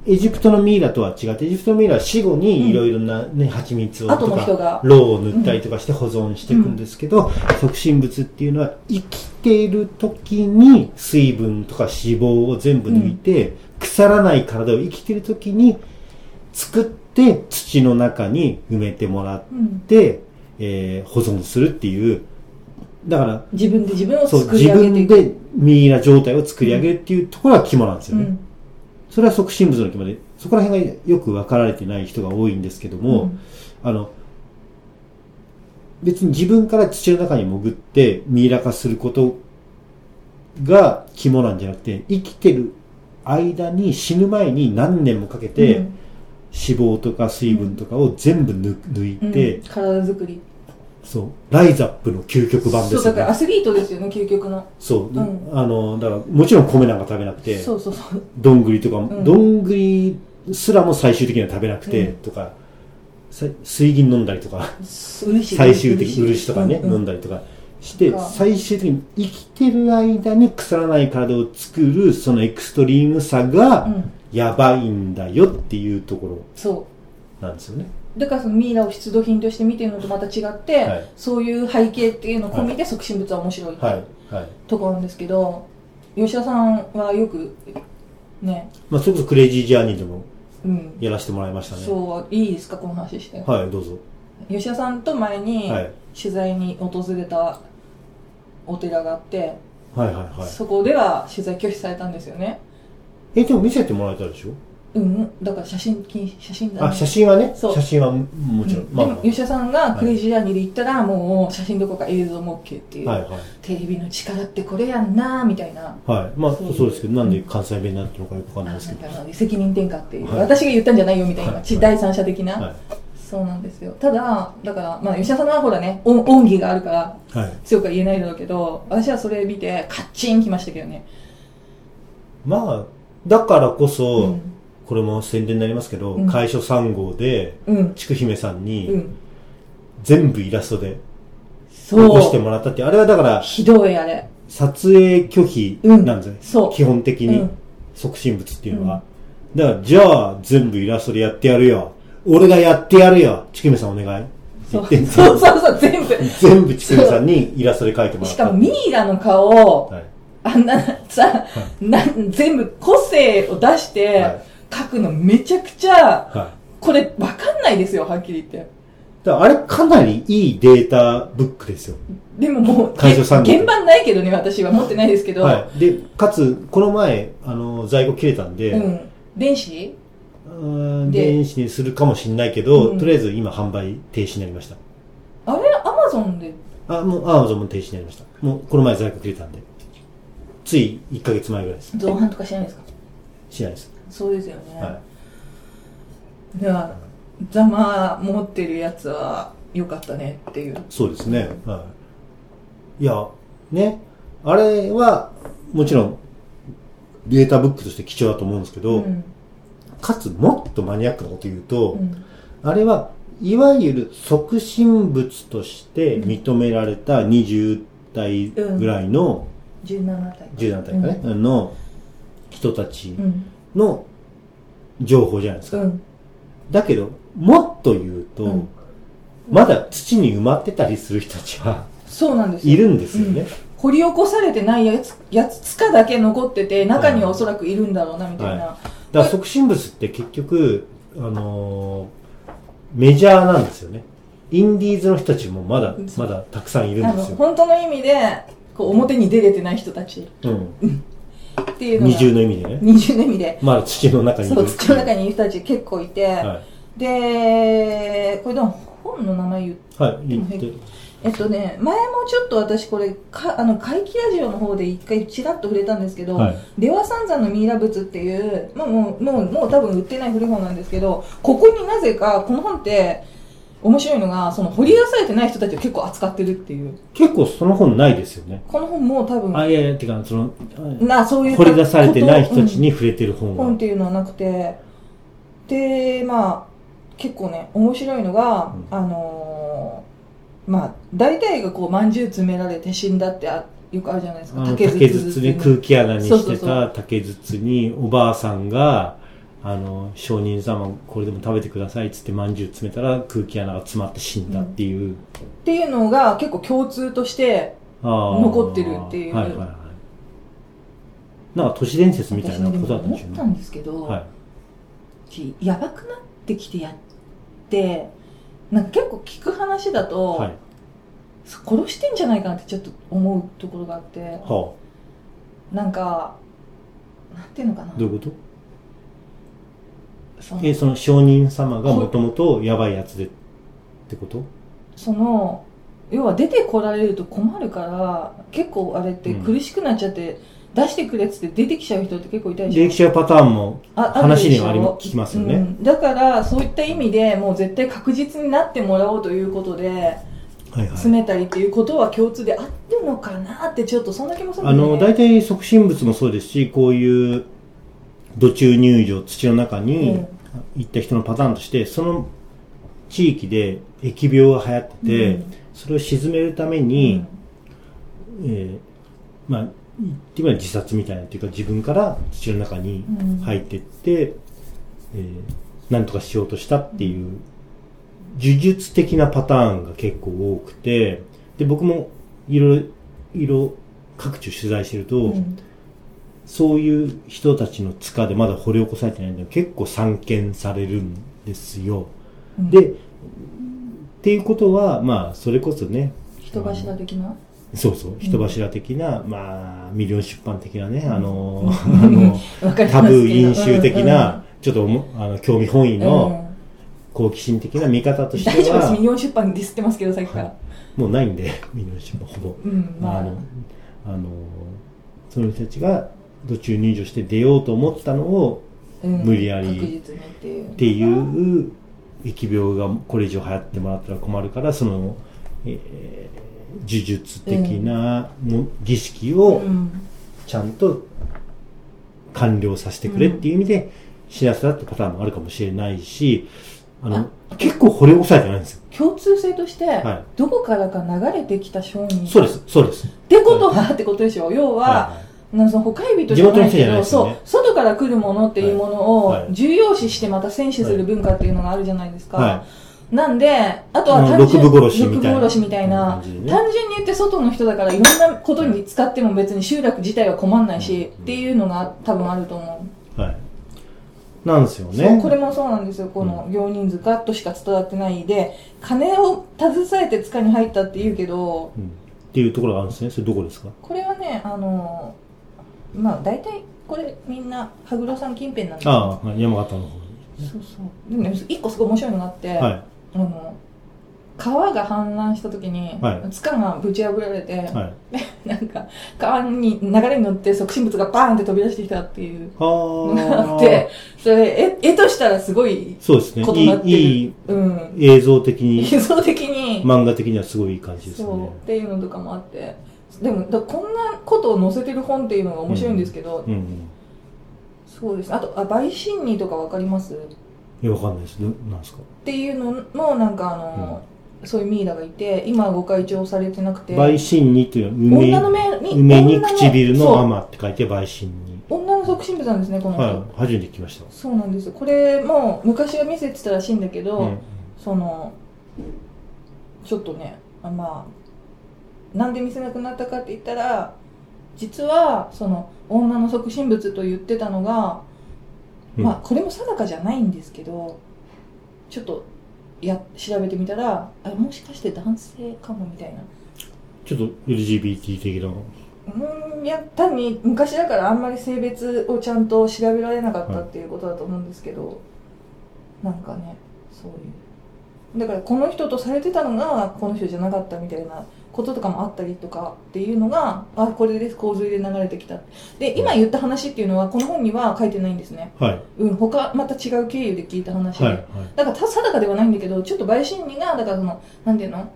Speaker 1: エジプトのミイラとは違って、エジプトのミイラは死後にいろいろなね、蜂蜜をと
Speaker 2: 後の人
Speaker 1: か
Speaker 2: が、
Speaker 1: ロウを塗ったりとかして保存していくんですけど、促進物っていうのは生きている時に水分とか脂肪を全部抜いて、腐らない体を生きている時に作って土の中に埋めてもらっ
Speaker 2: うん
Speaker 1: て、えー保存するっていう、だから、
Speaker 2: 自分で自分を
Speaker 1: そう、
Speaker 2: 作
Speaker 1: 自
Speaker 2: り上
Speaker 1: 分
Speaker 2: げていく。
Speaker 1: でミイラ状態を作り上げるっていうところが肝なんですよね。
Speaker 2: うん
Speaker 1: それは促進物の肝で、そこら辺がよく分かられてない人が多いんですけども、
Speaker 2: うん
Speaker 1: あの、別に自分から土の中に潜ってミイラ化することが肝なんじゃなくて、生きてる間に死ぬ前に何年もかけて、
Speaker 2: うん
Speaker 1: 脂肪とか水分とかを全部抜抜いて、
Speaker 2: うん体作り
Speaker 1: そうライザップの究極版で
Speaker 2: そう
Speaker 1: すよ
Speaker 2: だからア
Speaker 1: ね
Speaker 2: スリートですよね究極の
Speaker 1: そう
Speaker 2: うん
Speaker 1: あのだからもちろん米なんか食べなくて
Speaker 2: そうそうそう
Speaker 1: どんぐりとか、
Speaker 2: ん
Speaker 1: どんぐりすらも最終的には食べなくて、
Speaker 2: うん
Speaker 1: とかさ水銀飲んだりとか
Speaker 2: 漆
Speaker 1: 最終的に漆とかね、
Speaker 2: うんうん
Speaker 1: 飲んだりとかして
Speaker 2: なんか
Speaker 1: 最終的に生きてる間に腐らない体を作るそのエクストリームさ
Speaker 2: う
Speaker 1: が
Speaker 2: ん
Speaker 1: やばいんだよっていうところ
Speaker 2: そ
Speaker 1: なんですよね、
Speaker 2: うだからそのミイラを出土品として見てるのとまた違って、
Speaker 1: はい
Speaker 2: そういう背景っていうの込みで促進物は面白い
Speaker 1: はいはい
Speaker 2: とこなんですけど吉田さんはよくね
Speaker 1: まあ、それこそクレイジージャーニーでも
Speaker 2: うん
Speaker 1: やらせてもらいましたね
Speaker 2: そういいですかこの話して、
Speaker 1: はいどうぞ
Speaker 2: 吉田さんと前に
Speaker 1: はい
Speaker 2: 取材に訪れたお寺があって、
Speaker 1: はいはいはい
Speaker 2: そこでは取材拒否されたんですよね
Speaker 1: えでも見せてもらえたでしょ
Speaker 2: うんだから写真禁止写真だ、ね、
Speaker 1: あ写真はね
Speaker 2: そう
Speaker 1: 写真はももちろん、
Speaker 2: うん
Speaker 1: まあ、
Speaker 2: で
Speaker 1: ま
Speaker 2: も吉田さんが
Speaker 1: い
Speaker 2: クレイジージャーニーで行ったらもう写真どころか映像も OK っていう、
Speaker 1: あ、はいはい
Speaker 2: テレビの力ってこれやんなみたいな
Speaker 1: はいまあ
Speaker 2: そう
Speaker 1: そうですけどなんで関西弁になってるのかよくわかんないですけど
Speaker 2: なんか責任転嫁っていう、
Speaker 1: はい
Speaker 2: 私が言ったんじゃないよみたいな、
Speaker 1: はい
Speaker 2: ち第三者的な、
Speaker 1: は
Speaker 2: そうなんですよただだから、まあ、吉田さんはほらね恩恩義があるから
Speaker 1: いはい
Speaker 2: 強くは言えないだろうけど私はそれ見てカッチンきましたけどね
Speaker 1: まあだからこそ、
Speaker 2: うん
Speaker 1: これも宣伝になりますけど、
Speaker 2: うん
Speaker 1: 会所3号で
Speaker 2: うん
Speaker 1: ちくひめさん
Speaker 2: う
Speaker 1: に
Speaker 2: ん
Speaker 1: 全部イラストで
Speaker 2: そ
Speaker 1: 残して
Speaker 2: う
Speaker 1: もらったってあれはだから
Speaker 2: ひどいあれ
Speaker 1: 撮影拒否なんですね、
Speaker 2: うんそう
Speaker 1: 基本的に、
Speaker 2: うん
Speaker 1: 促進物っていうのは、だからじゃあ全部イラストでやってやるよ俺がやってやるよちくめさんお願いって言
Speaker 2: そう
Speaker 1: ってんです
Speaker 2: [LAUGHS] そう
Speaker 1: よ
Speaker 2: そうそう全部
Speaker 1: [LAUGHS] 全部ちくめさんにイラストで描いてもら
Speaker 2: し
Speaker 1: った
Speaker 2: かもミイラの顔を、
Speaker 1: はい
Speaker 2: あんなさ、なん全部個性を出して
Speaker 1: はい
Speaker 2: 書くのめちゃくちゃ、
Speaker 1: はい
Speaker 2: これわかんないですよ、はっきり言って。
Speaker 1: だからあれかなりいいデータブックですよ
Speaker 2: でももう、
Speaker 1: 会場さん
Speaker 2: 現場ないけどね、私は持ってないですけど、
Speaker 1: はいでかつこの前あの在庫切れたんで、
Speaker 2: うん。電子
Speaker 1: うーん
Speaker 2: で
Speaker 1: 電子にするかもしれないけど、
Speaker 2: うん
Speaker 1: とりあえず今販売停止になりました
Speaker 2: あれ、アマゾンで、
Speaker 1: あもうアマゾンも停止になりましたもうこの前在庫切れたんでつい1ヶ月前ぐらいです
Speaker 2: 造反とかしないですか
Speaker 1: しないです、
Speaker 2: そうですよね。
Speaker 1: はい
Speaker 2: では、ざま持ってるやつは良かったねっていう。
Speaker 1: そうですね。はい。いや、ね、あれは、もちろん、データブックとして貴重だと思うんですけど、
Speaker 2: ん。
Speaker 1: かつもっとマニアックなこと言うと、
Speaker 2: うん
Speaker 1: あれは、いわゆる促進物として認められた20代ぐらいの、
Speaker 2: 17体。
Speaker 1: 10代かね、の人たち
Speaker 2: うん。
Speaker 1: の情報じゃないです
Speaker 2: う
Speaker 1: か。
Speaker 2: ん。
Speaker 1: だけど、もっと言うと、
Speaker 2: うん
Speaker 1: まだ土に埋まってたりする人たちは
Speaker 2: そうなんですよ。
Speaker 1: いるんですよね。
Speaker 2: 掘り起こされてないやつ、やつ、つかだけ残ってて、中にはおそらくいるんだろうな、みたいな。
Speaker 1: だから促進物って結局、あのーメジャーなんですよね。インディーズの人たちもまだ
Speaker 2: うん、そう
Speaker 1: まだたくさんいる
Speaker 2: あ
Speaker 1: んで
Speaker 2: の、
Speaker 1: すよ。
Speaker 2: 本当の意味で、こう、表に出れてない人たち
Speaker 1: うん。
Speaker 2: っていうのが、
Speaker 1: 二重の意味でね。
Speaker 2: 二重の意味で、
Speaker 1: まだ土の中にい
Speaker 2: そう、
Speaker 1: る。
Speaker 2: 土の中にいる人たち結構いて、
Speaker 1: は
Speaker 2: で、これでも本の名前言う、
Speaker 1: い。はい。言って。
Speaker 2: えっとね、前もちょっと私これ、かあの、怪奇ラジオの方で一回ちらっと触れたんですけど、
Speaker 1: はい。
Speaker 2: 出羽三山のミイラ仏っていう、まあもう、もう、もう多分売ってない古い本なんですけど、ここになぜか、この本って、面白いのが、その掘り出されてない人たちを結構扱ってるっていう。
Speaker 1: 結構その本ないですよね。
Speaker 2: この本も多分、
Speaker 1: あ、いやいや、てか、その、
Speaker 2: な、そういう
Speaker 1: 掘り出されてない人たち
Speaker 2: こ
Speaker 1: に触れてる本
Speaker 2: とうん本っ
Speaker 1: は。
Speaker 2: ていうのはなくて、で、まあ、結構ね、面白いのが、
Speaker 1: う
Speaker 2: あのーまあ、大体がこう、まんじゅう詰められて死んだってあ、よくあるじゃないです
Speaker 1: あ
Speaker 2: か。
Speaker 1: の竹筒で
Speaker 2: っていう
Speaker 1: 空気穴にし
Speaker 2: そう
Speaker 1: て
Speaker 2: そうそ
Speaker 1: た竹筒におばあさんが、あの、商人様これでも食べてくださいっつってまんじゅう詰めたら空気穴が詰まって死んだっていう。
Speaker 2: っていうのが結構共通として、残
Speaker 1: 残
Speaker 2: ってるっていう
Speaker 1: はいはいはい。なんか都市伝説みたいなことだったんで
Speaker 2: 思
Speaker 1: し
Speaker 2: っ
Speaker 1: ょう
Speaker 2: た
Speaker 1: ね。
Speaker 2: んですけど、
Speaker 1: はい。
Speaker 2: ちやばくなってきてやってなんか結構聞く話だと、
Speaker 1: はい。
Speaker 2: 殺してんじゃないかなってちょっと思うところがあって
Speaker 1: は
Speaker 2: なんかなんていうのかな
Speaker 1: あ、どういうこと
Speaker 2: その
Speaker 1: え、その商人様がもともとやばいやつでってこと
Speaker 2: その要は出てこられると困るから結構あれって苦しくなっちゃって、出してくれっつって出てきちゃう人って結構いたでしょ
Speaker 1: 履歴者パターンも
Speaker 2: あある
Speaker 1: 話にはあり
Speaker 2: でし
Speaker 1: ま
Speaker 2: ょ
Speaker 1: 聞きますよね、
Speaker 2: うんだからそういった意味でもう絶対確実になってもらおうということで
Speaker 1: はいはい
Speaker 2: 詰めたりっていうことは共通であるのかなってちょっとそんな気もする
Speaker 1: あ
Speaker 2: んだよ
Speaker 1: の
Speaker 2: ね
Speaker 1: 大体促進物もそうですしこういう土中入場土の中
Speaker 2: う
Speaker 1: に
Speaker 2: ん
Speaker 1: 行った人のパターンとしてその地域で疫病が流行ってて、
Speaker 2: うん
Speaker 1: それを鎮めるために、えーまあ言ってみれば自殺みたいなっていうか自分から土の中に
Speaker 2: うん
Speaker 1: 入ってって、えーなんとかしようとしたっていう呪術的なパターンが結構多くてで僕もいろいろ各地を取材してると、
Speaker 2: うん
Speaker 1: そういう人たちの塚でまだ掘り起こされてないんだけど結構散見されるんですよ。
Speaker 2: うん
Speaker 1: でっていうことはまあそれこそね
Speaker 2: 人柱的な
Speaker 1: そうそう人柱的な、まあミリオン出版的なねあのあの
Speaker 2: [LAUGHS] わかりますけど
Speaker 1: タブー飲酒的な、ちょっとおもあの興味本位
Speaker 2: うんうん
Speaker 1: の好奇心的な見方として
Speaker 2: 大丈夫です
Speaker 1: は
Speaker 2: ミ、リオン出版ディスってますけどさっきから、
Speaker 1: はいもうないんで [LAUGHS] ミリオン出版ほぼ。
Speaker 2: うんまあ
Speaker 1: あの、あの、その人たちが途中入場して出ようと思ったのを、
Speaker 2: うん
Speaker 1: 無理やり
Speaker 2: 確実にっていう
Speaker 1: っていう疫病がこれ以上流行ってもらったら困るからその、えー呪術的なも、儀式を
Speaker 2: うん
Speaker 1: ちゃんと完了させてくれっていう意味で、知らせだってパターンもあるかもしれないしあの結構掘り起こされてないんですよ
Speaker 2: 共通性として、
Speaker 1: はい
Speaker 2: どこからか流れてきた商人
Speaker 1: そうですそうです
Speaker 2: ってことは、ってことでしょ要は、
Speaker 1: は
Speaker 2: なんかその他人じゃない
Speaker 1: 地元の人じ
Speaker 2: け
Speaker 1: ゃない
Speaker 2: ど、
Speaker 1: ですよね
Speaker 2: そう外から来るものっていうもの
Speaker 1: はいは
Speaker 2: を
Speaker 1: い
Speaker 2: 重要視してまた選手する文化っていうのがあるじゃないです
Speaker 1: い
Speaker 2: か、
Speaker 1: はい、はい
Speaker 2: なんであとは
Speaker 1: あの
Speaker 2: 単純
Speaker 1: 六部殺しみたいな
Speaker 2: 六部殺しみたいな
Speaker 1: 感じでね
Speaker 2: 単純に言って外の人だからいろんなことに使っても別に集落自体は困んないし、
Speaker 1: うん
Speaker 2: っていうのが多分あると思
Speaker 1: はい、なんですよ
Speaker 2: う,、そう
Speaker 1: ね
Speaker 2: これもそうなんですよこの行人塚としか伝わってないで金を携えて塚に入ったって言うけど
Speaker 1: うん、っていうところがあるんですねそれどこですか
Speaker 2: これはねあのまあ大体これみんな羽黒さん近辺なんですけど
Speaker 1: ああはい山形の方
Speaker 2: そうそうでもね一個すごい面白いのがあって、
Speaker 1: は
Speaker 2: あの川が氾濫した時に、
Speaker 1: はい
Speaker 2: 塚がぶち破られて、
Speaker 1: いはい
Speaker 2: なんか川に流れに乗って促進物がバーンって飛び出してきたっていうのがあ
Speaker 1: は
Speaker 2: ってそれ絵絵としたらすごい
Speaker 1: そうですね
Speaker 2: ことになっ。て
Speaker 1: い
Speaker 2: る
Speaker 1: い、い
Speaker 2: うん
Speaker 1: い映像的に、
Speaker 2: 映像的に、
Speaker 1: 漫画的にはすごいいい感じです
Speaker 2: そう
Speaker 1: ね。
Speaker 2: っていうのとかもあってでもだこんなことを載せてる本っていうのが面白いんですけど、
Speaker 1: うんうん。
Speaker 2: そうですあと「あ陪審にとかわかります
Speaker 1: いや、わかんないです。ななんですか。
Speaker 2: っていうののなんかあの、そういうミイラがいて今ご会長されてなくて
Speaker 1: 梅心にという
Speaker 2: 女
Speaker 1: の
Speaker 2: の
Speaker 1: は
Speaker 2: 目に
Speaker 1: 梅、梅に
Speaker 2: 女の
Speaker 1: 唇
Speaker 2: そう
Speaker 1: の甘って書いて梅心に。
Speaker 2: 女の促進部なんですねこの人、
Speaker 1: はい、初めて聞きました。
Speaker 2: そうなんですよこれも昔は見せてたらしいんだけど、
Speaker 1: うんうん
Speaker 2: そのちょっとねあまあなんで見せなくなったかって言ったら実はその女の促進物と言ってたのが、
Speaker 1: うん
Speaker 2: まあこれも定かじゃないんですけどちょっとや調べてみたらあもしかして男性かもみたいな
Speaker 1: ちょっと LGBT 的な。
Speaker 2: うーんいや単に昔だからあんまり性別をちゃんと調べられなかったっていうことだと思うんですけど、なんかねそういうだからこの人とされてたのがこの人じゃなかったみたいなこととかもあったりとかっていうのがあこれです洪水で流れてきたで今言った話っていうのはこの本には書いてないんですね
Speaker 1: はい、
Speaker 2: うん他また違う経由で聞いた話で、
Speaker 1: はい、はい。
Speaker 2: だからた定かではないんだけどちょっと陪審員がだからそのなんていうの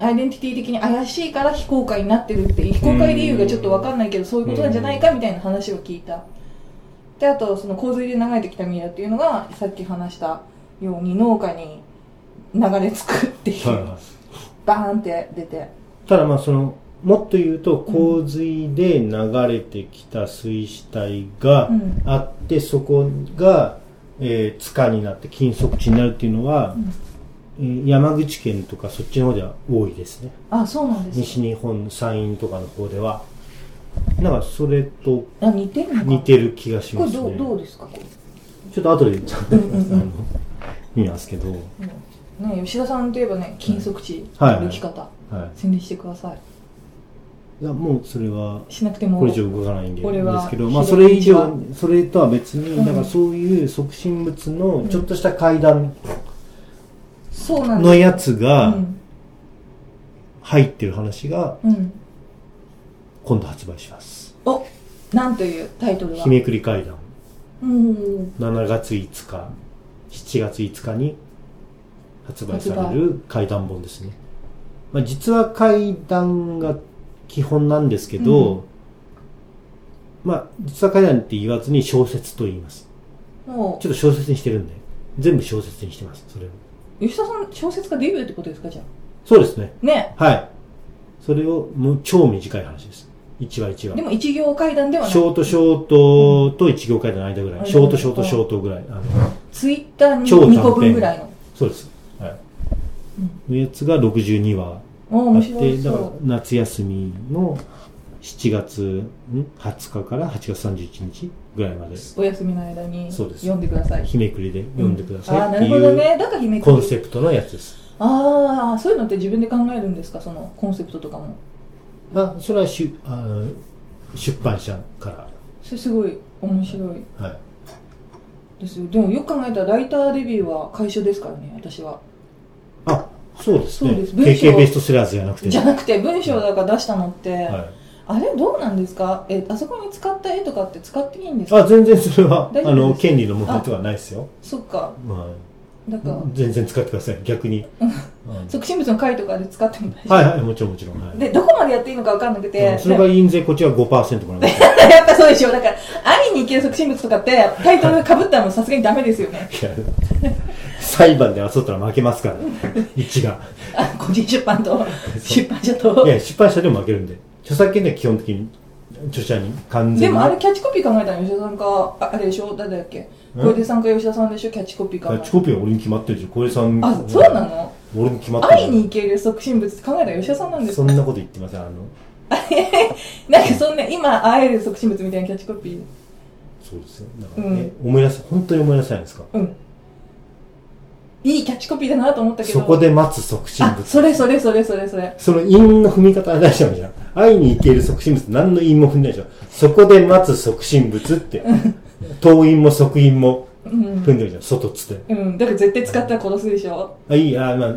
Speaker 2: アイデンティティ的に怪しいから非公開になってるっていう非公開理由がちょっと分かんないけどそういうことなんじゃないかみたいな話を聞いたであとその洪水で流れてきたミイラっていうのがさっき話したように農家に流れ着くっていう、
Speaker 1: はい、は
Speaker 2: バーンって出て
Speaker 1: い。ただまあ、その、もっと言うと、洪水で流れてきた水死体が
Speaker 2: うん
Speaker 1: あって、そこが、えー、塚になって、金属地になるっていうのは、
Speaker 2: ん
Speaker 1: えー山口県とかそっちの方では多いですね。
Speaker 2: あそうなんです
Speaker 1: 西日本、山陰とかの方では。なんか、それと
Speaker 2: あ似てるのかな
Speaker 1: 似てる気がし
Speaker 2: こ
Speaker 1: ま
Speaker 2: れ
Speaker 1: す
Speaker 2: どう
Speaker 1: ね。
Speaker 2: どうですかこれ
Speaker 1: ちょっと後でちゃんと、あ
Speaker 2: うんうんうん
Speaker 1: の、見ますけど、
Speaker 2: うんね吉田さんといえばね金属地
Speaker 1: はいはい
Speaker 2: 歩き方、
Speaker 1: は
Speaker 2: 宣伝してください
Speaker 1: い。いや、もうそれは、
Speaker 2: しなくても
Speaker 1: これ以上動かないんで、
Speaker 2: これは
Speaker 1: ですけど、まあ、そ
Speaker 2: 広い
Speaker 1: れ以
Speaker 2: 道は
Speaker 1: 上、それとは別
Speaker 2: うん
Speaker 1: に、だからそういう促進物のちょっとした階段
Speaker 2: そうなんです
Speaker 1: のやつ
Speaker 2: う
Speaker 1: が
Speaker 2: ん
Speaker 1: 入ってる話が、
Speaker 2: うん
Speaker 1: 今度発売します。
Speaker 2: おなんというタイトルは
Speaker 1: 日めくり会談
Speaker 2: うん
Speaker 1: 7月5日7月5日に発売される怪談本ですね、まあ、実は怪談が基本なんですけど、まあ実は怪談って言わずに小説と言います
Speaker 2: も
Speaker 1: ちょっと小説にしてるんで全部小説にしてますそれを
Speaker 2: う吉田さん小説家デビューってことですかじゃ
Speaker 1: そうですね
Speaker 2: あね
Speaker 1: はいそれをもう超短い話です1話1話
Speaker 2: でも一行会談ではな
Speaker 1: ショー
Speaker 2: い
Speaker 1: トショートと1行会の間ぐらい、ショートショートショートぐらいあの
Speaker 2: ツイッターに
Speaker 1: 超短編
Speaker 2: 2個分ぐらいの
Speaker 1: そうですはいのやつが62話
Speaker 2: おお
Speaker 1: あっ
Speaker 2: 面白
Speaker 1: て
Speaker 2: い
Speaker 1: だ
Speaker 2: そ
Speaker 1: から
Speaker 2: う
Speaker 1: 夏休みの7月ん20日から8月31日ぐらいまで
Speaker 2: お休みの間に
Speaker 1: そうです
Speaker 2: 読んでください
Speaker 1: 日めくりで読んでくだ
Speaker 2: あ
Speaker 1: さ
Speaker 2: あー
Speaker 1: い
Speaker 2: な
Speaker 1: って
Speaker 2: るほ
Speaker 1: い
Speaker 2: ど
Speaker 1: う
Speaker 2: ねだから姫
Speaker 1: コンセプトのやつです
Speaker 2: ああそういうのって自分で考えるんですかそのコンセプトとかも
Speaker 1: あそれはしゅあの出版社か
Speaker 2: それすごい面白い
Speaker 1: らはい
Speaker 2: ですよでもよく考えたらライターデビューは会社ですからね私は
Speaker 1: あそうですね
Speaker 2: そうです文章
Speaker 1: KK ベストセラーズじゃなくて
Speaker 2: じゃなくて文章だから出したのって、
Speaker 1: はい
Speaker 2: あれどうなんですかえあそこに使った絵とかって使っていいんですか
Speaker 1: あ全然それはあ
Speaker 2: 大丈夫です
Speaker 1: の権利の問題とかないですよ、
Speaker 2: そっか
Speaker 1: は
Speaker 2: だから、
Speaker 1: い、全然使ってください逆に、うん
Speaker 2: 即身仏の会とかで使っても大丈夫、
Speaker 1: はいはいもちろんもちろん、はい
Speaker 2: でどこまでやっていいのか分かんなくて、
Speaker 1: うんそれが印税こっちは5%もらいます
Speaker 2: [LAUGHS] やっぱそうでしょだから会いに行ける即身仏とかってタイトルかぶったらもうさすがにダメです
Speaker 1: [LAUGHS]
Speaker 2: よね
Speaker 1: いや裁判で争ったら負けますから一
Speaker 2: [LAUGHS]
Speaker 1: が
Speaker 2: あ個人出版と出版社と
Speaker 1: いや出版社でも負けるんで著作権では基本的に著者に完
Speaker 2: で
Speaker 1: 全に
Speaker 2: もあれキャッチコピー考えたら吉田さんかああれでしょ誰だっけ
Speaker 1: ん
Speaker 2: 小出さんか吉田さんでしょキャッチコピー
Speaker 1: キ
Speaker 2: 考
Speaker 1: ャ
Speaker 2: え
Speaker 1: ッチコピーは俺に決まってるでしょ小江さん
Speaker 2: あそうなの
Speaker 1: 俺に決まってる
Speaker 2: 会いに行ける即身仏って考えたら吉田さんなんです
Speaker 1: そんなこと言ってませんあの
Speaker 2: なんかそんな今会える即身仏みたいなキャッチコピー
Speaker 1: そうですよだからね、思い出す本当に思い出せないんですか
Speaker 2: うんいいキャッチコピーだなと思ったけど
Speaker 1: そこで待つ促進
Speaker 2: あ
Speaker 1: 物
Speaker 2: それそれそれそれそれ
Speaker 1: その韻の踏み方は大丈夫じゃん。会いに行ける促進物、何の韻も踏んでないでしょ。そこで待つ促進物
Speaker 2: [LAUGHS]
Speaker 1: って、当韻も即韻も
Speaker 2: うん
Speaker 1: 踏んでるじゃん。外っつって。
Speaker 2: うんだから絶対使ったら殺すでしょ
Speaker 1: あ、いい、あ、まあ、ま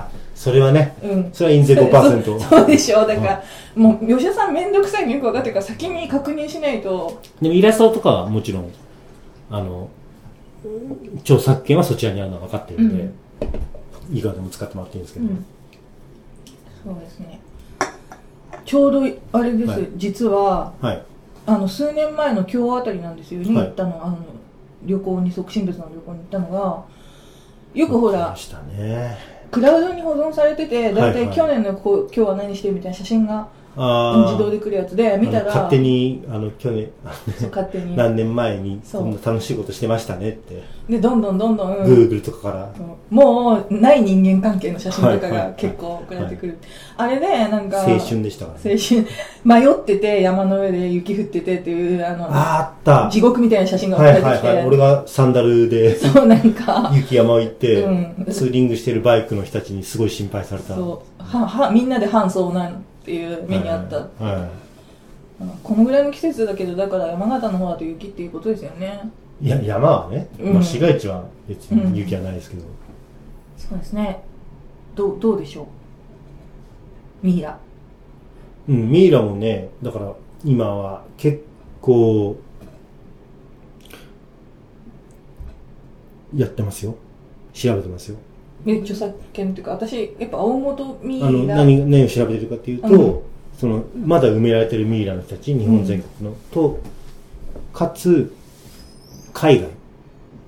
Speaker 1: あ、それはね、
Speaker 2: うん
Speaker 1: それは印税
Speaker 2: [LAUGHS] そう
Speaker 1: 5%。
Speaker 2: そうでしょだからもう吉田さん面倒くさいのよく分かってるから先に確認しないと
Speaker 1: でもイラストとかはもちろん、あの、著作権はそちらにあるのは分かってるんで、いくらでも使ってもらっていいんですけ
Speaker 2: う
Speaker 1: ど。
Speaker 2: んそうですねちょうどあれです、
Speaker 1: はい
Speaker 2: 実は
Speaker 1: はい。
Speaker 2: あの数年前の今日あたりなんですよね、
Speaker 1: はい
Speaker 2: 行ったのあの旅行に即身仏の旅行に行ったのがよくほ
Speaker 1: 来ま
Speaker 2: ら
Speaker 1: したね。
Speaker 2: クラウドに保存されててだい
Speaker 1: は
Speaker 2: た
Speaker 1: い
Speaker 2: い
Speaker 1: はい
Speaker 2: 去年のこう今日は何してるみたいな写真が
Speaker 1: あ
Speaker 2: 自動で来るやつで
Speaker 1: あ
Speaker 2: 見たら
Speaker 1: の勝手に、あの、去年、
Speaker 2: そう勝手に
Speaker 1: 何年前に
Speaker 2: そう
Speaker 1: こんな楽しいことしてましたねって、
Speaker 2: でどんどんどんどん、
Speaker 1: Google とかから。
Speaker 2: もうない人間関係の写真とか
Speaker 1: はいはいは
Speaker 2: が
Speaker 1: い
Speaker 2: 結構送られてくる、あれでなんか
Speaker 1: 青春でしたからね。
Speaker 2: 青春迷ってて山の上で雪降っててっていうあの
Speaker 1: あーあっ
Speaker 2: 地獄みたいな写真
Speaker 1: た。
Speaker 2: が
Speaker 1: は
Speaker 2: 送られ
Speaker 1: い
Speaker 2: て
Speaker 1: はい
Speaker 2: きて、
Speaker 1: はい。俺がサンダルで
Speaker 2: そうなんか
Speaker 1: 雪山を行って、
Speaker 2: うん
Speaker 1: ツーリングしてるバイクの人たちにすごい心配された。
Speaker 2: そうははみんなで反そうなんっていう目にあった、
Speaker 1: はいはいは
Speaker 2: うんこのぐらいの季節だけどだから山形の方だと雪っていうことですよね
Speaker 1: い。いや、山はね、
Speaker 2: うん
Speaker 1: まあ市街地は別に雪はないですけど、
Speaker 2: そうですねどうどうでしょうミイラ
Speaker 1: うん、ミイラもね、だから今は結構、やってますよ。調べてますよ。
Speaker 2: え著作権っていうか私やっぱ青本ミイラ
Speaker 1: あの何何を調べてるかというと、
Speaker 2: うん
Speaker 1: そのまだ埋められてるミイラの人たち日本全国の、とかつ海外、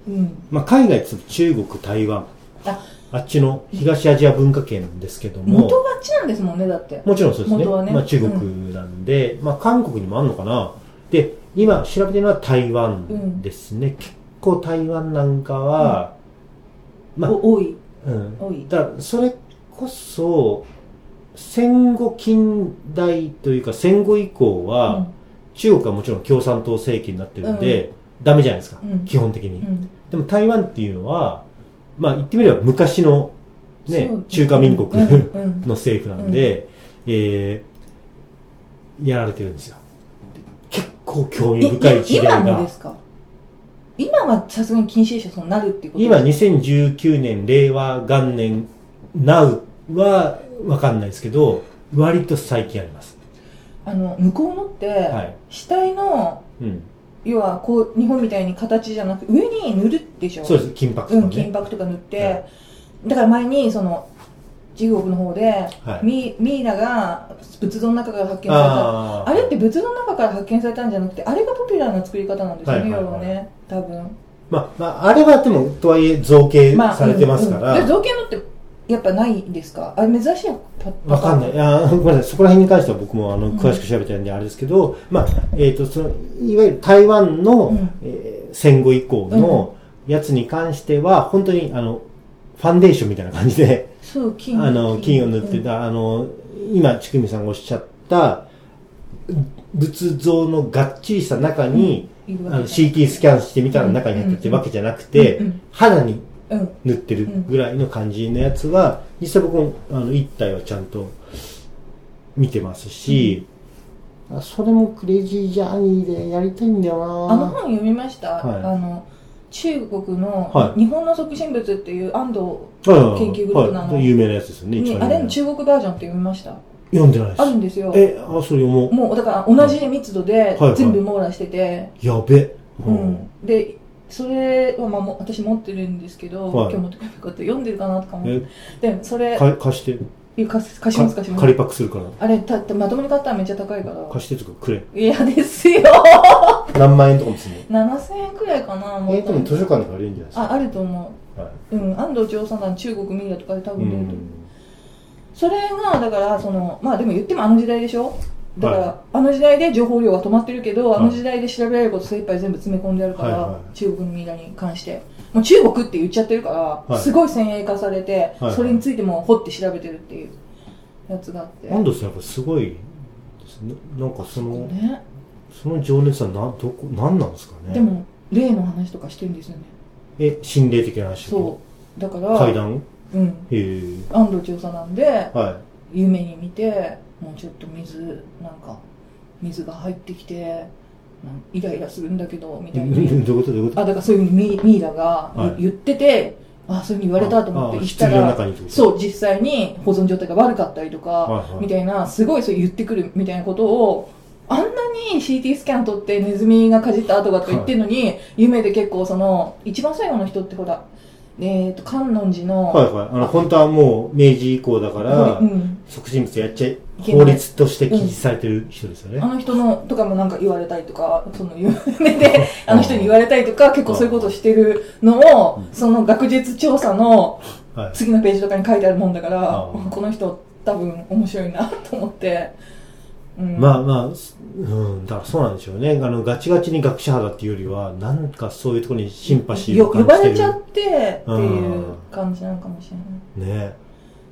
Speaker 2: うん
Speaker 1: まあ、海外って言っても中国台湾
Speaker 2: あ
Speaker 1: あっちの東アジア文化圏ですけども
Speaker 2: 元がちなんですもんねだって
Speaker 1: もちろんそうですね
Speaker 2: 元はね
Speaker 1: まあ、中国なんで、まあ、韓国にもあるのかなで今調べてるのは台湾ですね、結構台湾なんかは、まあ
Speaker 2: お多い
Speaker 1: うん、
Speaker 2: 多い
Speaker 1: だからそれこそ戦後近代というか戦後以降は、中国はもちろん共産党政権になってるんで、ダメじゃないですか、
Speaker 2: うん
Speaker 1: 基本的に、
Speaker 2: うんうん
Speaker 1: でも台湾っていうのはまあ言ってみれば昔の、ね
Speaker 2: そう、
Speaker 1: 中華民国
Speaker 2: うんうん
Speaker 1: [LAUGHS] の政府なんで、えーやられてるんですよ結構興味深い
Speaker 2: え
Speaker 1: 事例
Speaker 2: 今も
Speaker 1: が
Speaker 2: ですか今はさすがに禁止者そうなるっていうこと
Speaker 1: 今2019年令和元年 NOW はわかんないですけど割と最近あります
Speaker 2: あの向こうのって、
Speaker 1: はい。
Speaker 2: 死体の
Speaker 1: うん。
Speaker 2: 要はこう日本みたいに形じゃなくて上に塗るでしょ
Speaker 1: そうです、金箔
Speaker 2: う
Speaker 1: とか
Speaker 2: ん、金
Speaker 1: ね。
Speaker 2: 箔とか塗って、
Speaker 1: は
Speaker 2: だから前にその中国の方で、
Speaker 1: はい
Speaker 2: ミミイラが仏像の中から発見されたあ
Speaker 1: あー
Speaker 2: れって仏像の中から発見されたんじゃなくてあれがポピュラーな作り方なんですよね、
Speaker 1: はいはいはい
Speaker 2: 要はね多分
Speaker 1: まあ、まあ、あれはでも、とはいえ造形されてますから。
Speaker 2: うんうんで造形のってやっぱないんですかあれ珍しいパ
Speaker 1: わかんない。いや、ごめんなさい。そこら辺に関しては僕もあの
Speaker 2: ん
Speaker 1: 詳しく調べてないんであれですけど、まあ、えっ、と、その、いわゆる台湾の、
Speaker 2: うん
Speaker 1: えー戦後以降のやつに関しては、本当にあの、ファンデーションみたいな感じで、
Speaker 2: そう金
Speaker 1: あの、金を塗ってた、あの、今、ちくみさんがおっしゃった、仏像のがっちりした中に、あの CT スキャンしてみたら中に入ってってわけじゃなくて、
Speaker 2: うんうん
Speaker 1: 肌に
Speaker 2: ャン、うん、
Speaker 1: 塗ってるぐらいの感じのやつは、実際僕もあの一体はちゃんと見てますし、あそれもクレイジージャーニーでやりたいんだよな
Speaker 2: あの本読みました、
Speaker 1: はい
Speaker 2: あの中国の、
Speaker 1: はい
Speaker 2: 日本の促進物っていう安藤
Speaker 1: はい
Speaker 2: 研究グループなの
Speaker 1: はい有名なやつですよね、
Speaker 2: に
Speaker 1: 一番
Speaker 2: あ
Speaker 1: 有名
Speaker 2: れの中国バージョンって読みました
Speaker 1: 読んでないです
Speaker 2: あるんですよ
Speaker 1: えあそれ読もう
Speaker 2: もうだから同じ密度で
Speaker 1: はい
Speaker 2: 全部網羅してて、
Speaker 1: やべう
Speaker 2: うん、でそれはまあも私持ってるんですけど、
Speaker 1: はい
Speaker 2: 今日持ってこなかった読んでるかなとか思っ
Speaker 1: え
Speaker 2: てでそれ
Speaker 1: か貸して
Speaker 2: いや貸す貸します
Speaker 1: か
Speaker 2: 貸します
Speaker 1: 借りパクするから
Speaker 2: あれたまともに買ったらめっちゃ高いから
Speaker 1: 貸してとかくれ
Speaker 2: いやですよ
Speaker 1: 何万円とかもするの
Speaker 2: 7000円くらいかなも
Speaker 1: えでも図書館で借りるんじゃないですか
Speaker 2: ああると思
Speaker 1: は
Speaker 2: ううん安藤調査団中国ミイラとかで多
Speaker 1: い、う
Speaker 2: 分出ると思うんそれがだからそのまあでも言ってもあの時代でしょだから、
Speaker 1: は
Speaker 2: あの時代で情報量が止まってるけど、
Speaker 1: はい
Speaker 2: あの時代で調べられること精一杯全部詰め込んであるから、
Speaker 1: はいはい
Speaker 2: 中国のミイラに関してもう中国って言っちゃってるから、
Speaker 1: はい
Speaker 2: すごい先鋭化されて、
Speaker 1: はい
Speaker 2: それについても掘って調べてるっていうやつがあって、
Speaker 1: 安藤さんやっぱすごいですねなんかその
Speaker 2: ね、
Speaker 1: その情熱はなどこ何なんですかね
Speaker 2: でも例の話とかしてるんですよね
Speaker 1: え心霊的な話
Speaker 2: そうだから
Speaker 1: 階段
Speaker 2: うん、
Speaker 1: へえ
Speaker 2: 安藤調査なんで
Speaker 1: は
Speaker 2: 夢に見てもうちょっと水なんか水が入ってきてなんイライラするんだけどみ
Speaker 1: い [LAUGHS] ど
Speaker 2: た
Speaker 1: う
Speaker 2: い
Speaker 1: い
Speaker 2: に
Speaker 1: うことどういうこ
Speaker 2: あだからそういうふうにミミイラが言,、
Speaker 1: はい
Speaker 2: っててあそういうふうに言われたと思って
Speaker 1: ああ
Speaker 2: 行った
Speaker 1: 棺の
Speaker 2: ら
Speaker 1: 中にってこと
Speaker 2: そう実際に保存状態が悪かったりとか、
Speaker 1: はいはい
Speaker 2: みたいなすごいそう言ってくるみたいなことをあんなに CT スキャン取ってネズミがかじった跡がとか言ってるのに、夢で結構その一番最後の人ってほらえっ、と観音寺の、
Speaker 1: とはいはいあの本当はもう明治以降だから
Speaker 2: うん、
Speaker 1: 促進物やっちゃい
Speaker 2: いけない
Speaker 1: 法律として禁止されてる人ですよね
Speaker 2: あの人のとかもなんか言われたりとか、その有名で、 [LAUGHS] あの人に言われたりとか、結構そういうことをしてるのを、その学術調査の
Speaker 1: はい
Speaker 2: 次のページとかに書いてあるもんだから
Speaker 1: あー、
Speaker 2: この人多分面白いなと思って。うん
Speaker 1: まあまあすうんだからそうなんでしょうねあのガチガチに学者派だっていうよりはなんかそういうところにシンパシー
Speaker 2: よ
Speaker 1: を
Speaker 2: 呼
Speaker 1: 感
Speaker 2: ば
Speaker 1: じて
Speaker 2: れ
Speaker 1: る
Speaker 2: ちゃってっていう
Speaker 1: あ
Speaker 2: 感じなのかもしれない。
Speaker 1: ね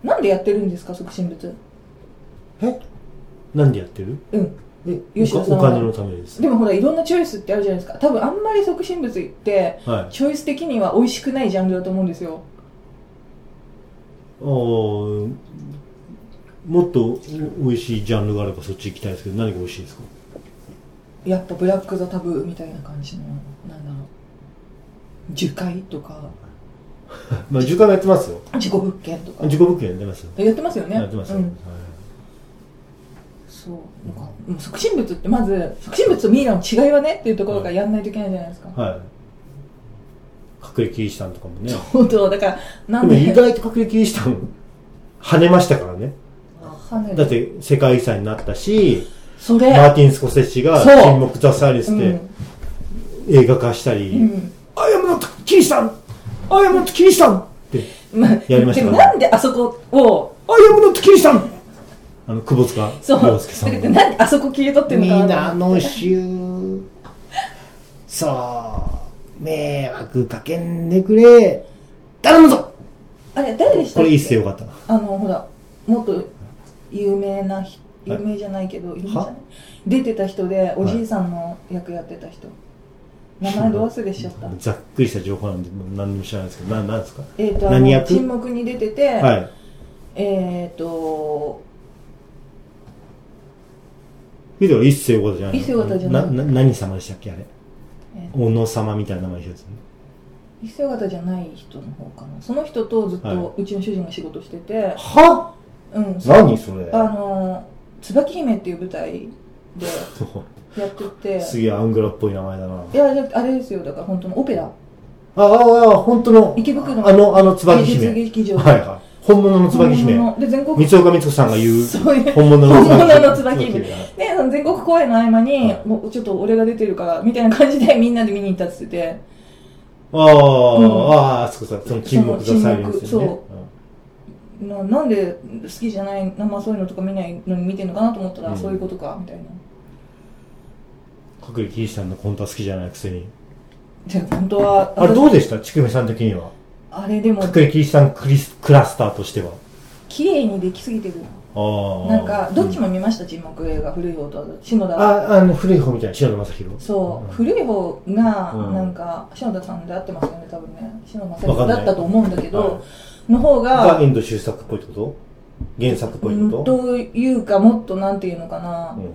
Speaker 2: なんでやってるんですか、促進物。
Speaker 1: えなんでやってる
Speaker 2: うん。
Speaker 1: え
Speaker 2: 吉田
Speaker 1: お
Speaker 2: さん
Speaker 1: お
Speaker 2: は
Speaker 1: 金のためです
Speaker 2: でもほら、いろんなチョイスってあるじゃないですか。多分あんまり促進物って、
Speaker 1: はい
Speaker 2: チョイス的には美味しくないジャンルだと思うんですよ。
Speaker 1: おーもっと美味しいジャンルがあればそっち行きたいですけど何が美味しいですか
Speaker 2: やっぱブラック・ザ・タブーみたいな感じのなんだろう樹海とか
Speaker 1: まあ時間もやってますよ
Speaker 2: 事故物件とか
Speaker 1: 自己物件やってますよ、
Speaker 2: やってますよね
Speaker 1: やってますよ、
Speaker 2: うん、そうなんかもう促進物ってまず促進物とミイラの違いはねっていうところからやんないといけないじゃないですか、
Speaker 1: はい、はい、隠れキリシタンとかもね
Speaker 2: 本当だからなん
Speaker 1: でも
Speaker 2: で
Speaker 1: 意外と隠れキリシタン跳ねましたからね
Speaker 2: 跳ねる
Speaker 1: だって世界遺産になったし
Speaker 2: それ、
Speaker 1: マーティン・スコセッシが
Speaker 2: そう
Speaker 1: 沈黙ザ・サイレン
Speaker 2: う
Speaker 1: スで
Speaker 2: ん
Speaker 1: 映画化したり、
Speaker 2: うん
Speaker 1: アイアムノット・キリシタンアイアムノット・キリシタンって
Speaker 2: まあ、
Speaker 1: やりましたね
Speaker 2: でもなんであそこを
Speaker 1: アイアムノット・キリシタンあの久保塚
Speaker 2: そう
Speaker 1: 洋介さん
Speaker 2: だ [LAUGHS] ってなんであそこ切り取ってるのかな
Speaker 3: 皆の衆そう迷惑かけんでくれ頼むぞ
Speaker 2: あれ誰でした
Speaker 1: こ
Speaker 2: っけ
Speaker 1: れいいっすよよかった
Speaker 2: あのほらもっと有名なひ有名じゃないけど有名じゃない出てた人でおじいさんの役やってた人、名前ど忘れしちゃった
Speaker 1: ざっくりした情報なんで、もう何にも知らないですけど、ななんですか
Speaker 2: えー、とあ
Speaker 1: 何
Speaker 2: の
Speaker 1: 役
Speaker 2: 沈黙に出てて、
Speaker 1: はい。
Speaker 2: えっ、と
Speaker 1: ビデオは一世横田じゃないの
Speaker 2: 一世横田じゃない
Speaker 1: な、何様でしたっけあれ
Speaker 2: え。
Speaker 1: 小野様みたいな名前の人ですね。
Speaker 2: 一世方じゃない人の方かなその人とずっ
Speaker 1: は
Speaker 2: とうちの主人が仕事してて、
Speaker 1: は
Speaker 2: うんそう
Speaker 1: 何それ
Speaker 2: あの椿姫っていう舞台でやってて
Speaker 1: [LAUGHS] すげえアングラっぽい名前だな。あ
Speaker 2: いやじゃああれですよだから本当のオペラ
Speaker 1: あ、あ本当の、
Speaker 2: 池袋の
Speaker 1: あの、あの、椿
Speaker 2: 芸術
Speaker 1: 姫。
Speaker 2: 劇場
Speaker 1: はいはい。本物の椿姫。三
Speaker 2: 本物ので全国
Speaker 1: 岡光子さんが言
Speaker 2: [LAUGHS]
Speaker 1: う、
Speaker 2: そういう
Speaker 1: 本物の椿
Speaker 2: 本
Speaker 1: 姫。
Speaker 2: 物の椿姫でその全国公演の合間に、
Speaker 1: はい
Speaker 2: もうちょっと俺が出てるからみたいな感じで [LAUGHS] みんなで見に行ったって言ってて
Speaker 1: ああ、
Speaker 2: うん
Speaker 1: ああ、そこさ、その沈黙がサイレンスですよね
Speaker 2: そ。ななんで好きじゃない生そういうのとか見ないのに見てんのかなと思ったら、
Speaker 1: うん
Speaker 2: そういうことかみたいな
Speaker 1: うん各キリシタンのコントは好きじゃないくせに。
Speaker 2: で本当は
Speaker 1: あれ
Speaker 2: 私
Speaker 1: どうでしたちくめさん的には。
Speaker 2: あれでも
Speaker 1: 各キリシタンクリスクラスターとしては。
Speaker 2: 綺麗にできすぎてる
Speaker 1: ああ。
Speaker 2: なんかどっち
Speaker 1: も。
Speaker 2: も見ました沈黙映画古い方と篠田
Speaker 1: あ、あの、古い方みたいな、篠田正宏。
Speaker 2: そう、
Speaker 1: ん
Speaker 2: 古い方が
Speaker 1: うん
Speaker 2: なんか篠田さんで合ってますよね多分ね篠田さ
Speaker 1: わか
Speaker 2: ん
Speaker 1: んない
Speaker 2: だったと思うんだけ
Speaker 1: は
Speaker 2: どの方
Speaker 1: いが
Speaker 2: が
Speaker 1: 遠藤周作っぽいってこと原作っぽいって
Speaker 2: う
Speaker 1: こ
Speaker 2: ん
Speaker 1: と
Speaker 2: というかもっとなんていうのかな
Speaker 1: う、ん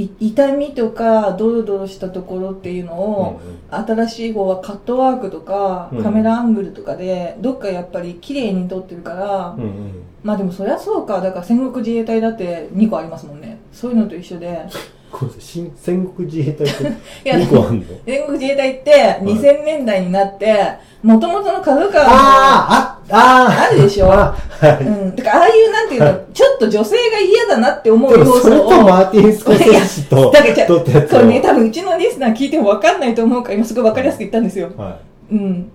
Speaker 2: い痛みとかドロドロしたところっていうのを、
Speaker 1: うん
Speaker 2: 新しい方はカットワークとか、
Speaker 1: うん
Speaker 2: カメラアングルとかでどっかやっぱり綺麗に撮ってるから、
Speaker 1: うんうん。
Speaker 2: まあでもそりゃそうかだから戦国自衛隊だって2個ありますもんねそういうのと一緒で
Speaker 1: これ新戦国自衛隊って
Speaker 2: いや
Speaker 1: 2個あんの
Speaker 2: 戦国自衛隊って2000年代になってもともとの株価が
Speaker 1: あーあ
Speaker 2: あるでしょ、
Speaker 1: あは
Speaker 2: うん、だからああいうなんていうのちょっと女性が嫌だなって思う
Speaker 1: で
Speaker 2: 要
Speaker 1: もそれ
Speaker 2: 素
Speaker 1: と
Speaker 2: を
Speaker 1: マーティン・スコセッシと
Speaker 2: だけじゃ
Speaker 1: 撮ったやつ
Speaker 2: そうね
Speaker 1: を
Speaker 2: 多分うちのリスナー聞いても分かんないと思うから今すごい分かりやすく言ったんですよ
Speaker 1: は
Speaker 2: うん、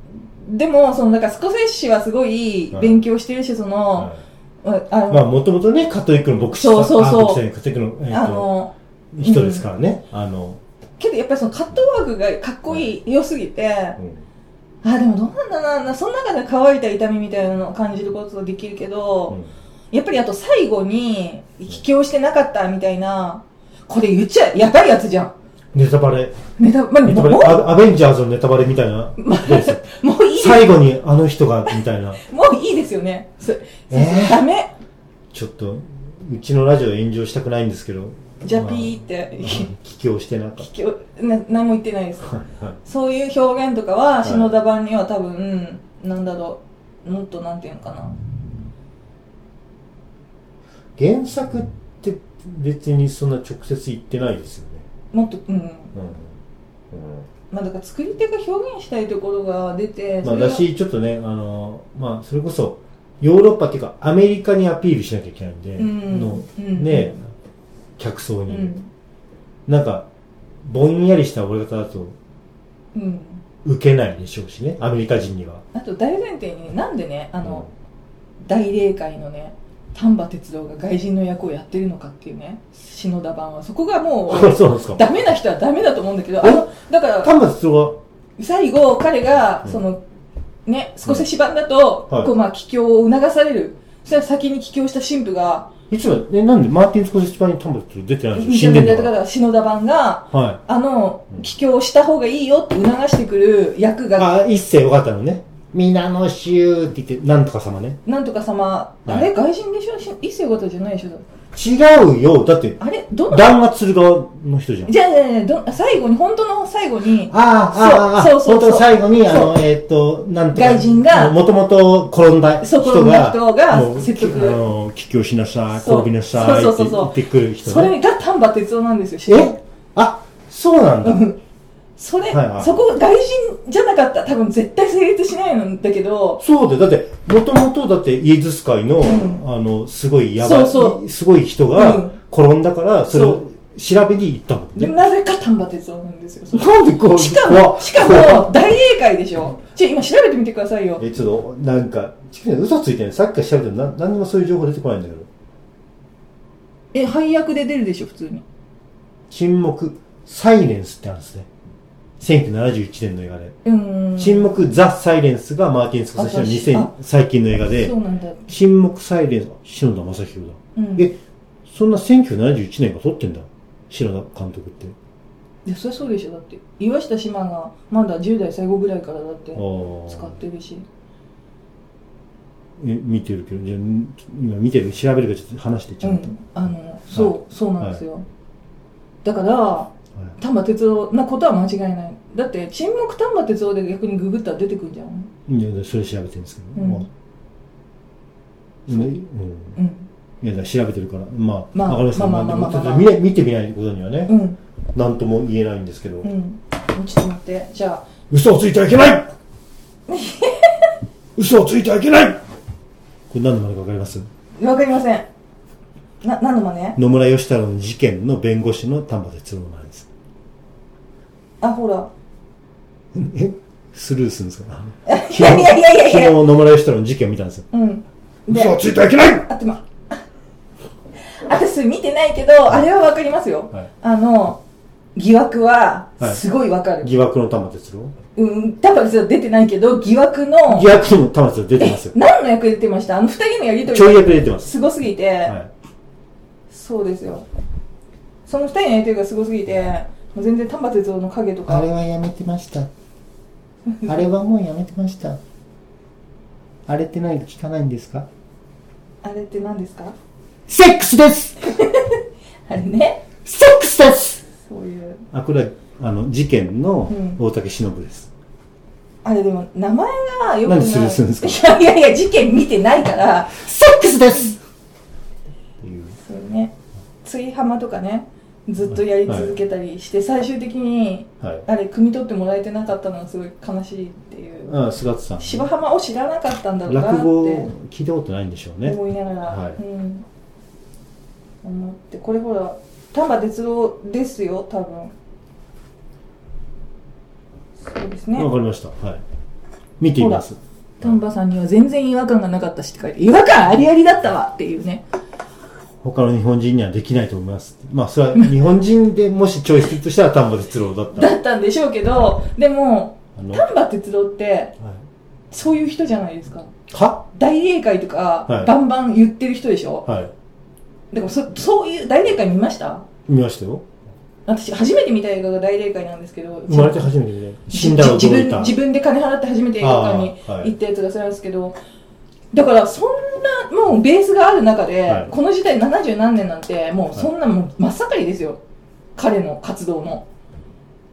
Speaker 2: でもそのなんかスコセッシはすごい
Speaker 1: はい
Speaker 2: 勉強してるしそ
Speaker 1: い
Speaker 2: の、
Speaker 1: は
Speaker 2: あ
Speaker 1: い
Speaker 2: の、
Speaker 1: まあもともとねカトリックの牧師さん
Speaker 2: そうそうそう
Speaker 1: あ牧師さんカトリックのえ
Speaker 2: あ
Speaker 1: ーと
Speaker 2: の
Speaker 1: 人ですからねあの
Speaker 2: けどやっぱりそのカットワークがかっこいい、良すぎて
Speaker 1: うん
Speaker 2: あでもどうなんだななその中で乾いた痛みみたいなのを感じることができるけど、やっぱりあと最後に秘境してなかったみたいなこれ言っちゃやばいやつじゃん
Speaker 1: ネタバレ
Speaker 2: ネタまあ
Speaker 1: ネ
Speaker 2: も
Speaker 1: タ
Speaker 2: う
Speaker 1: バレ
Speaker 2: も
Speaker 1: アアベンジャーズのネタバレみたいなですよ
Speaker 2: う [LAUGHS] もういい
Speaker 1: 最後にあの人がみたい
Speaker 2: [LAUGHS]
Speaker 1: な
Speaker 2: もういいですよねそ
Speaker 1: えー
Speaker 2: ダメ
Speaker 1: ちょっとうちのラジオ炎上したくないんですけど
Speaker 2: じゃあピーって
Speaker 1: 帰郷してなかっ
Speaker 2: 秘境な何も言ってないです
Speaker 1: た [LAUGHS] はいはい
Speaker 2: そういう表現とかは、
Speaker 1: い
Speaker 2: 篠田版には多分、なんだろう、もっとなんていうのかな。
Speaker 1: 原作って別にそんな直接言ってないですよね
Speaker 2: もっと、うん。
Speaker 1: うん、うん
Speaker 2: まあだから作り手が表現したいところが出て、
Speaker 1: まあ、
Speaker 2: それ
Speaker 1: だ
Speaker 2: が
Speaker 1: し、ちょっとね、あの、まあ、それこそ、ヨーロッパっていうか、アメリカにアピールしなきゃいけないんで、
Speaker 2: うん
Speaker 1: の、
Speaker 2: うん
Speaker 1: ね、客層
Speaker 2: う
Speaker 1: に、
Speaker 2: ん。
Speaker 1: なんか、ぼんやりした俺方だと、
Speaker 2: うん。
Speaker 1: 受けないでしょうしね、アメリカ人には。
Speaker 2: あと大前提に、なんでね、あの、大霊界のね、丹波哲郎が外人の役をやってるのかっていうね、篠田版は。そこがも
Speaker 1: うん、 [LAUGHS]
Speaker 2: う、
Speaker 1: そうなんですか。
Speaker 2: ダメな人はダメだと思うんだけど、あの、だから、
Speaker 1: 丹波哲郎
Speaker 2: 最後、彼が、
Speaker 1: うん
Speaker 2: その、ね、少し芝だと、
Speaker 1: はい
Speaker 2: こう、まあ、帰郷を促される。それは先に帰郷した神父が、
Speaker 1: はいつも、ね、なんで、マーティン・スコセッチ版に丹波哲郎出てないんですよ。死
Speaker 2: 認
Speaker 1: んで
Speaker 2: め
Speaker 1: ん
Speaker 2: ら
Speaker 1: だ
Speaker 2: れた
Speaker 1: か
Speaker 2: から、篠田版が、
Speaker 1: ら。はい。
Speaker 2: あの
Speaker 1: う、ん
Speaker 2: 帰郷した方がいいよって促してくる役が、
Speaker 1: あ、一世よかったのね。皆の衆って言って、なんとか様ね。
Speaker 2: なんとか様、
Speaker 1: はい
Speaker 2: あれ外人でしょし一世ことじゃないでしょ
Speaker 1: 違うよ。だって、
Speaker 2: あれどの、
Speaker 1: 弾圧する側の人じゃん。
Speaker 2: じゃあじゃあじゃあど最後に、本当の最後に、
Speaker 1: ああ、ああ、ああ
Speaker 2: そうそうそう
Speaker 1: 本当に最後に、あ
Speaker 2: そ
Speaker 1: の、えっ、と、なんとか。
Speaker 2: 外人が
Speaker 1: もともと転んだ人
Speaker 2: そう
Speaker 1: が。
Speaker 2: 転んだ人が
Speaker 1: もう
Speaker 2: 説得
Speaker 1: きあの、帰郷しなさい、
Speaker 2: そう
Speaker 1: 転びなさい、
Speaker 2: そ
Speaker 1: っ
Speaker 2: うそ
Speaker 1: て
Speaker 2: うそうそう
Speaker 1: 言ってくる人
Speaker 2: そ
Speaker 1: ね。
Speaker 2: れが丹波哲夫なんですよ、
Speaker 1: えあ、そうなんだ。
Speaker 2: それ、
Speaker 1: はいはい
Speaker 2: そこ、外人じゃなかったら多分絶対成立しないんだけど、
Speaker 1: そうで、だって、もともとだって、イエズス会の、
Speaker 2: ん
Speaker 1: あの、すごいやばい、
Speaker 2: そう
Speaker 1: すごい人
Speaker 2: う
Speaker 1: が
Speaker 2: ん
Speaker 1: 転んだから、それ
Speaker 2: そ
Speaker 1: を調べに行ったもん
Speaker 2: で
Speaker 1: ね。
Speaker 2: なぜか丹波哲夫なんですよ。それ
Speaker 1: なんでこう、
Speaker 2: しか
Speaker 1: 怖
Speaker 2: も、
Speaker 1: っ
Speaker 2: しか
Speaker 1: 怖っ
Speaker 2: も、大英会でしょちょ、今調べてみてくださいよ。
Speaker 1: え、ちょっと、なんか、チキン嘘ついてるさっきから調べてるな、なんでもそういう情報出てこないんだけど。
Speaker 2: え、配役で出るでしょ、普通に。
Speaker 1: 沈黙、サイレンスってあるんですね。1971年の映画で。
Speaker 2: うーん。
Speaker 1: 沈黙、ザ・サイレンスがマーティン・スコセッシの
Speaker 2: 私あ
Speaker 1: 2000最近の映画で
Speaker 2: そ、うなんだ。
Speaker 1: 沈黙、サイレンス、篠田正宏だ。
Speaker 2: うん。
Speaker 1: え、そんな1971年が撮ってんだ。篠田監督って。
Speaker 2: いや、そりゃそうでしょ。だって、岩下志麻がまだ10代最後ぐらいからだって
Speaker 1: あ、
Speaker 2: 使
Speaker 1: あ
Speaker 2: ってるし。
Speaker 1: え、見てるけど、じゃあん今見てる、調べるからちょっと話してち
Speaker 2: う
Speaker 1: ゃんと。
Speaker 2: ん。あの、そう、
Speaker 1: は
Speaker 2: そうなんですよ。だから、
Speaker 1: はい
Speaker 2: 丹波哲夫なことは間違いない。だって、沈黙丹波哲夫で逆にググったら出てくるじゃん。
Speaker 1: いや、それ調べてるんですけど。
Speaker 2: うん
Speaker 1: まあうん
Speaker 2: うん。
Speaker 1: いや、だから調べてるから、まあ、
Speaker 2: まあ
Speaker 1: わかりますけど
Speaker 2: まあまあまあ
Speaker 1: でも
Speaker 2: まあまあ
Speaker 1: ちょっと見れ見てみないことにはね
Speaker 2: う、ん
Speaker 1: なんとも言えないんですけど
Speaker 2: う、んちょっと待ってじゃあ
Speaker 1: 嘘をついてはいけない
Speaker 2: [LAUGHS]
Speaker 1: 嘘をついてはいけないこれ何のまでかわかります
Speaker 2: わかりませんな何の真似
Speaker 1: 野村義太郎の事件の弁護士の丹波哲郎なんです。
Speaker 2: あほら
Speaker 1: えスルーするんですか
Speaker 2: [LAUGHS] いやいやいやいやい
Speaker 1: 昨日
Speaker 2: や
Speaker 1: 野村義太郎の事件を見たんですよ。
Speaker 2: うん
Speaker 1: 嘘を
Speaker 2: で
Speaker 1: ついてはいけない
Speaker 2: あって [LAUGHS] ま私見てないけどあれはわかりますよ、
Speaker 1: はい
Speaker 2: あの疑惑は
Speaker 1: はい
Speaker 2: すごいわかる、
Speaker 1: 疑惑の玉哲郎
Speaker 2: うん多分それ出てないけど疑惑の
Speaker 1: 疑惑の玉哲郎出てますよ。
Speaker 2: 何の役で出てましたあの二人のやりとり
Speaker 1: ちょい役で出てます。
Speaker 2: すごすぎて、
Speaker 1: はい。
Speaker 2: そうですよその二人のやりとりがすごすぎてもう全然丹波哲郎の影と
Speaker 4: あ
Speaker 2: か
Speaker 4: れはやめてました。あれはもうやめてました。あれって何か聞かないんですか
Speaker 2: あれって何ですか
Speaker 4: セックスです
Speaker 2: あれね
Speaker 4: セックスです
Speaker 2: そういう
Speaker 1: あ、これは、あの、事件の
Speaker 2: うん
Speaker 1: 大竹しのぶです。
Speaker 2: あれでも名前がよくない
Speaker 1: 何するするんです
Speaker 2: かいやいやいや事件見てないから
Speaker 4: セックスです
Speaker 1: っていう。
Speaker 2: そうね追浜とかねずっとやり続けたりして、最終的に
Speaker 1: はい。
Speaker 2: あれ汲み取ってもらえてなかったのはすごい悲しいっていう
Speaker 1: あ、菅田さん。
Speaker 2: 芝浜を知らなかったんだろうなって
Speaker 1: 落語聞いたことないんでしょうね。
Speaker 2: 思いながら、
Speaker 1: はい
Speaker 2: うん、思ってこれほら丹波哲郎ですよ多分そうですね
Speaker 1: わかりました。はい。見てみます。
Speaker 2: 丹波さんには全然違和感がなかったしって書いて違和感ありありだったわっていうね
Speaker 1: 他の日本人にはできないと思います。まあ、それは日本人でもしチョイスするとしたら丹波哲郎だった。
Speaker 2: だったんでしょうけどでも
Speaker 1: あの、は
Speaker 2: 丹波哲郎って
Speaker 1: い
Speaker 2: そういう人じゃないですか
Speaker 1: は
Speaker 2: 大霊界とか、
Speaker 1: はい
Speaker 2: バンバン言ってる人でしょ
Speaker 1: はい。
Speaker 2: でもそそういう大霊界見ました
Speaker 1: 見ましたよ。
Speaker 2: 私初めて見た映画が大霊界なんですけど
Speaker 1: 生まれて初めて見た。死んだら
Speaker 2: 自
Speaker 1: 驚い
Speaker 2: 分
Speaker 1: た。
Speaker 2: 自分で金払って初めて映画館に
Speaker 1: あーはい
Speaker 2: 行ったやつがそれなんですけど、だからそんなもうベースがある中で、
Speaker 1: はい
Speaker 2: この時代70何年なんてもう
Speaker 1: い
Speaker 2: そんなもう真っ盛りですよ彼の活動の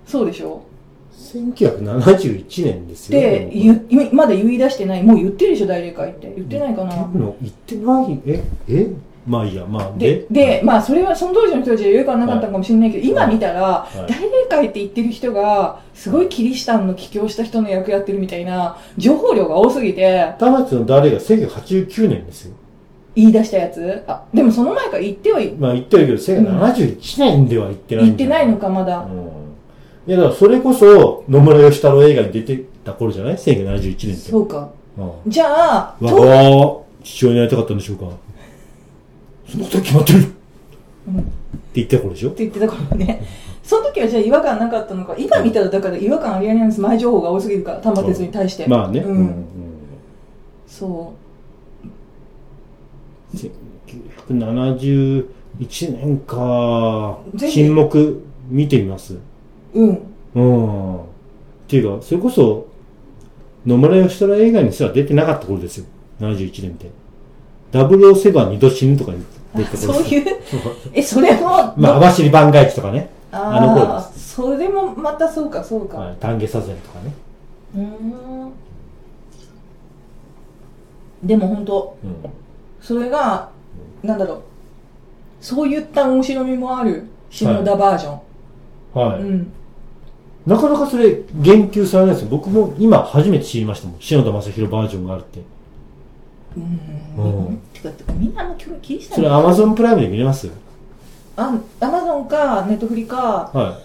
Speaker 2: そうでしょ
Speaker 1: 1971年ですよ。
Speaker 2: で
Speaker 1: 言っ
Speaker 2: ゆ今まだ言い出してないもう言ってるでしょ大霊界って言ってないかな、
Speaker 1: てんの言ってないええまあいいや、まあ。
Speaker 2: でで、まあ、それはその当時の人たちは言うからなかったのかもしれないけど、今見たら、
Speaker 1: い
Speaker 2: 大霊界って言ってる人が、すごいキリシタンの帰郷した人の役やってるみたいな、情報量が多すぎて、
Speaker 1: 田町の誰が1989年ですよ。
Speaker 2: 言い出したやつあ、でもその前から言ってはい、
Speaker 1: まあ言ってるけど、1971年では言ってない
Speaker 2: 言
Speaker 1: ん
Speaker 2: っ
Speaker 1: じ
Speaker 2: て
Speaker 1: ゃな
Speaker 2: ないいのか、ま
Speaker 1: う
Speaker 2: だ。
Speaker 1: ん。いや、だからそれこそ、野村義太郎映画に出てた頃じゃない ?1971 年って。
Speaker 2: そうか。
Speaker 1: うん。
Speaker 2: じゃあ、
Speaker 1: わ
Speaker 2: と
Speaker 1: が父親になりたかったんでしょうかその時決まってる、
Speaker 2: うん
Speaker 1: って言った頃でしょ
Speaker 2: って言ってたからね。その時はじゃあ違和感なかったのか、今見たらだから違和感ありありなんです。前情報が多すぎるから、丹波哲郎に対して。
Speaker 1: まあね、
Speaker 2: うんそ
Speaker 1: うん1971年か
Speaker 2: ぜひ
Speaker 1: 沈黙見てみます
Speaker 2: う。うん。
Speaker 1: うんっていうかそれこそ野村義太郎映画にすら出てなかった頃ですよ71年って007は二度死ぬとかに出てた
Speaker 2: そう
Speaker 1: 頃ですよ [LAUGHS]
Speaker 2: いう、え、それも、
Speaker 1: まあ網走番外地とかね、あ
Speaker 2: あ
Speaker 1: の
Speaker 2: ー
Speaker 1: 頃で
Speaker 2: それもまたそうかそうか、
Speaker 1: はい、丹下左膳とかね、
Speaker 2: うーんでも本当
Speaker 1: うん
Speaker 2: それが、なんだろうそういった面白みもある篠田バージョン、
Speaker 1: はい、
Speaker 2: うん
Speaker 1: なかなかそれ言及されないですよ。僕も今初めて知りましたもん。篠田正宏バージョンがあるって。
Speaker 2: うん、
Speaker 1: うん
Speaker 2: てかてかみんなあんま興味気にし
Speaker 1: そ
Speaker 2: な
Speaker 1: れ
Speaker 2: い
Speaker 1: アマゾンプライムで見れますよ。
Speaker 2: あアマゾンかネットフリか
Speaker 1: は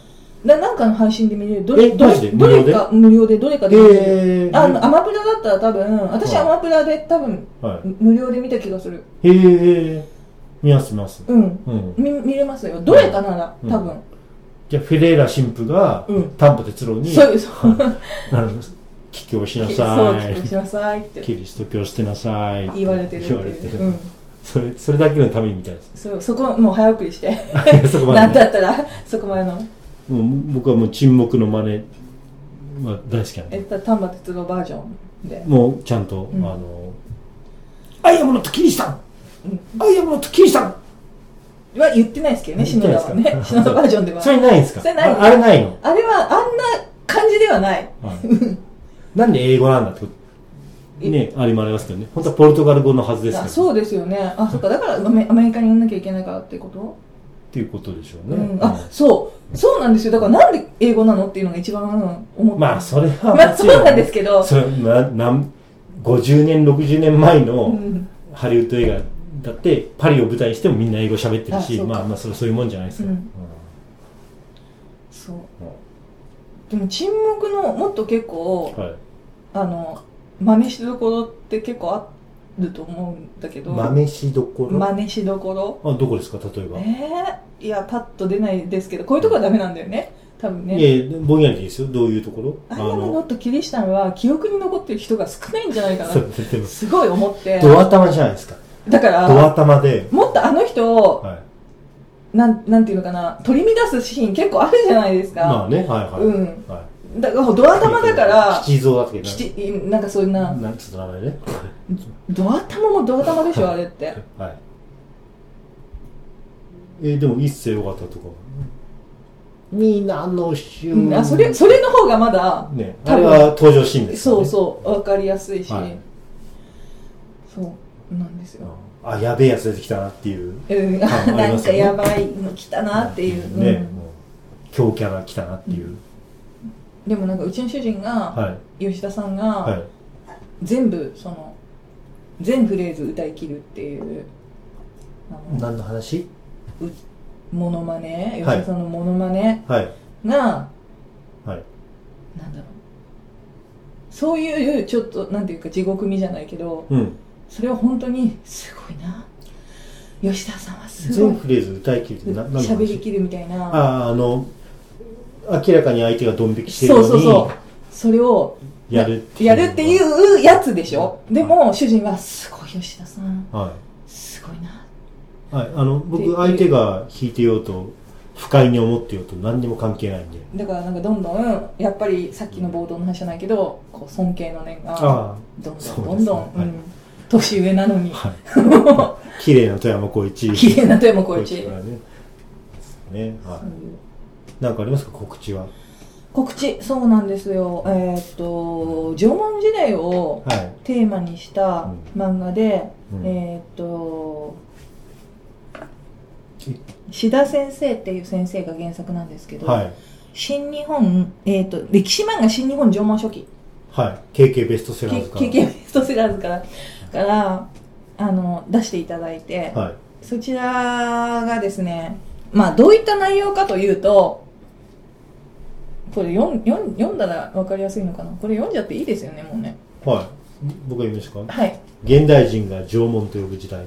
Speaker 2: ななんかの配信で見れるど
Speaker 1: え
Speaker 2: れど
Speaker 1: マジで
Speaker 2: れどれか無料でどれか
Speaker 1: い。
Speaker 2: で見れる、
Speaker 1: へー。
Speaker 2: あのアマプラだったら多分私
Speaker 1: は
Speaker 2: ア
Speaker 1: い
Speaker 2: マプラで多分
Speaker 1: は
Speaker 2: 無料で見た気がする
Speaker 1: い。へー。見ます見ます。
Speaker 2: うん
Speaker 1: うん。
Speaker 2: 見見れますよどれかなら
Speaker 1: うん
Speaker 2: 多分、
Speaker 1: じゃあ、フェレーラ神父が
Speaker 2: うん、
Speaker 1: 丹波哲郎に、
Speaker 2: そうそう
Speaker 1: あの、帰郷しな
Speaker 2: そう
Speaker 1: さ
Speaker 2: 帰国し
Speaker 1: い。
Speaker 2: なさいって
Speaker 1: キリスト教してなさい。
Speaker 2: 言われてるって
Speaker 1: 言われて
Speaker 2: いう、う
Speaker 1: る
Speaker 2: ん。、
Speaker 1: それ、それだけのためにみたいです。
Speaker 2: そう [LAUGHS] そこもう早送りして [LAUGHS]
Speaker 1: そこま
Speaker 2: なん
Speaker 1: でね。
Speaker 2: だったらそこまでの
Speaker 1: もう僕はもう沈黙の真似は大好きなん
Speaker 2: えっ
Speaker 1: で。
Speaker 2: と丹波哲郎バージョンで
Speaker 1: もうちゃんと、あ
Speaker 2: ん
Speaker 1: の、
Speaker 4: アイアムノットキリシタンアイアムノットキリシタン
Speaker 2: は言ってないですけどね
Speaker 1: 言っ
Speaker 2: 篠
Speaker 1: てない
Speaker 2: 田
Speaker 1: ですか
Speaker 2: は
Speaker 1: [LAUGHS]
Speaker 2: ね篠田バージョンでは
Speaker 1: それないんですか
Speaker 2: それない
Speaker 1: ああれない
Speaker 2: [LAUGHS]
Speaker 1: の
Speaker 2: あれはあんな感じではない
Speaker 1: はいなんで英語なんだってことね、あれもありますけどね。本当はポルトガル語のはずですけ
Speaker 2: あ
Speaker 1: ど。
Speaker 2: そうですよねあそっかだからアメアメリカにいなきゃいけないからってこと
Speaker 1: っていうことでしょう
Speaker 2: う
Speaker 1: ね。
Speaker 2: ん、あそうそうなんですよだからなんで英語なのっていうのが一番思って
Speaker 1: まあ、それは
Speaker 2: まあ
Speaker 1: もち
Speaker 2: そ
Speaker 1: ろ
Speaker 2: うなんですけど、
Speaker 1: それななん50年、60年前
Speaker 2: う
Speaker 1: の
Speaker 2: ん
Speaker 1: ハリウッド映画だって、パリを舞台にしてもみんな英語喋ってるし、
Speaker 2: あそうか
Speaker 1: まあまあ、それそういうもんじゃないですか。
Speaker 2: うん
Speaker 1: うん
Speaker 2: そうでも沈黙のもっと結構
Speaker 1: はい
Speaker 2: あの真似しどころって結構あると思うんだけど
Speaker 1: まめしどころ。あ、
Speaker 2: 真似しどころ
Speaker 1: どこですか、例えば。
Speaker 2: えー、いやパッと出ないですけどこういうとこはダメなんだよね多分ね
Speaker 1: いやぼんやりでいいですよ。どういうところ
Speaker 2: アイアムノットキリシタンは記憶に残ってる人が少ないんじゃないか
Speaker 1: そ
Speaker 2: な
Speaker 1: う出てます
Speaker 2: すごい思って
Speaker 1: [LAUGHS] ド頭じゃないですか。
Speaker 2: だか
Speaker 1: ド
Speaker 2: ら
Speaker 1: 頭で、
Speaker 2: もっとあの人を
Speaker 1: はい。
Speaker 2: なんなんていうのかな取り乱すシーン結構あるじゃないですか、
Speaker 1: まあね、はいはい。
Speaker 2: うん
Speaker 1: は
Speaker 2: だからド
Speaker 1: い。
Speaker 2: 頭だから
Speaker 1: 吉蔵だっけど
Speaker 2: きちなんかそんな
Speaker 1: なんつう名前ね。
Speaker 2: ド頭もド頭で
Speaker 1: [LAUGHS]
Speaker 2: しょあれって
Speaker 1: はい。えーでも一世尾形とか。皆の衆
Speaker 2: うんあそれそれの方がまだ
Speaker 1: ね、
Speaker 2: 多
Speaker 1: あれ
Speaker 2: 分
Speaker 1: は登場シーンですから
Speaker 2: そ
Speaker 1: ね。
Speaker 2: うそう分かりやすいし、
Speaker 1: はい
Speaker 2: そうなんですよ、
Speaker 1: あ、やべえやつ出てきたなっていう。
Speaker 2: うん、
Speaker 1: ああり
Speaker 2: [LAUGHS] な
Speaker 1: ま
Speaker 2: ん
Speaker 1: す
Speaker 2: か
Speaker 1: よね
Speaker 2: やばいの来たなっていう、
Speaker 1: ね、
Speaker 2: う
Speaker 1: も
Speaker 2: ん
Speaker 1: う、強キャラ来たなっていう。
Speaker 2: でもなんかうちの主人が、
Speaker 1: はい。
Speaker 2: 吉田さん
Speaker 1: は
Speaker 2: が
Speaker 1: い。
Speaker 2: 全部その全フレーズ歌い切るっていうあの
Speaker 1: 何の話
Speaker 2: モノマネ吉
Speaker 1: はい
Speaker 2: 田さんのモノマネ
Speaker 1: はい。
Speaker 2: が、
Speaker 1: はい。
Speaker 2: なんだろうそういうちょっとなんていうか地獄味じゃないけど
Speaker 1: うん。
Speaker 2: それを本当にすごいな吉田さんはすご
Speaker 1: 全
Speaker 2: い
Speaker 1: フレーズ歌い切るってな何の話
Speaker 2: 喋りきるみたいな
Speaker 1: ああ、あの、明らかに相手がドン引きしてる
Speaker 2: そうそう
Speaker 1: の
Speaker 2: そ
Speaker 1: に、
Speaker 2: うそれを
Speaker 1: やるっていう。
Speaker 2: やるってい。うやつでしょでも主人はすごい吉田さん
Speaker 1: はい。
Speaker 2: すごいな
Speaker 1: はい、あの
Speaker 2: ってい
Speaker 1: 僕
Speaker 2: う
Speaker 1: 相手が弾いてようと不快に思ってようと何にも関係ないんで
Speaker 2: だからなんかどんどんやっぱりさっきの冒頭の話じゃないけどこう尊敬の念が
Speaker 1: あ
Speaker 2: どんど
Speaker 1: そ
Speaker 2: ん
Speaker 1: う
Speaker 2: ど
Speaker 1: ですね
Speaker 2: んどん、
Speaker 1: はい
Speaker 2: うん年上なのに [LAUGHS]
Speaker 1: あはい綺麗な富山光一
Speaker 2: 綺麗な富山
Speaker 1: こ
Speaker 2: 光一
Speaker 1: ねね、は
Speaker 2: そういう
Speaker 1: い、なんかありますか告知は
Speaker 2: 告知そうなんですよえーっと縄文時代を
Speaker 1: はい、
Speaker 2: テーマにした漫画で、
Speaker 1: うん
Speaker 2: えーっと
Speaker 1: え
Speaker 2: 志田先生っていう先生が原作なんですけど、
Speaker 1: はい
Speaker 2: 新日本、えーっと歴史漫画「新日本縄文書紀」
Speaker 1: はい、KK ベストセラーズから
Speaker 2: KK ベストセラーズからからあの出していただいて、
Speaker 1: はい
Speaker 2: そちらがですね、まあ、どういった内容かというと、これ読ん読ん読んだら分かりやすいのかなこれ読んじゃっていいですよね、もうね。
Speaker 1: はい、僕が言いましたか
Speaker 2: はい。
Speaker 1: 現代人が縄文と呼ぶ時代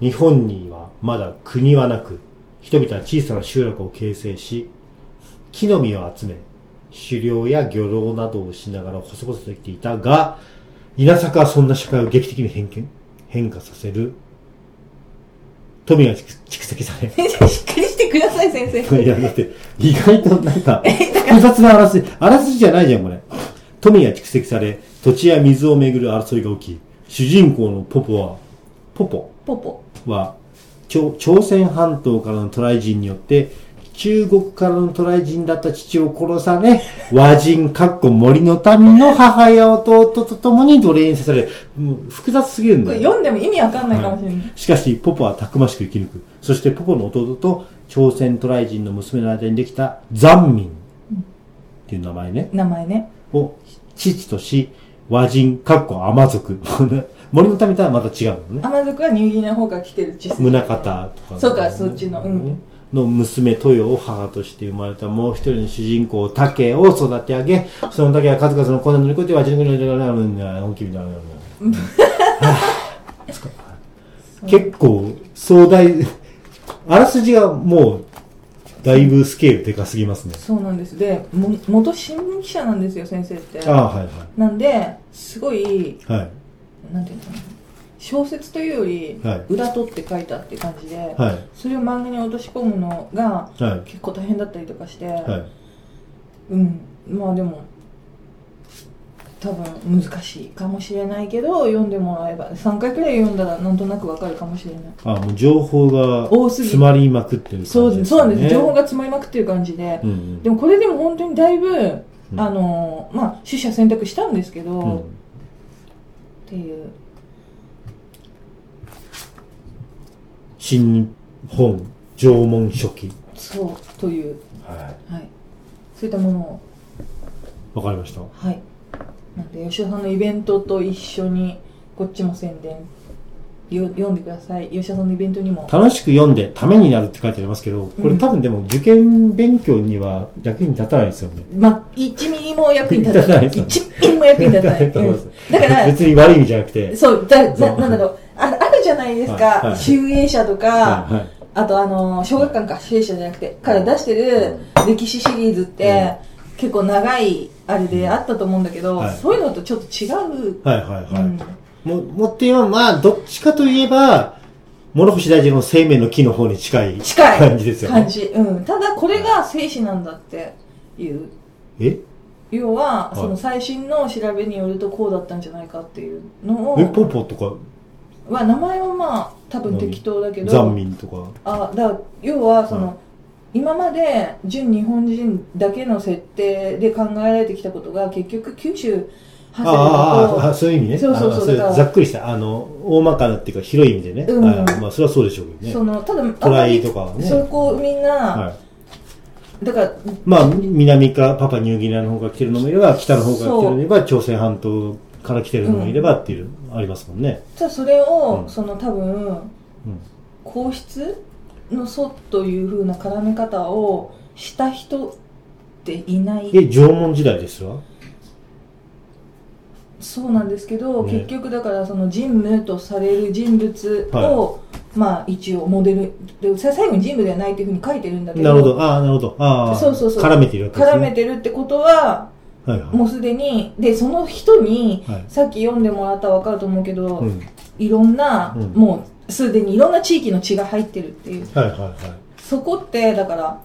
Speaker 1: 日本にはまだ国はなく人々は小さな集落を形成し木の実を集め狩猟や漁労などをしながら細々と生きていたが稲作はそんな社会を劇的に変形変化させる富が蓄蓄積され
Speaker 2: 先生、しっかりしてください、先生。
Speaker 1: [LAUGHS] いや、だって、意外となんか、複雑なあらすじ、あらすじじゃないじゃん、これ。富が蓄積され、土地や水をめぐる争いが起き、主人公のポポは、ポポ
Speaker 2: ポポ。
Speaker 1: は、朝朝鮮半島からの渡来人によって、中国からの渡来人だった父を殺され、和人、かっこ森の民の母や弟と共に奴隷にさせられる、もう複雑すぎるん
Speaker 2: こ
Speaker 1: だ
Speaker 2: れ
Speaker 1: よ。
Speaker 2: 読んでも意味わかんないかもしれない。
Speaker 1: しかし、ポポはたくましく生き抜く。そして、ポポの弟と朝鮮渡来人の娘の間にできた残民っていう名前ね、
Speaker 2: 名前ね。
Speaker 1: を父とし、和人、かっこ甘族。 [LAUGHS] 森の民とはまた違うのね。
Speaker 2: 甘族はニューギニア方から来てる地
Speaker 1: 宗方とか、
Speaker 2: そうかそっちのうん
Speaker 1: ねの娘、豊を母として生まれたもう一人の主人公、竹を育て上げ、その竹は数々の困難を乗り越えて和人の国の国の本気みたいな。結構壮大、あらすじがもう、だいぶスケールでかすぎますね。
Speaker 2: そうなんです。で、も元新聞記者なんですよ、先生って。
Speaker 1: ああ、はいは
Speaker 2: なんで、すごい、
Speaker 1: い。はい。
Speaker 2: なんていうのかな。小説というより、
Speaker 1: はい
Speaker 2: 裏取って書いたって感じで、
Speaker 1: はい。
Speaker 2: それを漫画に落とし込むのが
Speaker 1: はい。
Speaker 2: 結構大変だったりとかして、
Speaker 1: はい。
Speaker 2: うんまあでも多分難しいかもしれないけど読んでもらえば3回くらい読んだらなんとなくわかるかもしれない
Speaker 1: ああ、もう情報が
Speaker 2: 多すぎる
Speaker 1: 詰まりまくってる感じです、
Speaker 2: そ
Speaker 1: ね。
Speaker 2: うそうなんです、情報が詰まりまくってる感じで
Speaker 1: う、んうん。
Speaker 2: でもこれでも本当にだいぶ、
Speaker 1: うん
Speaker 2: あのまあ取捨選択したんですけど、
Speaker 1: うん
Speaker 2: っていう
Speaker 1: 新日本縄文書紀。
Speaker 2: そうという
Speaker 1: は
Speaker 2: はいそういったものを
Speaker 1: い。わかりました。
Speaker 2: はいなんで吉田さんのイベントと一緒にこっちも宣伝よ読んでください吉田さんのイベントにも
Speaker 1: 楽しく読んでためになるって書いてありますけど、これ多分でも受験勉強には役に立たないですよね。
Speaker 2: まあ、1ミリも役に立たない。
Speaker 1: 立た [LAUGHS] ない
Speaker 2: 1ミリも役に立たない。
Speaker 1: 立た [LAUGHS] ないです
Speaker 2: うんだから、
Speaker 1: 別に悪い意味じゃなくて。
Speaker 2: そう、だな
Speaker 1: そう
Speaker 2: なんだろうあ、あるじゃないです
Speaker 1: はいは
Speaker 2: か、
Speaker 1: い
Speaker 2: 集英社とか、
Speaker 1: はいはい
Speaker 2: あとあの、小学館か、集英社じゃなくて、から出してる歴史シリーズって、結構長いあれであったと思うんだけど
Speaker 1: はい、
Speaker 2: そういうのとちょっと違う。
Speaker 1: はいはいはい。
Speaker 2: うん
Speaker 1: も持って言えば、まあ、どっちかといえば、諸星大臣の生命の木の方に近い
Speaker 2: 近い
Speaker 1: 感じですよ
Speaker 2: 感
Speaker 1: ね。
Speaker 2: じ。うん。ただ、これが生死なんだっていう。
Speaker 1: え
Speaker 2: 要は、
Speaker 1: はい
Speaker 2: その最新の調べによるとこうだったんじゃないかっていうの
Speaker 1: え、
Speaker 2: を、
Speaker 1: ポポとか、
Speaker 2: は名前はまあ、多分適当だけど、
Speaker 1: 残民とか。
Speaker 2: あだから要はその、
Speaker 1: は
Speaker 2: 今まで純日本人だけの設定で考えられてきたことが結局98歳
Speaker 1: あああああ
Speaker 2: だ
Speaker 1: あ、そういう意味ね。
Speaker 2: そうそうそう
Speaker 1: ああい
Speaker 2: だから
Speaker 1: ざっくりした、あの、大まかなっていうか広い意味でね。
Speaker 2: うん
Speaker 1: ああまあ、それはそうでしょうけど
Speaker 2: と、
Speaker 1: ね。
Speaker 2: そのただ
Speaker 1: トライとかはね
Speaker 2: そこをみんな、
Speaker 1: はい。
Speaker 2: だから
Speaker 1: まあ、南かパパニューギニアの方が来てるのもいれば、北の方から来てるのもいれば、朝鮮半島から来てるのもいればっていう、ありますもんね。
Speaker 2: ただそれを、
Speaker 1: うん
Speaker 2: その多分
Speaker 1: うん。
Speaker 2: 皇室の祖というふうな絡め方をした人っていない
Speaker 1: え、縄文時代ですわ。
Speaker 2: そうなんですけど、
Speaker 1: ね
Speaker 2: 結局だからその人務とされる人物を、まあ一応モデルでさ最後に人務ではないっていうふうに書いてるんだけど
Speaker 1: なるほど。ああ、なるほど。ああ。
Speaker 2: そうそうそう
Speaker 1: 絡めているわけですね。
Speaker 2: 絡めてるってことは
Speaker 1: はいはい。
Speaker 2: もうすでにでその人に、
Speaker 1: はい
Speaker 2: さっき読んでもらったら分かると思うけど、
Speaker 1: うん。
Speaker 2: いろんな、
Speaker 1: うん
Speaker 2: もうすでにいろんな地域の血が入ってるっていう
Speaker 1: はいはいは
Speaker 2: そこってだから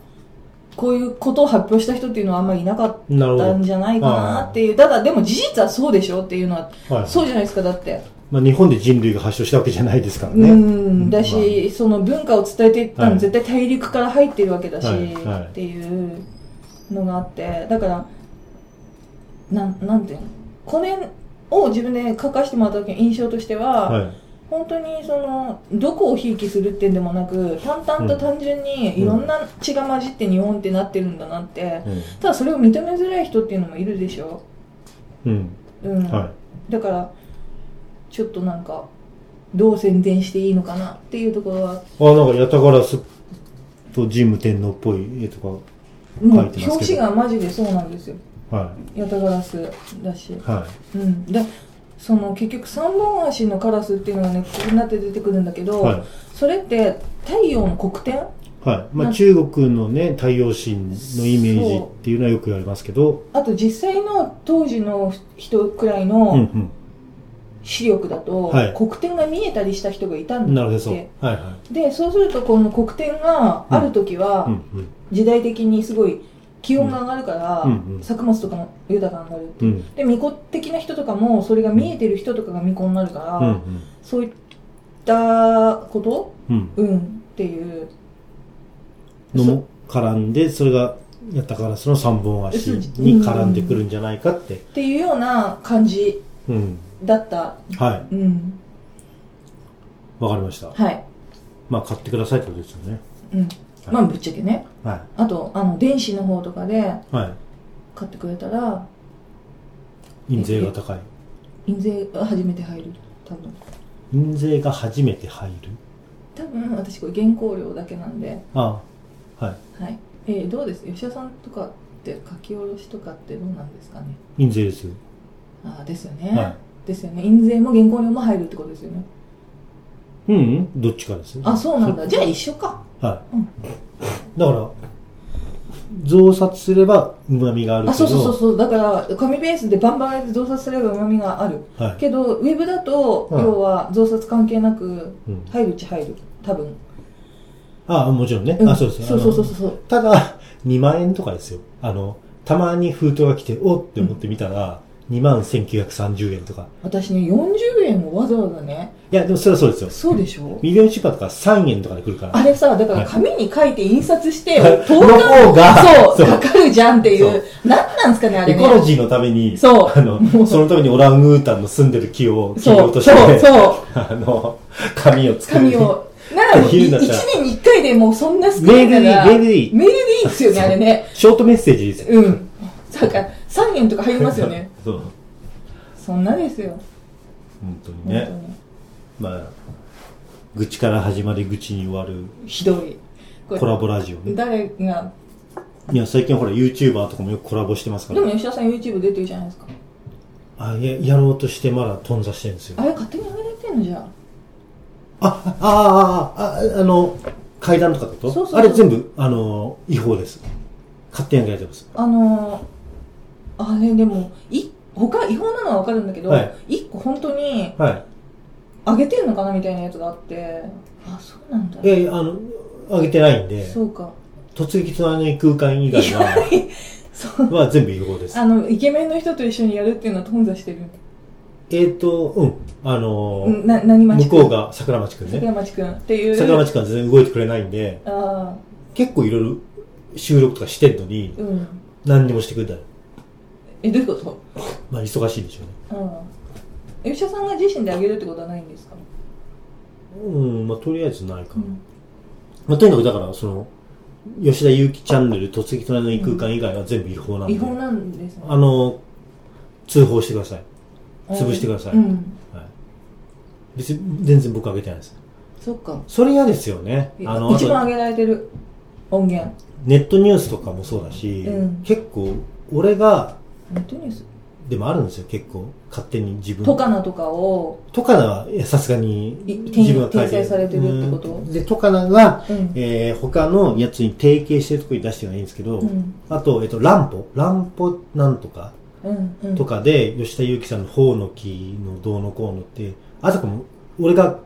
Speaker 2: こういうことを発表した人っていうのはあんまりいなかっ
Speaker 1: い。なるほ
Speaker 2: たんじゃないかなっていうただでも事実はそうでしょっていうのは
Speaker 1: ど。はい。
Speaker 2: そうじゃないですかだって。
Speaker 1: まあ、日本で人類が発症したわけじゃないですからね。
Speaker 2: う
Speaker 1: うん
Speaker 2: んだし、その文化を伝えていったの、
Speaker 1: はい
Speaker 2: 絶対大陸から入ってるわけだし、
Speaker 1: はいはい
Speaker 2: っていうのがあってだからなんなんていうのこれを自分で書かせてもらった時の印象としては、
Speaker 1: はい。
Speaker 2: 本当にそのどこをひいきするってんでもなく淡々と単純にいろんな血が混じって日本ってなってるんだなって、
Speaker 1: うん
Speaker 2: ただそれを認めづらい人っていうのもいるでしょ、
Speaker 1: うん。
Speaker 2: うん
Speaker 1: は。
Speaker 2: だからちょっとなんかどう宣伝していいのかなっていうところはい
Speaker 1: あ、なんか、やたからすっと神武天皇っぽい絵と
Speaker 2: もう
Speaker 1: 書いてますけど
Speaker 2: 表紙がマジでそうなんですよ
Speaker 1: か。は
Speaker 2: ヤタガラスだし
Speaker 1: い。は
Speaker 2: うんでその結局三本足のカラスっていうのがねここになって出てくるんだけ
Speaker 1: い。
Speaker 2: ど、
Speaker 1: は
Speaker 2: それって太陽の黒点
Speaker 1: い。はい。ま
Speaker 2: な
Speaker 1: あ、
Speaker 2: ん
Speaker 1: 中国のね、太陽神のイメージっていうのはよく言われますけど。
Speaker 2: あと実際の当時の人くらい
Speaker 1: うん
Speaker 2: の
Speaker 1: うん。
Speaker 2: 視力だと、
Speaker 1: はい
Speaker 2: 黒点が見えたりした人がいたん
Speaker 1: な
Speaker 2: だ
Speaker 1: るほど、
Speaker 2: って
Speaker 1: そう。はいは
Speaker 2: でそうするとこの黒点がある時は、
Speaker 1: い。うん
Speaker 2: 時代的にすごい気温が上がるから、
Speaker 1: うんうんうん
Speaker 2: 作物とかも豊かになるって
Speaker 1: う。
Speaker 2: いうん
Speaker 1: うん。
Speaker 2: で巫女的な人とかもそれが見えてる人とかが巫女になるから、
Speaker 1: うんうん。
Speaker 2: そういったこと
Speaker 1: うん。
Speaker 2: うんっていう
Speaker 1: のも絡んで、それが、やたからその三本足に絡んでくるんじゃないかって。
Speaker 2: っていうような感じ
Speaker 1: うん。
Speaker 2: だった
Speaker 1: は
Speaker 2: うん
Speaker 1: い。わかりました。
Speaker 2: はい、
Speaker 1: まあ、買ってくださいってことですよね。
Speaker 2: うん、
Speaker 1: はい
Speaker 2: まあぶっちゃけね
Speaker 1: は
Speaker 2: あとあの電子の方とかで
Speaker 1: い。はい。
Speaker 2: 買ってくれたら
Speaker 1: 印税が高い。
Speaker 2: 印税が初めて入る多分
Speaker 1: 印税が初めて入る。
Speaker 2: 多分私これ原稿料だけなんで
Speaker 1: ああは
Speaker 2: はい、えーどうです吉田さんとかって書き下ろしとかってどうなんですかね
Speaker 1: い。印税ですよ。
Speaker 2: あーですよね、
Speaker 1: は
Speaker 2: ですよね印税も原稿料も入るってことですよね
Speaker 1: い。うん、うん、どっちかですよ。
Speaker 2: あそうなんだじゃあ一緒か
Speaker 1: はい。
Speaker 2: うん
Speaker 1: だから、増刷すれば旨味があるけど、
Speaker 2: あそうそうそうそうだから紙ベースでバンバンやって増刷すればうまみがある
Speaker 1: はい。
Speaker 2: けどウェブだと、
Speaker 1: うん
Speaker 2: 要は増刷関係なく
Speaker 1: うん、
Speaker 2: 入るうち入る多分、
Speaker 1: ああ、もちろんね。
Speaker 2: ん
Speaker 1: あ、そうです
Speaker 2: そうそうそう
Speaker 1: う。
Speaker 2: そうそう
Speaker 1: ただ、2万円とかですよ。あの、たまに封筒が来て、おって思ってみたら、 2万1930円とか。
Speaker 2: 私ね、40円をわざわざね、
Speaker 1: いや、でもそれはそうですよ。
Speaker 2: そうでしょ
Speaker 1: ミリオンシューパーとか3円とかで来るから。
Speaker 2: あれさ、だから紙に書いて印刷して、
Speaker 1: はい
Speaker 2: 投
Speaker 1: の方が
Speaker 2: 函そ
Speaker 1: そう
Speaker 2: う、かかるじゃんってい。
Speaker 1: そう
Speaker 2: なんなんすかね、あれ
Speaker 1: エ
Speaker 2: ね。
Speaker 1: コロジーのために、
Speaker 2: そう
Speaker 1: あの、そのためにオランウータンの住んでる木を切り
Speaker 2: そ
Speaker 1: 落と
Speaker 2: う、
Speaker 1: して、 [LAUGHS]
Speaker 2: そう、そう。
Speaker 1: あの、紙を作る。
Speaker 2: 紙
Speaker 1: [LAUGHS]
Speaker 2: を。なら、
Speaker 1: っていうんだっ
Speaker 2: 1
Speaker 1: たら
Speaker 2: 年に1回でもうそんな少
Speaker 1: メ
Speaker 2: な
Speaker 1: ー
Speaker 2: い
Speaker 1: ル
Speaker 2: か
Speaker 1: でいい、メ
Speaker 2: ら、
Speaker 1: ールでいい。
Speaker 2: メールでいいですよね、あれね。
Speaker 1: [LAUGHS] ショートメッセージですよ。
Speaker 2: うん。だから、3円とか入りますよね。。
Speaker 1: [LAUGHS] そう。
Speaker 2: そんなですよ。
Speaker 1: 本当に
Speaker 2: 本当
Speaker 1: ね。
Speaker 2: に。
Speaker 1: まあ、愚痴から始まり愚痴に終わる
Speaker 2: ひどい。これ
Speaker 1: コラボラジオね。
Speaker 2: 誰が、
Speaker 1: いや、最近ほら YouTuber とかもよくコラボしてますか
Speaker 2: で
Speaker 1: ら
Speaker 2: も。吉田さん YouTube 出てるじゃないですか。
Speaker 1: あ、いや、やろうとしてまだ頓挫してるんですよ。
Speaker 2: あれ勝手に上げられてんのじゃあ。
Speaker 1: あ、ああ、あ、あの、階段とかってこと
Speaker 2: そうそうそう
Speaker 1: あれ全部、あの、違法です。勝手にやられてます。
Speaker 2: あのー、あれでも、い、他違法なのはわかるんだけど、
Speaker 1: はい
Speaker 2: 一個本当に
Speaker 1: はい。
Speaker 2: 上げてんのかなみたいなやつがあって、あ、そうなんだ
Speaker 1: い。やいや、あの、上げてないんで、
Speaker 2: そうか。
Speaker 1: 突撃隣の空間以外は、
Speaker 2: [LAUGHS] そう。
Speaker 1: は全部違法です。
Speaker 2: あの、イケメンの人と一緒にやるっていうのは頓挫してる。
Speaker 1: えっ、と、うん、あの
Speaker 2: うんな、何
Speaker 1: 向
Speaker 2: 町くん
Speaker 1: こうが桜町くんね。
Speaker 2: 桜町くんっていう。
Speaker 1: 桜町くんは全然動いてくれないんで、
Speaker 2: あ
Speaker 1: 結構いろいろ収録とかしてんのに
Speaker 2: あ、、うん。
Speaker 1: 何にもしてくれない。
Speaker 2: え、どういうこ
Speaker 1: まあ、忙しいでしょうね。
Speaker 2: とうん。吉田さんが自身であげるってことはないんですか、
Speaker 1: うん、まあ、とりあえずないか
Speaker 2: う
Speaker 1: な。
Speaker 2: ん、
Speaker 1: まあ、とにかくだから、その、吉田祐希チャンネル、突撃隣の異空間以外は全部違法なんで、
Speaker 2: 違法なんですね。
Speaker 1: あの、通報してください。潰してください
Speaker 2: うん。
Speaker 1: はい、別に、全然僕上げてないです。
Speaker 2: そっか。
Speaker 1: それ嫌ですよね。あの、あ
Speaker 2: 一番
Speaker 1: と
Speaker 2: 上げられてる音源。
Speaker 1: ネットニュースとかもそうだし、
Speaker 2: うん
Speaker 1: 結構、俺が、
Speaker 2: ネットニュース
Speaker 1: でもあるんですよ、結構。勝手に自分。
Speaker 2: トカナとかを、
Speaker 1: トカナは、いやさすがに
Speaker 2: い、転
Speaker 1: 自分が書い
Speaker 2: 転載されてるってこと
Speaker 1: うんで、トカナが、
Speaker 2: うん。
Speaker 1: えー、他のやつに提携してるとこに出してないんですけど、
Speaker 2: うん。
Speaker 1: あと、えっと、ランポ、ランポなんとか、
Speaker 2: うん。うん
Speaker 1: と。かで、吉田祐希さんの方の木のどうのこうのって、あとかも、俺が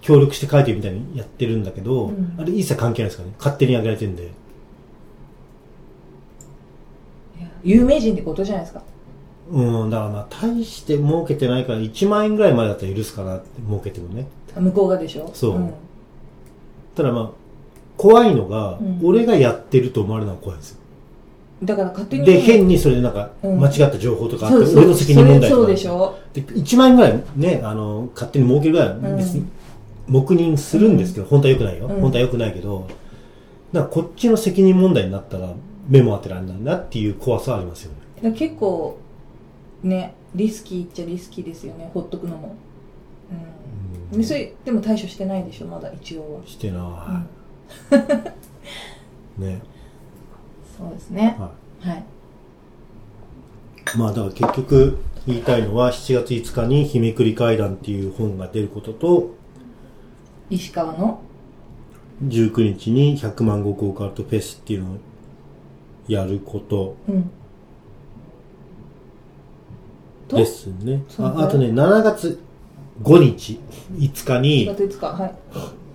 Speaker 1: 協力して書いてるみたいにやってるんだけど、
Speaker 2: うん
Speaker 1: あれ一切関係ないですからね。勝手に上げられてるんで。
Speaker 2: いや有名人ってことじゃないですか。
Speaker 1: うん、だからまあ、大して儲けてないから、1万円ぐらいまでだったら許すかなって、儲けてもね。
Speaker 2: 向こうがでしょ
Speaker 1: そうんただまあ、怖いのが、
Speaker 2: うん
Speaker 1: 俺がやってると思われるのが怖いんですよ。
Speaker 2: だから勝手に。
Speaker 1: で、変にそれでなんか、
Speaker 2: うん
Speaker 1: 間違った情報とかあって、
Speaker 2: そうそう
Speaker 1: 俺の責任問題とか。
Speaker 2: それそうでしょ
Speaker 1: で1万円ぐらいね、あの、勝手に儲けるぐらいは別
Speaker 2: う
Speaker 1: に
Speaker 2: ん、
Speaker 1: 黙認するんですけど、本当は良くないよ。
Speaker 2: うん
Speaker 1: 本当は良くないけど、なんかこっちの責任問題になったら、目も当てられないなっていう怖さはありますよね。
Speaker 2: だから結構ねリスキーっちゃリスキーですよねほっとくのも、うん
Speaker 1: うん
Speaker 2: でそれでも対処してないでしょまだ一応は、
Speaker 1: して
Speaker 2: うん
Speaker 1: な、い。 [LAUGHS] ね。
Speaker 2: そうですね
Speaker 1: は
Speaker 2: はい
Speaker 1: い。まあだから結局、言いたいのは、7月5日に日めくり階段っていう本が出ることと、
Speaker 2: 石川の
Speaker 1: 19日に100万石オカルトフェスっていうのをやること
Speaker 2: うんと
Speaker 1: ですね。
Speaker 2: そう
Speaker 1: ああとね、7月5日、5日に、
Speaker 2: 4月5日はい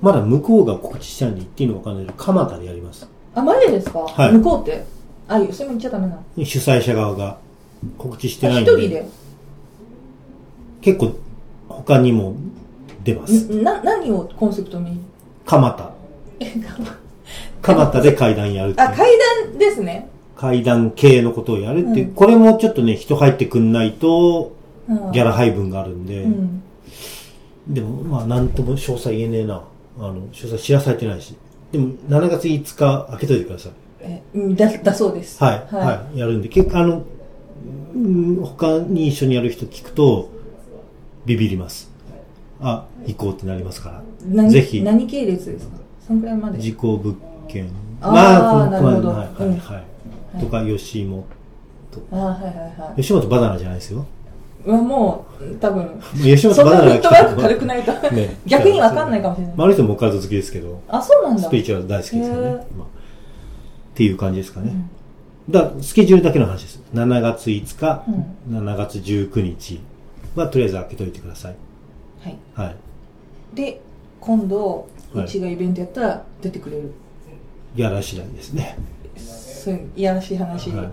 Speaker 1: まだ向こうが告知したんで言っていいのかわかんないけど、蒲田でやります。
Speaker 2: あマジですか、
Speaker 1: はい
Speaker 2: 向こうってあいやそれも言っちゃダメなの
Speaker 1: 主催者側が告知して
Speaker 2: あ
Speaker 1: ない
Speaker 2: 一
Speaker 1: んで。
Speaker 2: 人で
Speaker 1: 結構、他にも出ます。
Speaker 2: んな何をコンセプトに [LAUGHS]
Speaker 1: 蒲田。
Speaker 2: え
Speaker 1: 蒲田で階段やるってい
Speaker 2: あ
Speaker 1: う。
Speaker 2: 階段ですね、
Speaker 1: 階段系のことをやるっていう。
Speaker 2: うん
Speaker 1: これもちょっとね、人入ってくんないと、
Speaker 2: うん、
Speaker 1: ギャラ配分があるんで。
Speaker 2: うん
Speaker 1: でも、まあ、なんとも詳細言えねえな。あの、詳細知らされてないし。でも、7月5日開けといてください。
Speaker 2: えうんだだそうです
Speaker 1: はい、はい、やるんで、結構あの、うん他に一緒にやる人聞くと、ビビります。あ、行こうってなりますか
Speaker 2: 何
Speaker 1: ぜひ
Speaker 2: 何系列ですかそんくらいま
Speaker 1: ら。
Speaker 2: で
Speaker 1: 事故物件。
Speaker 2: あー
Speaker 1: この
Speaker 2: なるほど
Speaker 1: はい、はい、
Speaker 2: うん
Speaker 1: はい。とか、吉本。
Speaker 2: あーはいはいはい
Speaker 1: 吉本バナナじゃないですよ。
Speaker 2: はもう多分
Speaker 1: 吉本
Speaker 2: そん
Speaker 1: バナ
Speaker 2: なフ
Speaker 1: ナ
Speaker 2: ットワーク軽くないと
Speaker 1: ね
Speaker 2: [LAUGHS] 逆にわかんないかもしれない
Speaker 1: まあ、あの人もオカルト好きですけど、
Speaker 2: あそうなんだ
Speaker 1: スピリチュアル大好きですよね。
Speaker 2: へ
Speaker 1: まあ、っていう感じですかね。だからスケジュールだけの話です。7月5日、7月19日は、とりあえず開けといてください。
Speaker 2: はい
Speaker 1: はい。
Speaker 2: で今度
Speaker 1: はいう
Speaker 2: ちがイベントやったら出てくれる、
Speaker 1: やらしないですね。
Speaker 2: そういういやらしい話、
Speaker 1: はい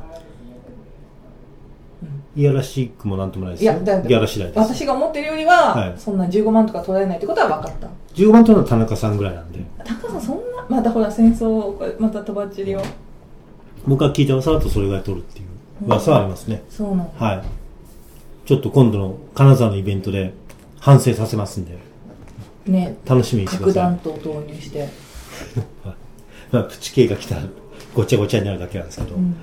Speaker 1: いやらしくもなんともないです
Speaker 2: いやだ
Speaker 1: よ
Speaker 2: っ。て
Speaker 1: いやらしないです。
Speaker 2: 私が思ってるより
Speaker 1: はい
Speaker 2: は、そんな15万とか取られないってことは分かった。
Speaker 1: 15万というのは田中さんぐらいなんで、
Speaker 2: 高さんそんな、またほら戦争、これまたとばっちりを。
Speaker 1: 僕が聞いた噂だとそれぐらい取るっていう噂はありますね。
Speaker 2: そうなの。
Speaker 1: はい。ちょっと今度の金沢のイベントで反省させますんで、
Speaker 2: ね、
Speaker 1: 楽しみにしてく
Speaker 2: 核
Speaker 1: ださ
Speaker 2: 弾
Speaker 1: い。
Speaker 2: 頭投入して。
Speaker 1: まあ、プチ系が来たらごちゃごちゃになるだけなんですけど、
Speaker 2: う
Speaker 1: っ
Speaker 2: ん。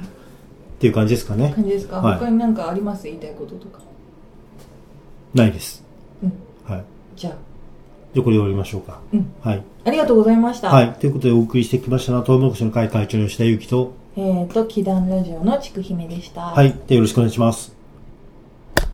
Speaker 1: ていう感じですかね。
Speaker 2: 感じですか
Speaker 1: はい
Speaker 2: 他になんかあります言いたいこととか。
Speaker 1: ないです。
Speaker 2: うん。
Speaker 1: はい。
Speaker 2: じゃあ、
Speaker 1: じゃあこれで終わりましょうか。
Speaker 2: うん
Speaker 1: はい。
Speaker 2: ありがとうございました。
Speaker 1: はい。ということでお送りしてきましたのは、トウモロコシの会会長の吉田祐樹と、
Speaker 2: えっと、祈願ラジオのちくひめでした。
Speaker 1: はい。で、よろしくお願いします。